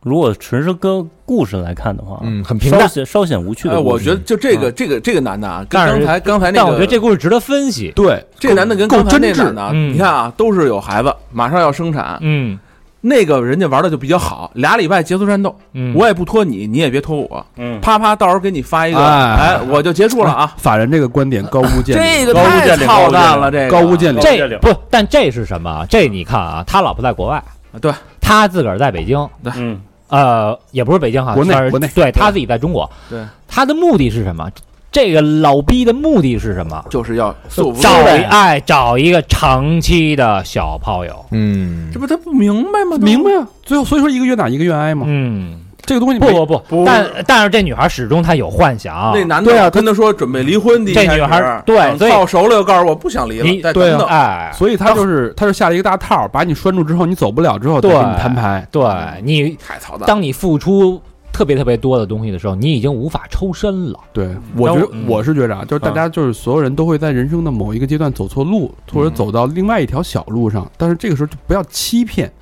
E: 如果纯是跟故事来看的话，
D: 嗯，很平
E: 稍
D: 淡，
E: 显稍显无趣
F: 哎，
E: 的
F: 我
E: 故事。
F: 觉得就这个这个这个男的啊，跟
G: 但是
F: 刚才刚才那
G: 但
F: 个，
G: 我觉得这故事值得分析，
B: 对，
F: 这男的跟刚才那男的啊，
G: 够真挚嗯
F: 你看啊，都是有孩子，马上要生产，
G: 嗯
F: 那个人家玩的就比较好，俩礼拜结束战斗，
G: 嗯，
F: 我也不拖你，你也别拖我，
E: 嗯，
F: 啪啪，到时候给你发一个，
B: 哎
F: 哎，我就结束了啊。
B: 法人这个观点高屋建瓴，
F: 这个
E: 高屋
F: 太
E: 建瓴
F: 操蛋了，这个
B: 高屋建瓴。
E: 这里
G: 这不，但这是什么啊？这你看啊，他老婆在国外，
F: 对，
G: 他自个儿在北京，
E: 嗯，
G: 呃，也不是北京哈，
B: 国内
G: 算是
B: 国内
G: 对他自己在中国，
F: 对，
G: 他的目的是什么？这个老逼的目的是什么？
F: 就是要束缚
G: 找一
F: 人，啊
G: 哎找一个长期的小炮友，
D: 嗯
F: 这，不他不明白吗？
B: 明白呀，最后所以说一个愿打一个愿挨嘛。
G: 嗯，
B: 这个东西
G: 不
B: 没
G: 不不，
F: 不
G: 但但是这女孩始终她有幻想，
F: 那男
D: 对啊
F: 的跟他说准备离婚的一开始，
G: 这女孩对所以
F: 泡熟了又告诉我不想离
G: 你
F: 了，再
B: 对
F: 等
B: 啊
F: 等。
G: 哎，
B: 所以他就是他就下了一个大套，把你拴住之后，你走不了之后再
G: 对
B: 给你摊牌。
F: 嗯
G: 对你，
F: 太操蛋了！
G: 当你付出特别特别多的东西的时候，你已经无法抽身了，
B: 对，我觉
G: 但
B: 得
G: 我嗯
B: 我是觉着啊，就是大家就是所有人都会在人生的某一个阶段走错路，或者走到另外一条小路上，但是这个时候就不要欺骗，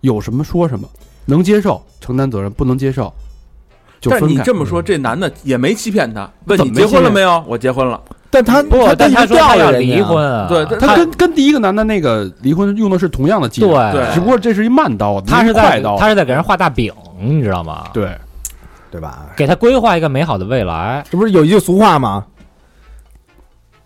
B: 有什么说什么，能接受承担责任，不能接受就
F: 但是
B: 分
F: 你
B: 开。
F: 这么说，这男的也没欺骗她。问
B: 怎
F: 你
B: 么
F: 结婚了
B: 欺骗
F: 没有？我结婚了。
D: 但他
G: 不，但
D: 他
G: 她
D: 一直
G: 说她
D: 吊着
G: 要
D: 人家
G: 离，婚啊，
F: 对
B: 他跟跟第一个男的那个离婚用的是同样的伎俩，
F: 对
B: 只不过这是一慢刀，
G: 她是
B: 不快
G: 在
B: 刀，
G: 她是在给人画大饼，你知道吗？
B: 对，
D: 对吧？
G: 给她规划一个美好的未来，
D: 这不是有一句俗话吗？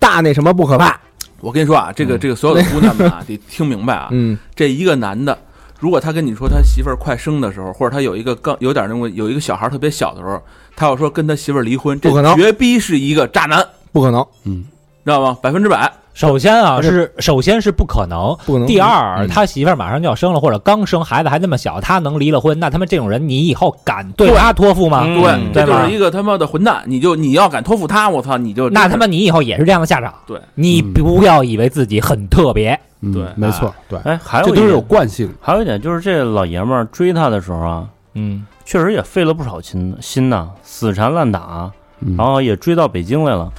D: 大那什么不可怕，
F: 我跟你说啊，这个这个所有的姑娘们啊，得听明白啊，
D: 嗯，
F: 这一个男的，如果他跟你说他媳妇儿快生的时候，或者他有一个刚有点那种有一个小孩儿特别小的时候，他要说跟他媳妇儿离婚，这
D: 不可能
F: 绝逼是一个渣男，
D: 不可能，
B: 嗯，
F: 知道吗？百分之百。
C: 首先啊，
D: 而且
C: 是首先是不可能。
D: 不能。
C: 第二，
D: 嗯
C: 他媳妇儿马上就要生了，或者刚生孩子还那么小，他能离了婚，那他们这种人，你以后敢对
F: 对
C: 他托付吗？
E: 嗯
F: 对，
C: 对
F: 这就
C: 吧
F: 是一个他妈的混蛋，你就你要敢托付他，我操，你就
C: 那他妈你以后也是这样的下场。
F: 对，
C: 你
B: 嗯
C: 不要以为自己很特别，
B: 嗯
F: 对
B: 没错，对，
E: 哎，还有
B: 这
E: 一
B: 都是有
E: 点，
B: 惯性的。
E: 还有一点就是这老爷们儿追她的时候啊，
C: 嗯，
E: 确实也费了不少心心呐，死缠烂打，
B: 嗯
E: 然后也追到北京来了。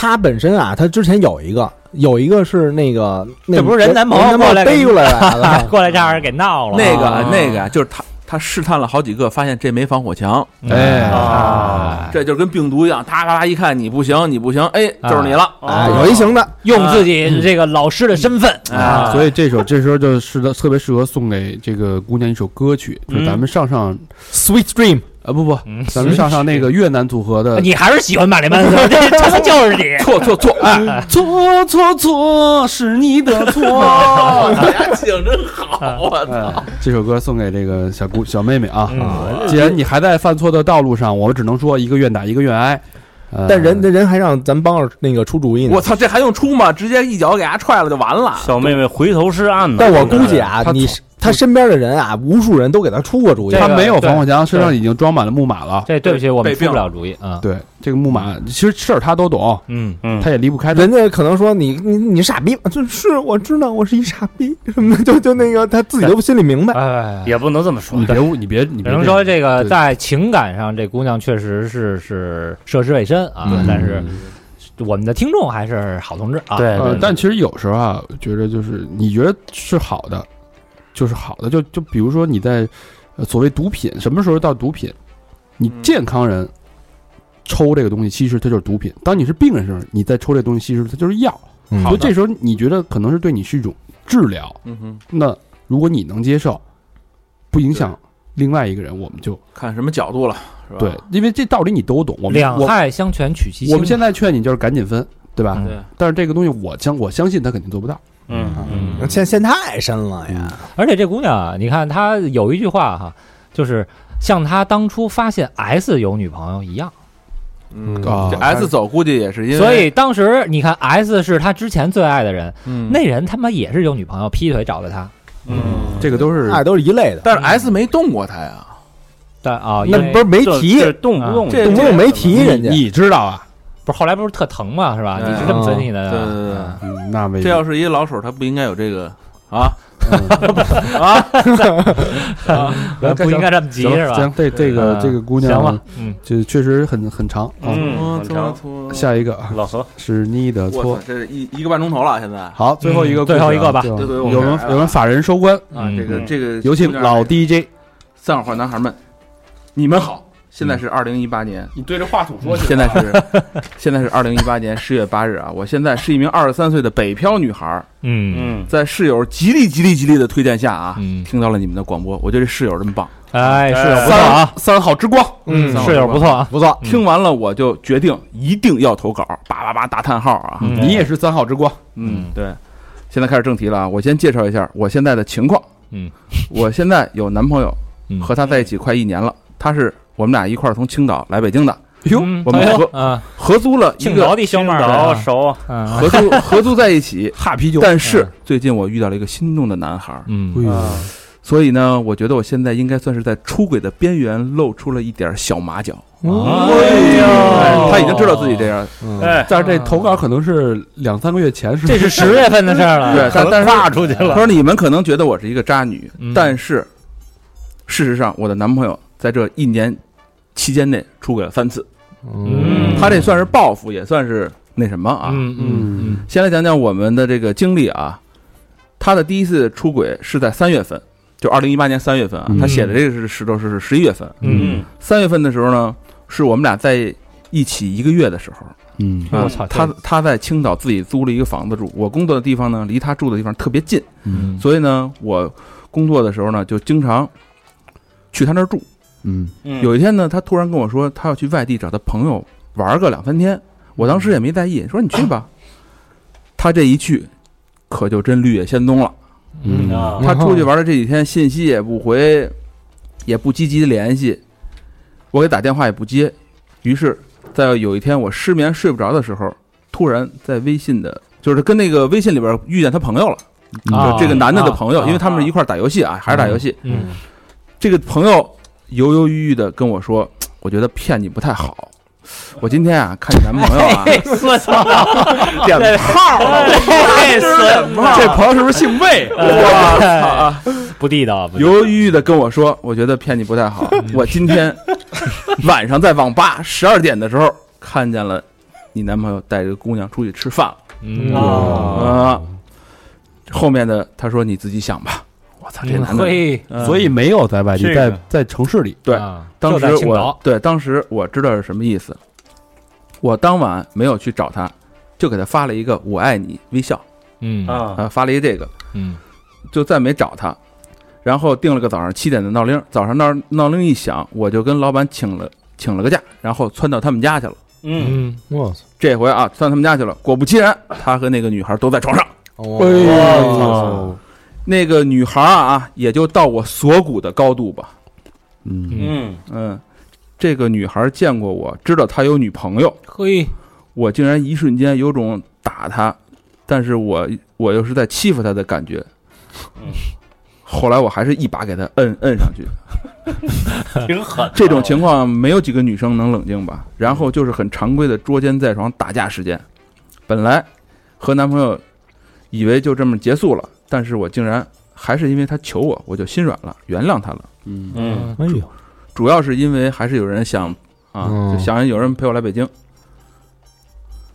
D: 他本身啊，他之前有一个，有一个是那个，那
C: 这不是人男朋友
D: 人男
C: 过来给
D: 背过 来
C: 啊
D: 了，
C: 过来这样给闹了，
F: 那个
C: 啊
F: 那个就是他。他试探了好几个，发现这没防火墙，
D: 哎
C: 嗯啊，
F: 这就跟病毒一样，哒哒哒一看你不行，你不行，哎，就是你了。
D: 哎，有一行的，
C: 用自己这个老师的身份
F: 嗯
C: 啊，
B: 所以这首这时候就是的特别适合送给这个姑娘一首歌曲，就是咱们上上 Sweet Dream 啊不不，
C: 嗯
B: 咱们上上那个越南组合
F: 啊
B: 的
C: 你还是喜欢玛丽曼斯， 这他妈就是你。
F: 错错错！哎，
B: 错错错是你的 错，哎
F: 哇，你家景哎真好，我操！哎
B: 这首歌送给这个小姑小妹妹啊。
C: 嗯
B: 既然你还在犯错的道路上，我们只能说一个愿打一个愿挨。呃
D: 但人那人还让咱帮着那个出主意呢
F: 我。操，这还用出吗？直接一脚给他踹了就完了。
E: 小妹妹回头是岸呢。
D: 但我估计啊
B: 他，
D: 你他身边的人啊，无数人都给他出过主意
C: 这。
B: 他
C: 个
B: 没有
C: 对
B: 防火墙，身上已经装满了木马了。
C: 这对不起，我们
F: 被
C: 出
F: 病
C: 不了主意啊。
B: 对，这个木马其实事儿他都懂，
C: 嗯，
E: 嗯，
B: 他也离不开。
D: 人家可能说你你你傻逼，就是我知道我是一傻逼什么的，就就那个他自己都心里明白。
C: 哎，
E: 也不能这么说
B: 你。别误，你别你
C: 只
B: 别
C: 能说这个
B: 对
C: 在情感上，这姑娘确实是是涉世未深啊，但是我们的听众还是好同志啊。
E: 对
B: 呃，但其实有时候啊，觉得就是你觉得是好的，就是好的。就就比如说你在呃所谓毒品，什么时候到毒品？你
F: 嗯
B: 健康人抽这个东西，其实它就是毒品；当你是病人时候，你再抽这东西，其实它就是药。
D: 嗯
B: 所以这时候你觉得可能是对你是一种治疗。
F: 嗯哼，
B: 那如果你能接受，不影响另外一个人，我们就
F: 看什么角度了，是吧？
B: 对，因为这道理你都懂。我们
C: 两
B: 我
C: 害相权取其轻。
B: 我们现在劝你就是赶紧分，对吧？
C: 嗯
F: 对，
B: 但是这个东西我相我相信他肯定做不到。
E: 嗯嗯，
D: 陷陷太深了呀！
C: 而且这姑娘啊，你看她有一句话哈，就是像她当初发现 S 有女朋友一样，
F: 嗯
B: 啊
F: 这 S 走估计也是因为，
C: 所以当时你看 S 是她之前最爱的人，
F: 嗯
C: 那人他妈也是有女朋友，劈腿找的她，
F: 嗯，
B: 这个都是
D: 那都是一类的，
F: 但是 S 没动过他呀，
C: 但啊，因
D: 那
C: 为
D: 不是没
E: 这
D: 提，
E: 这动不动
F: 这
D: 动不动没
F: 嗯
D: 提人家
B: 你，你知道啊？
C: 不是后来不是特疼嘛，是吧？
F: 哎哦
C: 你是这么分析的，
F: 对对对对
B: 嗯，那未
F: 这要是一老手，他不应该有这个啊，
C: 对不应该这么急
B: 行
C: 是吧？
B: 行，这这个
C: 嗯
B: 这个姑
C: 行
B: 娘，
C: 吧，嗯，
B: 这确实很很长啊。
E: 嗯，
F: 我
E: 很
F: 操
E: 长
F: 错，
B: 下一个啊
E: 老何，
B: 是你的
F: 我
B: 错
F: 操，，这是一一个半钟头了，现在啊
B: 好，最后一个
C: 嗯最后一个吧
B: 故事啊
F: 对对对我
B: 有
F: 们
B: 人
F: 来了
B: 有人法人收官，
F: 啊，这个
E: 嗯
F: 这个
B: 有请
F: 姑娘
B: 老 DJ。
F: 三好坏男孩们，你们好，现在是二零一八年，
B: 你对着话筒
F: 现在是现在是二零一八年十月八日啊，我现在是一名二十三岁的北漂女孩，
C: 嗯
E: 嗯，
F: 在室友极力极力极力的推荐下啊，
C: 嗯，
F: 听到了你们的广播，我觉得这室友真棒，
C: 哎，室友不错
B: 三
C: 啊，
B: 三好之光，
D: 嗯
F: 三好
C: 室友不错啊，
D: 不错，
C: 嗯
F: 听完了我就决定一定要投稿，叭叭叭打叹号啊！
C: 嗯
B: 你也是三好之光，
F: 嗯，对。现在开始正题了啊，我先介绍一下我现在的情况。
C: 嗯，
F: 我现在有男朋友，
C: 嗯
F: 和他在一起快一年了。他是我们俩一块儿从青岛来北京的，
B: 哟
C: 嗯
F: 我们
C: 哎呦
F: 合
C: 啊，
F: 合租了一
C: 青
F: 个
C: 岛的小妹儿
E: 老
C: 啊
E: 熟，
C: 嗯
F: 合租合租在一起。
B: 哈啤酒，
F: 但是最近我遇到了一个心动的男孩儿，
B: 哎
C: 嗯，
B: 呦
F: 所以呢，我觉得我现在应该算是在出轨的边缘露出了一点小马脚。
D: 嗯
C: 啊
F: 哎
C: 嗯哎呦
F: 他已经知道自己这样，
E: 哎，
B: 但是这投稿可能是两三个月前，是吧
C: 嗯这是十月份的事儿了，
F: 对，他但是
E: 出去
F: 他。说你们可能觉得我是一个渣女，
C: 嗯
F: 但是事实上，我的男朋友在这一年期间内出轨了三次，
C: 嗯
F: 他这算是报复，也算是那什么啊。
C: 嗯嗯嗯
F: 先来讲讲我们的这个经历啊，他的第一次出轨是在三月份，就二零一八年三月份啊，
B: 嗯
F: 他写的这个是石头是十一月份，
C: 嗯
E: 嗯，
F: 三月份的时候呢，是我们俩在一起一个月的时候，啊
B: 嗯
C: 嗯，我操，
F: 他他在青岛自己租了一个房子住，我工作的地方呢离他住的地方特别近，
C: 嗯
F: 所以呢，我工作的时候呢就经常去他那儿住。
B: 嗯
E: 有
F: 有一天呢，他突然跟我说他要去外地找他朋友玩个两三天，我当时也没在意，
G: 嗯
F: 说你去吧。他这一去，可就真绿野仙踪了。
B: 嗯
E: 啊，
F: 他出去玩的这几天，信息也不回，也不积极联系，我给打电话也不接。于是，在有一天我失眠睡不着的时候，突然在微信的就是跟那个微信里边遇见他朋友了，
B: 嗯
G: 啊
F: 就这个男的的朋友，
G: 啊
F: 因为他们是一块儿打游戏啊，还是打游戏。
G: 嗯
F: 这个朋友犹犹豫豫的跟我说：“我觉得骗你不太好。”我今天啊，看你男朋友 啊，
B: 哎
G: 我操，
F: 点炮了，
B: 哎
G: 累死了！
F: 这朋友是不是姓 魏？我操啊！
G: 不地道，不地道
F: 犹犹豫豫的跟我说，我觉得骗你不太 好。我今天晚上在网吧十二点的时候看见了你男朋友带着姑娘出去吃饭了
G: 嗯
F: 啊、
B: 哦
F: 后面的他说你自己想吧。我操，这男的，
G: 嘿，
F: 嗯
B: 所以没有在外地，
E: 这
B: 在
E: 个
B: 在城市里。
F: 对
G: 啊
F: 当
G: 就在
F: 时
G: 青
F: 我
G: 岛
F: 对当时我知道是什么意思。我当晚没有去找他，就给他发了一个“我爱你”微笑
G: 嗯
F: 啊、
E: 啊，
F: 发了一这个，
G: 嗯
F: 就再没找他。然后定了个早上七点的闹铃，早上闹闹铃一响，我就跟老板请了请了个假，然后窜到他们家去了。
E: 嗯，
B: 嗯，我操！
F: 这回啊，窜他们家去了。果不其然，他和那个女孩都在床上。
B: 呦，
F: 那个女孩啊，也就到我锁骨的高度吧。
B: 嗯，
E: 嗯，
F: 嗯，这个女孩见过我，知道她有女朋友，
G: 嘿，
F: 我竟然一瞬间有种打她，但是我我又是在欺负她的感觉。
E: 嗯
F: 后来我还是一把给她摁摁上去。
E: 挺狠。
F: 这种情况没有几个女生能冷静吧？然后就是很常规的捉奸在床打架事件，本来和男朋友以为就这么结束了，但是我竟然还是因为他求我，我就心软了，原谅他了。
A: 嗯
E: 嗯，
B: 哎呦，
F: 主要是因为还是有人想啊，
G: 哦
B: 嗯
F: 就想有人陪我来北京。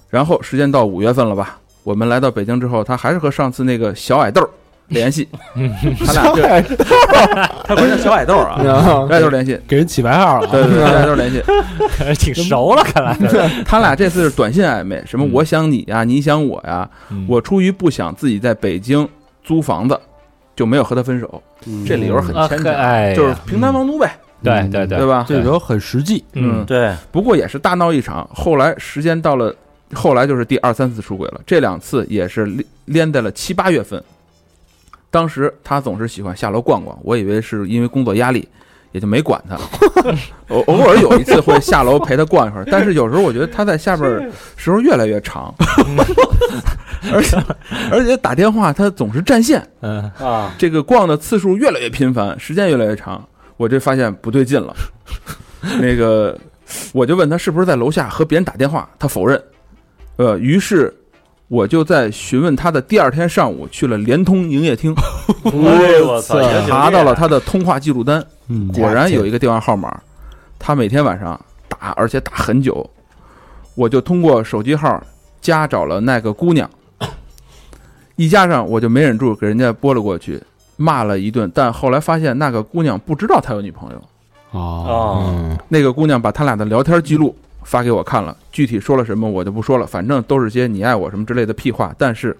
F: 然后时间到五月份了吧，我们来到北京之后，他还是和上次那个小矮豆儿 联系，他俩就
A: 他不是叫小矮豆 儿啊，
G: 哦
F: 小矮豆儿联系，
B: 给人起外 号了。
F: 对对对，小矮豆儿联系。
G: 看
F: 嗯
G: 来挺熟了，看来
F: 他俩这次是短信暧昧，什么
G: 嗯
F: 我想你呀，你想我呀。我出于不想自己在北京租房子，就没有和他分手，嗯
B: 嗯
F: 这理由很
G: 啊
F: 牵
G: 可
F: 强，
G: 哎呀，
F: 就是平摊房租呗，
D: 嗯
G: 对对对
F: 对吧？
B: 这个很实际，
G: 嗯
E: 对，
F: 不过也是大闹一场。后来时间到了，后来就是第二三次出轨了，这两次也是连连在了七八月份。当时他总是喜欢下楼逛逛，我以为是因为工作压力，也就没管他。 偶偶尔有一次会下楼陪他逛一会儿，但是有时候我觉得他在下边儿时候越来越 长，而且而且打电话他总是占线，
G: 嗯
E: 啊，
F: 这个逛的次数越来越频繁，时间越来越长，我这发现不对劲了。那个，我就问他是不是在楼下和别人打电话，他否认。呃，于是我就在询问他的第二天上午去了联通营业厅，
E: 哎呦我操，也挺
F: 查到了他的通话记录单，
B: 嗯
F: 果然有一个电话号码，他每天晚上打，而且打很久。我就通过手机号加找了那个姑娘，一加上我就没忍住给人家拨了过去，骂了一顿。但后来发现那个姑娘不知道他有女朋友，
C: 嗯啊
E: 啊
D: 嗯
B: 哦，
F: 那个姑娘把他俩的聊天记录发给我看了，具体说了什么我就不说了，反正都是些你爱我什么之类的屁话。但是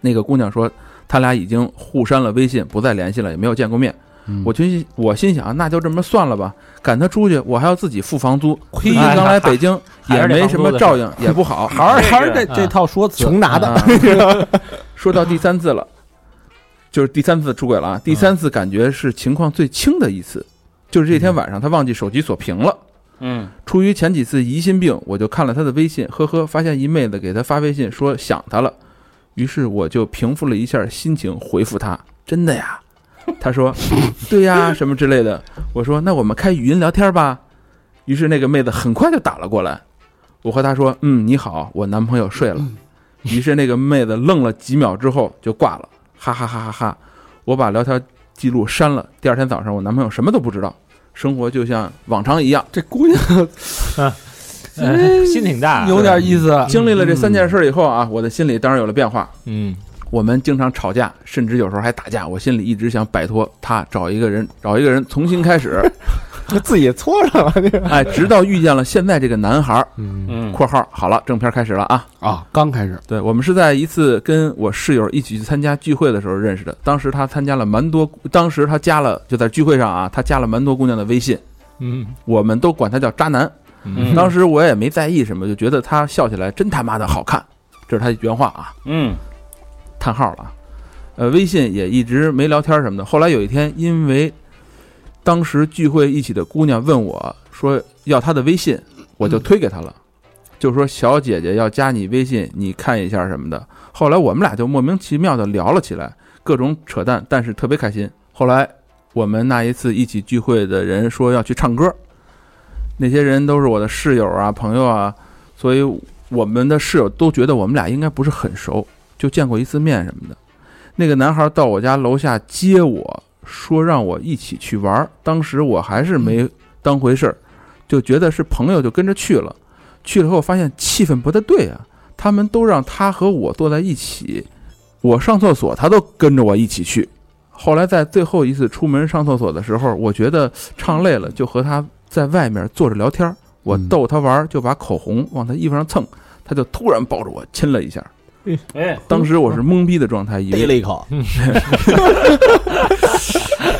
F: 那个姑娘说，他俩已经互删了微信，不再联系了，也没有见过面。
G: 嗯
F: 我就心我心想，那就这么算了吧，赶他出去，我还要自己付房租。毕竟刚来北京
G: 哎还
F: 也
G: 是得
F: 没什么照应，也不好。
B: 还是还是这
G: 这个
B: 这套说辞，
D: 穷拿的，
F: 啊说到第三次了，就是第三次出轨了啊！第三次感觉是情况最轻的一次，就是这天晚上他忘记手机锁屏了。
E: 嗯
F: 出于前几次疑心病，我就看了他的微信，呵呵，发现一妹子给他发微信说想他了，于是我就平复了一下心情，回复他：“真的呀？”他说：“对呀，什么之类的。”我说：“那我们开语音聊天吧。”于是那个妹子很快就打了过来，我和她说：“嗯，你好，我男朋友睡了。”于是那个妹子愣了几秒之后就挂了，哈哈哈哈哈！我把聊天记录删了。第二天早上，我男朋友什么都不知道，生活就像往常一样。
B: 这姑娘
F: 哎
G: 嗯，心挺大，
B: 有点意
D: 嗯
B: 思。啊
F: 经历了这三件事以后啊，我的心里当然有了变化。
G: 嗯
F: 我们经常吵架，甚至有时候还打架。我心里一直想摆脱他，找一个人，找一个人重新开始。
D: 自己搓上了这个。
F: 哎，直到遇见了现在这个男孩儿
B: 嗯
F: （
E: 嗯
F: 括号好了，正片开始了啊）。
B: 啊，刚开始，
F: 对我们是在一次跟我室友一起去参加聚会的时候认识的。当时他参加了蛮多，当时他加了就在聚会上啊，他加了蛮多姑娘的微信，
G: 嗯
F: 我们都管他叫渣男。
G: 嗯
F: 当时我也没在意什么，就觉得他笑起来真他妈的好看，这是他原话啊。
E: 嗯
F: 叹号了啊。呃，微信也一直没聊天什么的。后来有一天，因为当时聚会一起的姑娘问我说要她的微信，我就推给她了。就是说小姐姐要加你微信，你看一下什么的。后来我们俩就莫名其妙的聊了起来，各种扯淡，但是特别开心。后来我们那一次一起聚会的人说要去唱歌，那些人都是我的室友啊、朋友啊，所以我们的室友都觉得我们俩应该不是很熟，就见过一次面什么的。那个男孩到我家楼下接我，说让我一起去玩儿。当时我还是没当回事儿，就觉得是朋友，就跟着去了。去了后发现气氛不太对啊，他们都让他和我坐在一起，我上厕所他都跟着我一起去。后来在最后一次出门上厕所的时候，我觉得唱累了，就和他在外面坐着聊天儿。我
B: 嗯
F: 逗他玩儿，就把口红往他衣服上蹭，他就突然抱着我亲了一下。
E: 哎，
F: 当时我是懵逼的状态，以为
D: 逮了一口，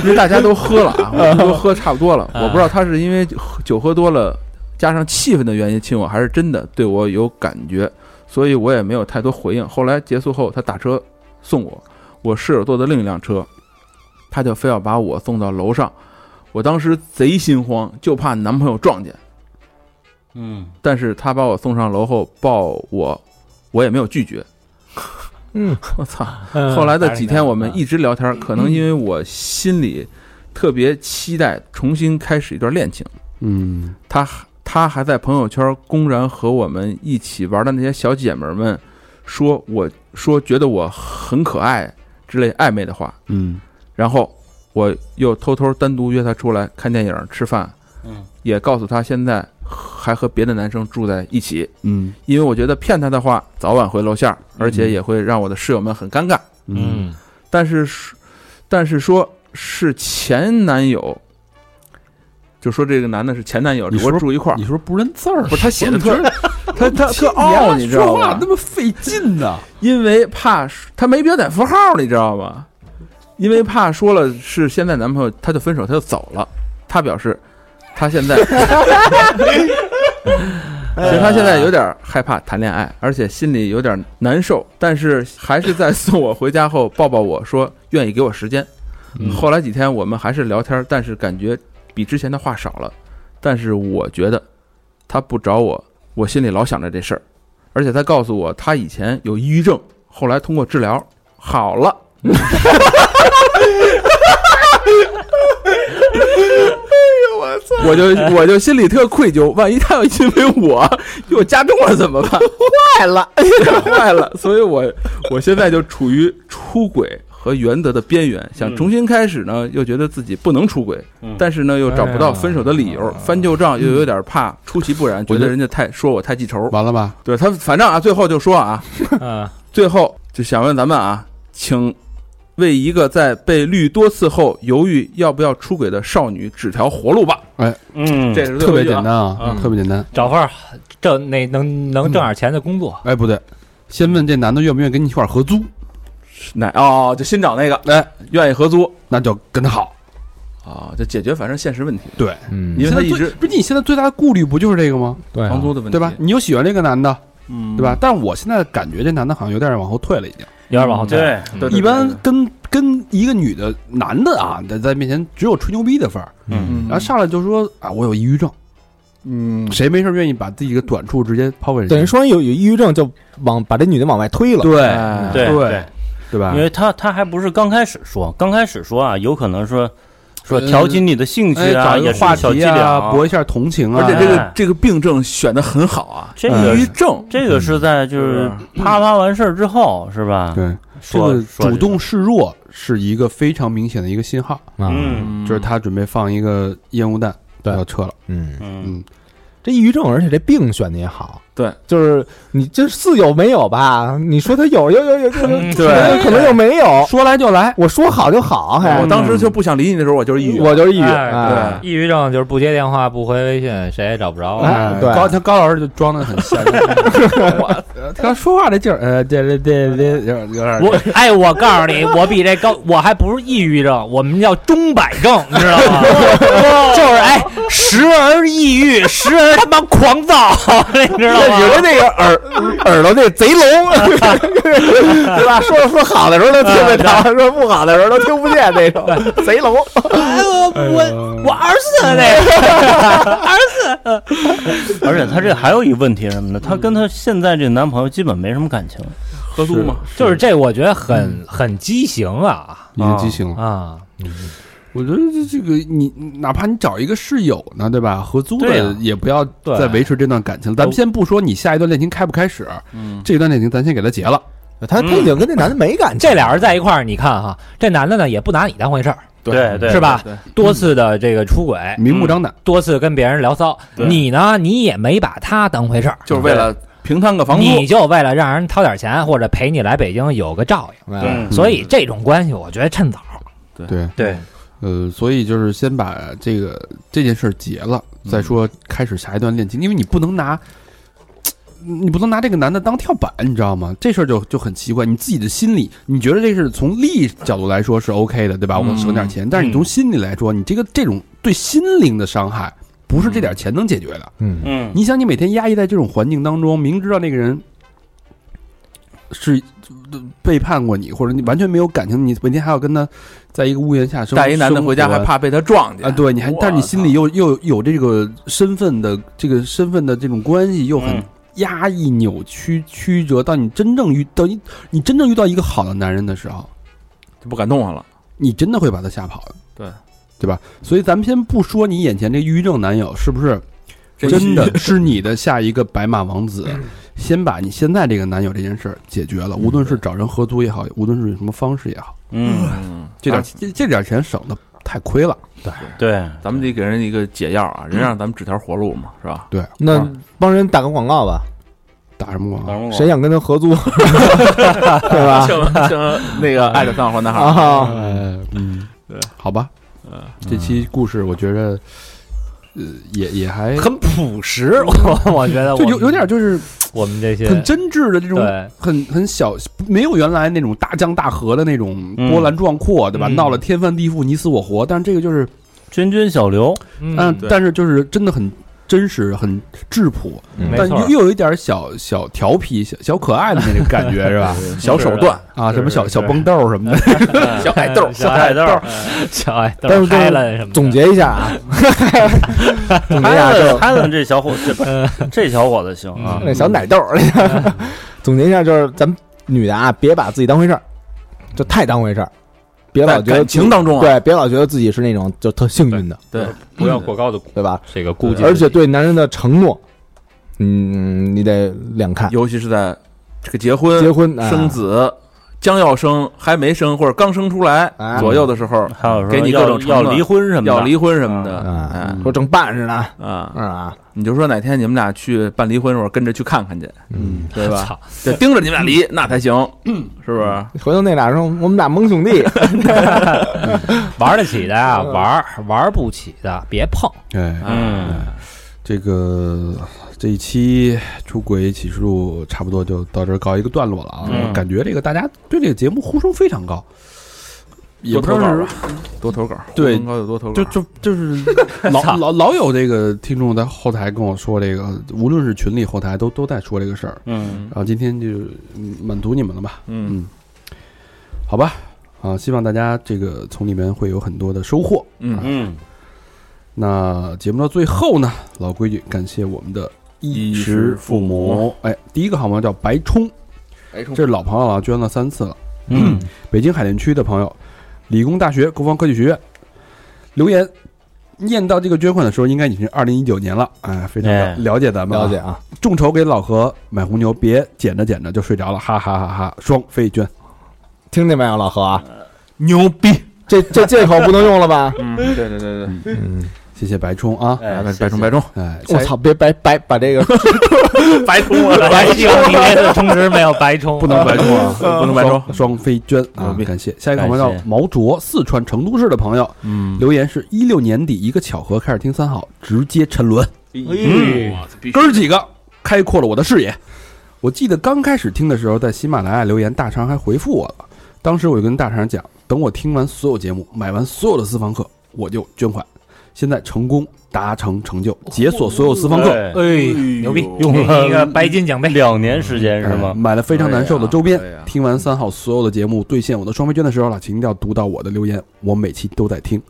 F: 因为大家都喝了啊，我们都喝差不多了。我不知道他是因为喝酒喝多了，加上气氛的原因亲我，还是真的对我有感觉，所以我也没有太多回应。后来结束后，他打车送我，我室友坐的另一辆车，他就非要把我送到楼上。我当时贼心慌，就怕男朋友撞见。
E: 嗯，
F: 但是他把我送上楼后抱我，我也没有拒绝。
D: 嗯，
F: 我操！ 后来的几天，我们一直聊天，可能因为我心里特别期待重新开始一段恋情。
B: 嗯，
F: 他他还在朋友圈公然和我们一起玩的那些小姐们们说我说觉得我很可爱之类暧昧的话，
B: 嗯，
F: 然后我又偷偷单独约他出来看电影、吃饭，
E: 嗯，
F: 也告诉他现在还和别的男生住在一起，
B: 嗯，
F: 因为我觉得骗他的话早晚会露馅儿，而且也会让我的室友们很尴尬。
B: 嗯，
F: 但是说，但是说是前男友，就说这个男的是前男友，
B: 你是
F: 我
B: 不是
F: 住一块儿
B: 你，是不是不认字儿？
F: 不是他写的特，他他特傲，
B: 哦，
F: 你知道
B: 说话
F: 吗
B: 那？么费
D: 嗯
B: 劲呢？
F: 因为怕他没标点符号，你知道吗？因为怕说了是现在男朋友，他就分手，他就走了。他表示，他现在， 其实他现在有点害怕谈恋爱，而且心里有点难受，但是还是在送我回家后抱抱我说愿意给我时间。后来几天我们还是聊天，但是感觉比之前的话少了。但是我觉得他不找我，我心里老想着这事儿。而且他告诉我，他以前有抑郁症，后来通过治疗好了。哎呦我操！我就我就心里特愧疚，万一他要因为我给我加重了怎么办？坏了，坏了！所以我我现在就处于出轨和原则的边缘，想重新开始呢，又觉得自己不能出轨，
E: 嗯
F: 但是呢又找不到分手的理由，
B: 哎呀
F: 翻旧账又有点怕出其不然，觉得人家太说我太记仇。
B: 完了吧？
F: 对他，反正啊，最后就说啊，
G: 嗯，
F: 最后就想问咱们啊，请为一个在被绿多次后犹豫要不要出轨的少女指条活路吧。
E: 嗯，
F: 这是最
B: 哎特
F: 后一
B: 别
F: 句
B: 简
F: 啊
B: 单啊，
E: 嗯
B: 特别简单。
G: 找份儿挣那能能挣点钱的工作，
B: 哎，不对，先问这男的愿不愿意跟你一块儿合租，
F: 哪哦，就新找那个，
B: 哎，
F: 愿意合租
B: 那就跟他好。
F: 啊、就解决反正现实问题，
B: 对，
D: 嗯
F: 因为他
B: 现在
F: 一
B: 最
F: 直
B: 不是你现在最大的顾虑不就是这个吗？
G: 对
F: 房租的问题，
B: 哎对吧？？你又喜欢这个男的，
F: 嗯，
B: 对吧？？但我现在感觉这男的好像有点往后退了，已经。
G: 有点往后退。
E: 对，
F: 对
B: 一般
F: 对
B: 跟跟一个女的男的啊，在在面前只有吹牛逼的份儿，
F: 嗯，
B: 然后上来就说啊，我有抑郁症，
F: 嗯，
B: 谁没事儿愿意把自己的短处直接抛给人家？
D: 等于说有有抑郁症就往把这女的往外推了，
B: 对
F: 哎
E: 对
B: 对对吧
E: 因？为他他还不是刚开始说，刚开始说啊，有可能说说挑起你的兴趣啊，
B: 哎找一
E: 也
B: 个
E: 是
B: 话
E: 个小伎
B: 题
E: 俩
B: 啊，博一下同情啊
F: 而且，这个
E: 哎
F: 这个病症选的很好啊，
E: 这
B: 嗯
E: 个
F: 抑郁
E: 是
F: 症，
E: 这个是在就是啪啪完事儿之后是吧？
B: 对这
E: 说
B: 个
E: 说
B: 主动示弱是一个非常明显的一个信号，
D: 啊
E: 嗯
B: 就是他准备放一个烟雾弹，
D: 对
B: 要撤了。
D: 嗯，
E: 嗯
B: 嗯，
D: 这抑郁症，而且这病选的也好，
F: 对，
D: 就是你这似有没有吧？你说他有有有有，有有
G: 嗯
D: 可能可能又没有，
B: 说来就来，嗯
D: 我说好就好，还
F: 哦我当时就不想理你的时候，我就是抑郁，
D: 我就是抑郁，
G: 哎
D: 哎
G: 抑郁症就是不接电话、不回微信，谁也找不着。
D: 哎对
B: 高他高老师就装的很 像，我他说话这劲儿，呃，这这这这有点有点
G: 我哎，我告诉你，我比这高，我还不是抑郁症，我们叫中摆症，你知道吗？就是哎，时而抑郁，时而他妈狂躁，你知道吗？
D: 有的那个耳 耳朵那贼聋，对吧？说说好的时候都听得
B: 啊
D: 着，说不好的时候都听不见那种，贼聋。
C: 哎我我我二十四了那个，
E: 而且她这还有一问题是什么呢？她跟她现在这男朋友基本没什么感情，
F: 合租嘛，
G: 就是这，我觉得很很畸形啊
B: 已经畸形了。
G: 啊！
B: 我觉得这这个你，哪怕你找一个室友呢，对吧？合租
E: 对
B: 的
E: 啊
B: 也不要
G: 对
B: 再维持这段感情了。咱们先不说你下一段恋情开不开始，
F: 嗯，
B: 这段恋情咱先给他结了。
D: 他他已经跟那男的没感情，
G: 这俩人在一块儿，你看哈，这男的呢也不拿你当回事儿，
E: 对嗯对
G: 是吧
F: 对？
G: 多次的这个出轨，
B: 明目张胆，
G: 多次跟别人聊骚，
E: 对
G: 你呢你也没把他当回事儿，
F: 就是为了平摊个房租，
G: 你就为了让人掏点钱或者陪你来北京有个照应，
E: 对
G: 所以这种关系我觉得趁早。
B: 对，
E: 对，
B: 呃，所以就是先把这个这件事儿结了，
F: 嗯
B: 再说开始下一段恋情，因为你不能拿，你不能拿这个男的当跳板，你知道吗？这事儿就就很奇怪。你自己的心理，你觉得这是从利益角度来说是 OK 的，对吧？我
F: 嗯
B: 省点钱，但是你从心理来说，你这个这种对心灵的伤害，不是这点钱能解决的。
D: 嗯，
E: 嗯，
B: 你想，你每天压抑在这种环境当中，明知道那个人是呃背叛过你，或者你完全没有感情，你每天还要跟他在一个屋檐下生
F: 带一男的回家还
B: 生活
F: 怕被他撞见
B: 啊，对，你还，但是你心里
F: 又
B: 又又有这个身份的这个身份的这种关系，又很
E: 嗯
B: 压抑、扭曲、曲折。到你真正遇到你，你真正遇到一个好的男人的时候，
F: 就不敢动弹了，
B: 你真的会把他吓跑的，
F: 对
B: 对吧？所以咱们先不说你眼前这抑郁症男友是不是真的是你的下一个白马王子，
F: 嗯
B: 先把你现在这个男友这件事儿解决了，无论是找人合租也好，无论是有什么方式也好，
E: 嗯，
F: 嗯，
B: 这点
F: 啊
B: 这这点钱省的太亏了。
E: 对，
F: 咱们得给人一个解药啊，人让咱们指条活路嘛，是吧？
D: 那
B: 嗯
D: 帮人打个广告吧，
B: 打什么广告？
D: 谁想跟他合 租，对吧？
F: 像像 那个爱的丧黄男孩，
D: 啊，
B: 呃，嗯，好吧，呃，这期故事我觉得，呃，也也还
G: 很朴实， 我我觉得我们
B: 就有有点就是
G: 我们这些
B: 很真挚的这种，
G: 对
B: 很很小，没有原来那种大江大河的那种
E: 嗯
B: 波澜壮阔，对吧？
G: 嗯
B: 闹了天翻地覆，你死我活，但是这个就是，
E: 涓涓小 流，
B: 嗯
G: 嗯，
F: 对
B: 但是就是真的很。真实很质朴，
D: 嗯
B: 但
G: 没错
B: 又又有一点小小调皮、小小可爱的那种感觉，是吧？
F: 小手段，
B: 啊，
G: 是
B: 什么小
G: 是
B: 小蹦豆什么的，
F: 小海豆，
G: 小
E: 海
G: 爱豆，嗯小爱豆
D: 但是
G: 开了什么的
D: 总结一下 啊，总结一下就
E: 伦艾伦这小伙子，不 是这小伙子行啊，
G: 嗯
D: 那小奶豆儿， 总结一下就是，咱们女的啊，别把自己当回事儿，就太当回事儿，别老
F: 在
D: 觉得
F: 感情当中啊，
D: 对，别老觉得自己是那种就特幸运的，
F: 对，
G: 不要过高的
D: 对吧？
G: 这个估计，
D: 而且对男人的承诺，嗯，你得两看，
F: 尤其是在这个结婚、
D: 结婚、哎
F: 生，子、将要生、还没生或者刚生出来
D: 哎
F: 左右的时候，
E: 还有说
F: 给你各
E: 要
F: 种承
E: 要
F: 诺
E: 离婚什么的，
F: 要离婚什么的，
D: 啊
F: 哎
D: 说正办着呢，
F: 啊，
D: 啊，
F: 你就说哪天你们俩去办离婚的时候，跟着去看看去，
D: 嗯，
F: 对吧？
G: 操，
F: 得盯着你们俩离，那才行，是不是？
D: 回头那俩说我们俩盟兄弟，
G: 玩得起的呀，玩儿玩不起的别碰，
B: 哎，
E: 嗯，
B: 这个这一期出轨启示录差不多就到这儿告一个段落了啊！
E: 嗯
B: 我感觉这个大家对这个节目呼声非常高，也不知道
F: 多投稿
B: 是
F: 吧多投稿，
B: 对
F: 高就多投稿，
B: 就就就是 老老老有这个听众在后台跟我说这个，无论是群里后台都都在说这个事儿。
E: 嗯，
B: 然后今天就嗯满足你们了吧？
F: 嗯
B: 好吧，啊，希望大家这个从里面会有很多的收获。
F: 嗯，
E: 嗯，
B: 那节目到最后呢，老规矩，感谢我们的衣
F: 衣
B: 食
F: 食
B: 父
F: 父
B: 母
F: 母。
B: 哎，第一个好朋友叫白冲，
F: 哎，
B: 这是老朋友了，捐了三次了。
E: 嗯，
B: 北京海淀区的朋友，理工大学国防科技学院留言，念到这个捐款的时候，应该已经是二零一九年了。哎，非常
E: 哎
B: 了解咱们啊，
D: 了解啊，
B: 众筹给老何买红牛，别捡着捡着就睡着了，哈哈哈哈！双飞捐，
D: 听见没有，老何啊，
F: 牛逼，
D: 这这借口不能用了吧？
F: 嗯，对对对对，
D: 嗯，
B: 谢谢白冲啊！
E: 哎
F: 白冲白冲，
B: 哎，下
D: 我操，别白白把这个
E: 白冲啊，
G: 白 冲，你这次充值没有白充，
B: 不能白冲 啊，
F: 不能白冲，
B: 双飞娟啊
F: 牛，逼
B: 感谢下一个朋友
E: 感
B: 叫
E: 谢
B: 毛卓，四川成都市的朋友
F: 嗯，
B: 留言是一六年底一个巧合开始听三好，直接沉沦，
F: 嗯，
B: 哥儿几个开阔了我的视野。我记得刚开始听的时候，在喜马拉雅留言，大肠还回复我了。当时我就跟大肠讲，等我听完所有节目，买完所有的私房课，我就捐款。现在成功达成成就，解锁所有私房课，
E: 对
G: 哎，
C: 嗯
F: 牛
G: 逼
E: 用
G: 一个
E: 了
G: 白金奖杯，
E: 两年时间是
B: 哎
E: 吗？
B: 买了非常难受的周边
F: 哎呀哎呀。
B: 听完三好所有的节目，兑现我的双倍券的时候了，请一定要读到我的留言，我每期都在听。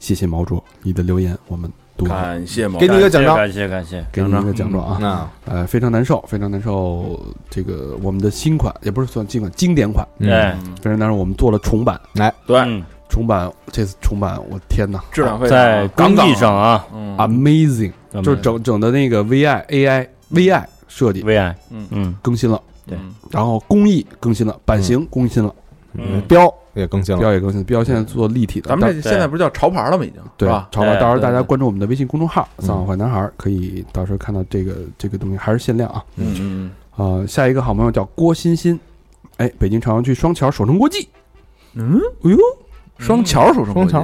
B: 谢谢毛卓，你的留言我们读完了，
F: 感谢毛
D: 给你一个奖状
E: 感谢感谢，
B: 给你一个奖状啊。
D: 啊，
B: 呃，非常难受，非常难受。这个我们的新款也不是算新款，经典款
D: 嗯
E: 感谢哎，
B: 非常难受。我们做了重版，
F: 对，
E: 嗯
B: 重版这次重版，我天哪
F: 质量非常
E: 在工
F: 杠杠
E: 艺上啊，
F: 嗯，
B: ，amazing！
E: 咱们
B: 就是整整的那个 VI AI VI 设计
E: 为爱，
F: 嗯
E: 嗯，
B: 更新了，
E: 对
F: 嗯
B: 然后工艺更新了，版型更新了，
E: 嗯
D: 标也更新了，
B: 标也更新了，标现在做立体的，
F: 咱们这
B: 但
F: 现在不是叫潮牌了吗？已经是
B: 对
F: 吧？
B: 潮牌，
E: 对
B: 到时候大
F: 对
B: 家
F: 对
B: 关注我们的微信公众号“
D: 嗯
B: 三好坏男孩儿”，可以到时候看到这个这个东西还是限量啊。
F: 嗯嗯
B: 呃，下一个好朋友叫郭欣欣，哎，北京朝阳区双桥首城国际，
F: 嗯，
B: 哎呦，
F: 双桥手
D: 双桥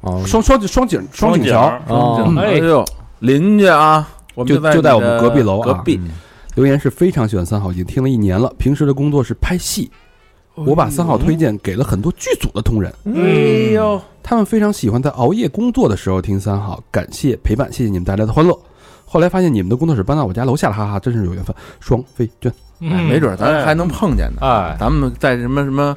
D: 哦，
B: 双双双井双井
E: 井
B: 桥，
D: 哦，
F: 哎呦，邻居啊，我们
B: 就
F: 在
B: 就
F: 就
B: 在我们隔壁楼啊
F: 隔壁。
B: 留言是非常喜欢三好，已经听了一年了。平时的工作是拍戏，我把三好推荐给了很多剧组的同仁，
F: 哎呦，
B: 他们非常喜欢在熬夜工作的时候听三好，感谢陪伴，谢谢你们带来的欢乐。后来发现你们的工作室搬到我家楼下了，哈哈，真是有缘分，双飞娟。
F: 哎，
G: 嗯
F: 没准咱还能碰见呢。
G: 哎，
F: 咱们在什么什么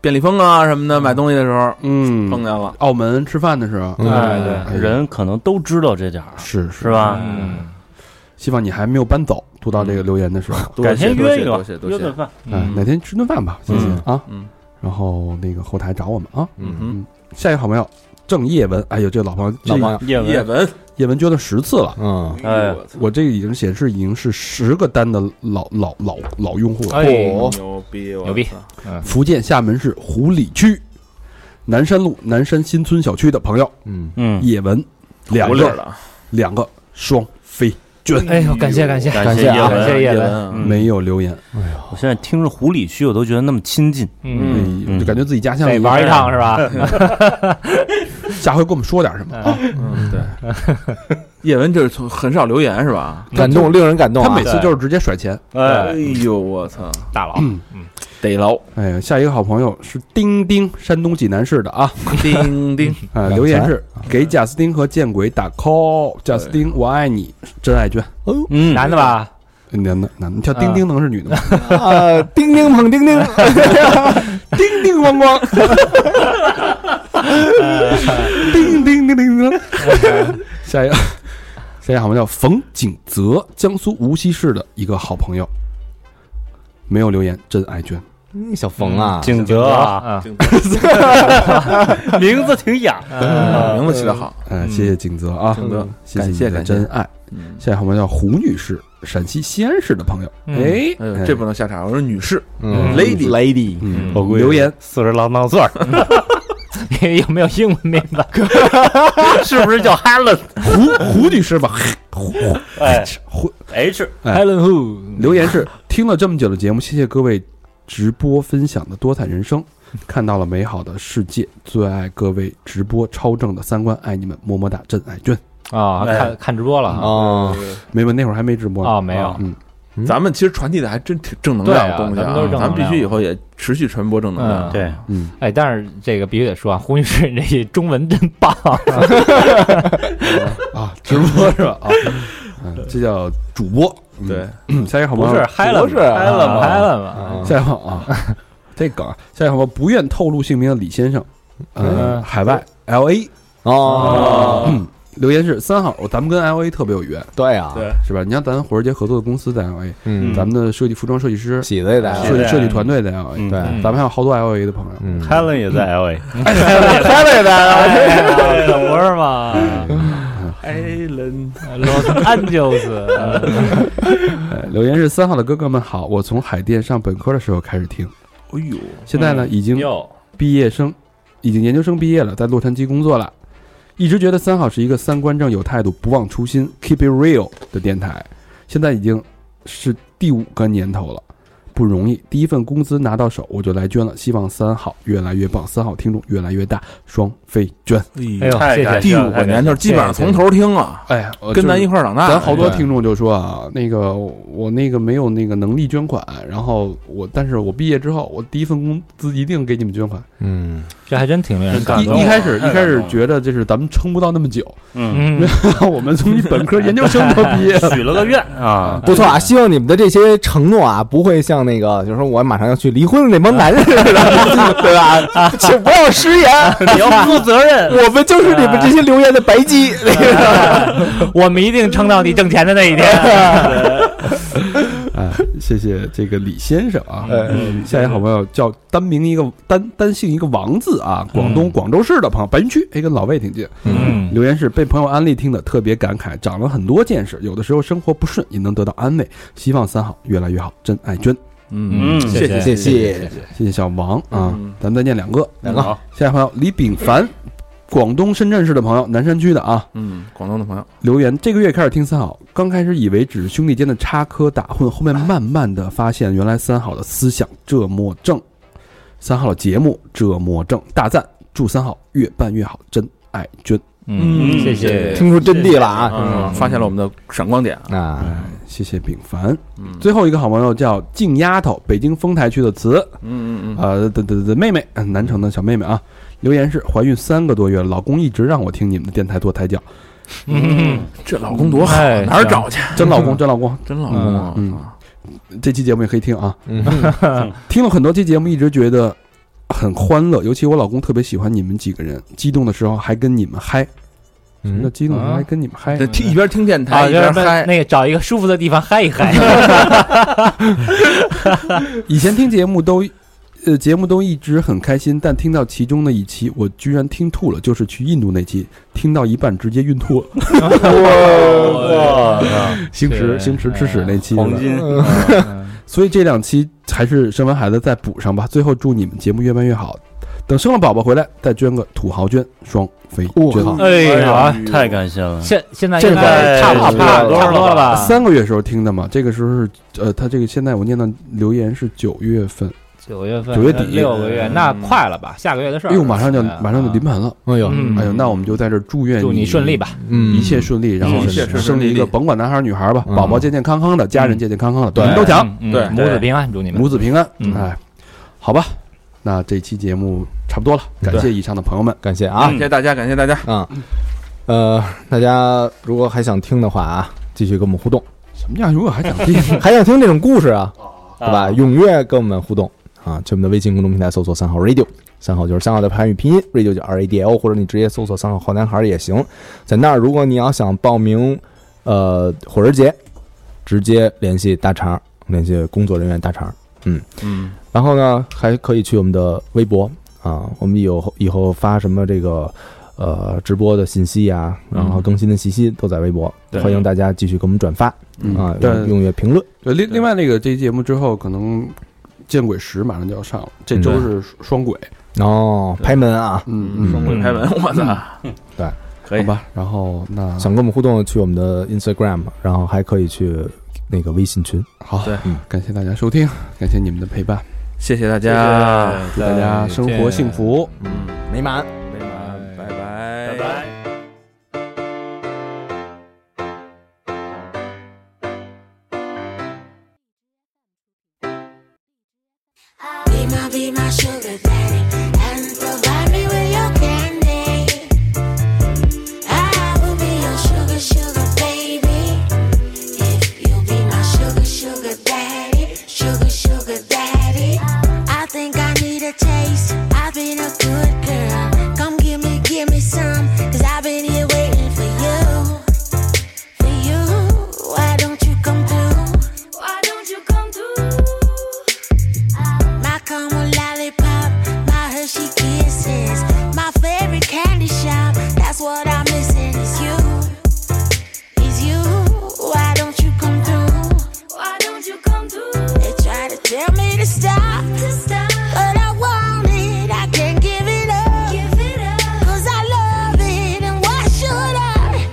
F: 便利蜂啊什么的买东西的时候碰见
B: 嗯，
F: 了，
B: 澳门吃饭的时候，
E: 哎
B: 哎
E: 对，人可能都知道这点儿，
B: 是
E: 是
B: 是，
E: 吧？
G: 嗯
B: 希望你还没有搬走。读到这个留言的时候，
F: 多
E: 改
F: 谢
E: 天
F: 多
E: 约一
F: 谢
E: 个
F: 多谢，多
E: 约顿
F: 谢。
E: 饭，
B: 哎，
G: 嗯
B: 哪天吃顿饭吧，谢谢
E: 嗯
B: 啊。
F: 嗯
B: 然后那个后台找我们啊。
F: 嗯
B: 下一个好朋友郑叶文，哎呦，这老朋友，
D: 老
B: 这
D: 朋友，
E: 叶
F: 哼，叶
E: 文，
F: 文，
B: 叶文捐了十次了。
D: 嗯，
E: 哎，
B: 我这已经显示已经是十个单的老老老老用户了。
G: 哎
D: 嚯
F: 牛逼，我
G: 牛逼
F: 操！
B: 福建厦门市湖里区南山路南山新村小区的朋友
D: 嗯，
E: 嗯，
B: 叶文，两
F: 狐狸
B: 个
F: 了啊，
B: 两个双飞，
G: 哎呦，感谢感谢
E: 感谢
D: 感谢
E: 叶
D: 啊
G: 感谢
E: 文。
G: 叶文，
F: 文，
E: 嗯
B: 没有留言，
E: 我现在听着狐狸区，我都觉得那么亲近。
G: 嗯，
E: 嗯
B: 哎就感觉自己家乡
G: 得
B: 一样
G: 玩一 趟是吧？
B: 下回给我们说点什么啊？
F: 嗯，对。叶文这是从很少留言是吧？
D: 感动，令人感动
B: 他
D: 啊
B: 每！次就是直接甩钱。
F: 哎
E: 哎，
F: 呦，我操，
G: 大佬，
F: 得牢，
B: 哎，下一个好朋友是丁丁，山东济南市的啊，
F: 叮叮，
B: 啊，
D: 两
B: 留言是给贾斯汀和见鬼打 call，贾斯汀我爱你，真爱娟。
E: 嗯，
G: 男的吧？
B: 男的男的，叫丁丁能是女的吗？
D: 啊，叮叮碰叮叮，
B: 叮叮咣咣，叮叮叮叮叮。 下一个，下一个好朋友叫冯景泽，江苏无锡市的一个好朋友，没有留言，真爱娟。
D: 嗯小冯啊，
E: 景德
G: 啊，
E: 啊，名字挺雅。
F: 嗯
D: 啊
F: 哎名字起得好，
B: 呃，谢谢景泽啊，
F: 景泽
B: 谢
F: 感
B: 谢
F: 谢
B: 你的
F: 感谢
B: 真爱。
F: 嗯，
B: 下一个好朋友叫胡女士，陕西西安市的朋友，
G: 嗯
B: 哎
F: 哎，呦，这不能下场，我说女士，
D: 嗯
F: Lady
D: lady，
B: 嗯
E: 我估计
B: 留 言
E: 四十郎当岁儿，
G: 有没有英文名 字？
E: 是不是叫 Helen
B: 胡胡女士吧，胡
E: 哎
B: 胡
E: H？
B: 哎
G: Helen Hu，
B: 留言是听了这么久的节目，谢谢各位直播分享的多彩 人生，看到了美好的世界，最爱各位直播超正的三观，爱你们，么么哒，真爱娟。
G: 啊，
E: 哎
G: 看看直播了啊
D: 哦，
B: 没问那会儿还没直播呢
G: 啊，没有
F: 啊，
B: 嗯，
F: 咱们其实传递的还真挺正能量的东西
G: 对啊咱们都是正能
F: 咱
G: 量
F: 们必须以后也持续传播正能量
G: 嗯。
E: 对，
B: 嗯，
G: 哎，但是这个必须得说啊，胡女士，你这中文真棒，
B: 啊，直播是吧？ 啊，嗯，这叫主播。嗯
F: 对，
B: 嗯下一个好
G: 不
B: 朋友
G: 是，Helen
D: 是
G: Helen
D: 啊
G: Helen 嘛，
B: 下一 个啊，这梗啊，下一个好朋友不愿透露姓名的李先生，呃，
G: 嗯
B: 海外 L A
D: 哦，
B: 留言是三号，咱们跟 L A 特别有缘，
D: 对啊，
F: 对
B: 是吧？你像咱火人节合作的公司在 L A，
D: 嗯，
B: 咱们的设计服装设计师、
D: 喜子也在啊，
B: 设计
E: 对
B: 设计团队在 L A，
E: 嗯
D: 对，
B: 咱们还有好多 L A 的朋友。
D: 嗯，
E: ，Helen 也在 L A。
D: Helen 也在啊，
G: 哎呀可不是嘛
F: ，Allen，
G: ，Los Angeles，
B: 哎留言是三号的哥哥们好，我从海淀上本科的时候开始听，
F: 哎呦，
B: 现在呢已经
E: 哟，
B: 毕业生，已经研究生毕业了，在洛杉矶工作了。一直觉得三好是一个三观正、有态度、不忘初心、keep it real 的电台，现在已经是第五个年头了，不容易。第一份工资拿到手，我就来捐了。希望三好越来越棒，三好听众越来越大，双飞捐。
G: 哎
F: 嗯
G: 呦，
E: 太
G: 谢
E: 感
G: 谢，
F: 第五个年头基本上从头听啊，
B: 哎呀，我
F: 跟
B: 就
F: 咱
B: 是
F: 一块儿长大的，
B: 咱好多
D: 对
B: 听众就说啊，那个我那个没有那个能力捐款，然后我但是我毕业之后，我第一份工资一定给你们捐款。
D: 嗯，
G: 这还真挺令人
E: 真感
G: 感
E: 动
G: 动
B: 一
E: 了
B: 一开始
E: 太
B: 一
E: 感
B: 开始
E: 动了
B: 觉得就是咱们撑不到那么久，
E: 嗯，
G: 嗯，
B: 我们从一本科研究生都毕业 了。
E: 许了个愿啊，
D: 不错啊，希望你们的这些承诺啊，不会像那个，就是说我马上要去离婚的那帮男人似的， 对吧？请不要食言，
E: 你要负责任。
D: 我们就是你们这些留言的白鸡。
G: 我们一定撑到你挣钱的那一天。
B: 哎，谢谢这个李先生啊，
G: 哎
E: 嗯，
B: 下一好朋友叫单名一个单单姓一个王字啊，广东广州市的朋友，白云区，哎，跟老魏挺近。
G: 嗯，
B: 留言是被朋友安利听的，特别感慨，长了很多见识，有的时候生活不顺也能得到安慰。希望三好越来越好，真爱娟，
F: 嗯
E: 嗯
G: 谢
D: 谢谢
B: 谢谢小王啊，
F: 嗯
B: 咱们再念两个，啊
D: 两个
E: 好
B: 下一位朋友李炳凡，广东深圳市的朋友，南山区的啊，
F: 嗯，广东的朋友，
B: 留言这个月开始听三好，刚开始以为只是兄弟间的插科打诨，后面慢慢的发现，原来三好的思想这么正，三好的节目这么正，大赞！祝三好越办越好，真爱娟。
G: 嗯，谢
E: 谢谢
G: 谢。
D: 听出真谛了啊！
F: 啊，发现了我们的闪光点啊，
D: 啊，
B: 哎，谢谢炳凡。
F: 嗯
B: 最后一个好朋友叫静丫头，北京丰台区的词，
F: 嗯嗯嗯，
B: 呃，的的的妹妹，嗯南城的小妹妹啊。留言是怀孕三个多月了，老公一直让我听你们的电台做 胎教，
G: 嗯，
F: 这老公多好，啊
G: 哎
F: 哪儿找去？
B: 真老公，真老公，
F: 真老公啊，
B: 嗯
F: 啊
B: 这期节目也可以听啊。
D: 嗯，
B: 听了很多期节目，一直觉得很欢乐，尤其我老公特别喜欢你们几个人，激动的时候还跟你们嗨。
F: 嗯
B: 什
D: 嗯
B: 么叫激动的时候还跟你们嗨？
F: 这听一边听电
G: 啊，
F: 台一
G: 就是
F: 边嗨，
G: 那个找一个舒服的地方嗨一
B: 哎
G: 嗨。
B: 以前听节目都，呃，节目都一直很开心，但听到其中的一期，我居然听吐了，就是去印度那期，听到一半直接晕吐了。
D: 哇，
B: 行
G: 对哎
B: 驰行驰吃屎那期，
E: 黄金，
B: 所以这两期还是生完孩子再补上吧。最后祝你们节目越办越好，等生了宝宝回来再捐个土豪捐，双飞捐。
D: 哇
G: 哎呀，
E: 太感谢了。
G: 现现在
D: 这
G: 应该
E: 个
G: 差不多
D: 差
G: 差
D: 不
G: 不
D: 多了
G: 多了吧？
B: 三个月时候听的嘛，这个时候是呃，他这个现在我念到留言是九月份，
G: 九月份，
B: 九月底嗯
G: 六个月，那快了吧？下个月的事儿。
B: 哎呦，马上就马上就临
G: 啊，
B: 盆了，
D: 哎呦，
G: 嗯
B: 哎呦，那我们就在这儿祝愿
G: 祝你顺利吧。
D: 嗯，
B: 一切顺利，然后
F: 一切顺顺
B: 生了
F: 利
B: 一个，甭管男孩儿女孩儿吧，
D: 嗯
B: 宝宝健健康康的，家人健健康康的，比
G: 嗯对
B: 人都强，，
G: 嗯
F: 对
G: 嗯母子平安，祝你们
B: 母子平安
G: 嗯，
B: 哎，好吧，那这期节目差不多了，感谢以上的朋友们，
D: 感谢啊
F: 感，嗯谢大家，感谢大家，
D: 啊，呃，大家如果还想听的话啊，继续跟我们互动，
B: 什么样？如果还想 听，
D: 还想听这种故事啊，对吧？
E: 啊
D: 踊跃跟我们互动啊！去我们的微信公众平台搜索“三好 radio”，三好就是三好的汉语拼音，radio 就 R A D I O，或者你直接搜索“三好好男孩”也行。在那儿，如果你要想报名，呃，火人节，直接联系大肠儿，联系工作人员大肠儿。
F: 嗯，
D: 然后呢，还可以去我们的微博啊，我们有以后发什么这个呃直播的信息呀、然后更新的信息都在微博，
E: 对
D: 欢迎大家继续给我们转发啊，
B: 嗯对
D: 踊跃评论。
B: 对，另另外那个这期节目之后可能。见鬼十马上就要上了，这周是双轨，
D: 哦，拍门啊！
B: 嗯
F: 双
B: 嗯，
F: 轨拍门，我操，
D: 对，
F: 可
B: 好
F: 以，
B: 吧，然后那
D: 想跟我们互动，去我们的 Instagram，然后还可以去那个微信群。
B: 好，
F: 对
B: 嗯感谢大家收听，感谢你们的陪伴，
F: 谢谢大家，
B: 祝大家生活幸福。
D: 嗯，美满。
F: 拜拜，
E: 拜拜。
H: Be my, be my sugar daddy and provide me with your candy. I will be your sugar, sugar baby. If you be my sugar, sugar daddy, sugar, sugar daddy. I think I need a taste. I've been a good girl. Come give me, give me some. Cause I've been here waiting for you. For you. Why don't you come through? Why don't you come through? My caramel lollipop, my Hershey kisses, my favorite candy shop. That's what I'm missing is you. Is you? Why don't you come through? Why don't you come through? They try to tell me to stop, to stop, but I want it. I can't give it up, give it up, 'cause I love it, and why should I?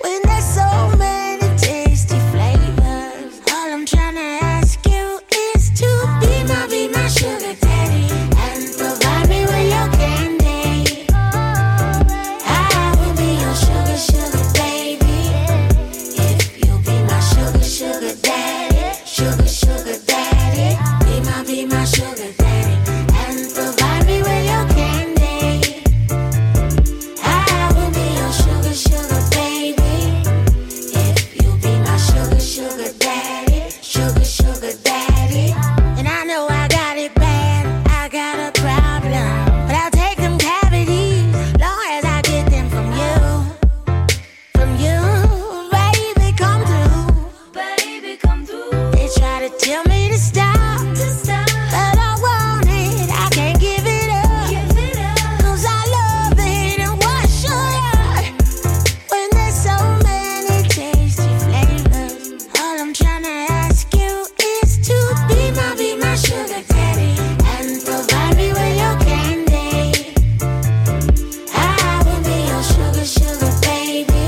H: When there's so many tasty flavors, all I'm tryna ask you is to be my, be my sugar daddy and provide me with your candy. I will be your sugar, sugar baby if you be my sugar, sugar daddy, sugar, sugar daddy. Be my, be my sugar. Tell me to stop, but I want it. I can't give it up. 'Cause I love it, and why should I? When there's so many tasty flavors, all I'm trying to ask you is to be my, be my sugar daddy and provide me with your candy. I will be your sugar, sugar baby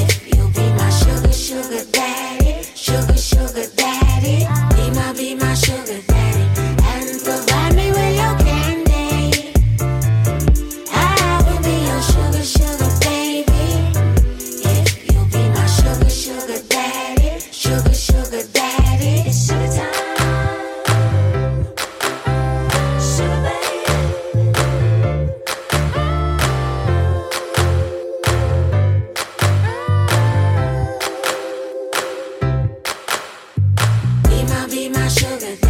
H: if you be my sugar, sugar daddy, sugar, sugar daddy. Be my, be my sugar daddy and provide me with your candy. I will be your sugar, sugar baby. If you be my sugar, sugar daddy, sugar, sugar daddy, it's sugar time. Sugar baby. Be my, be my sugar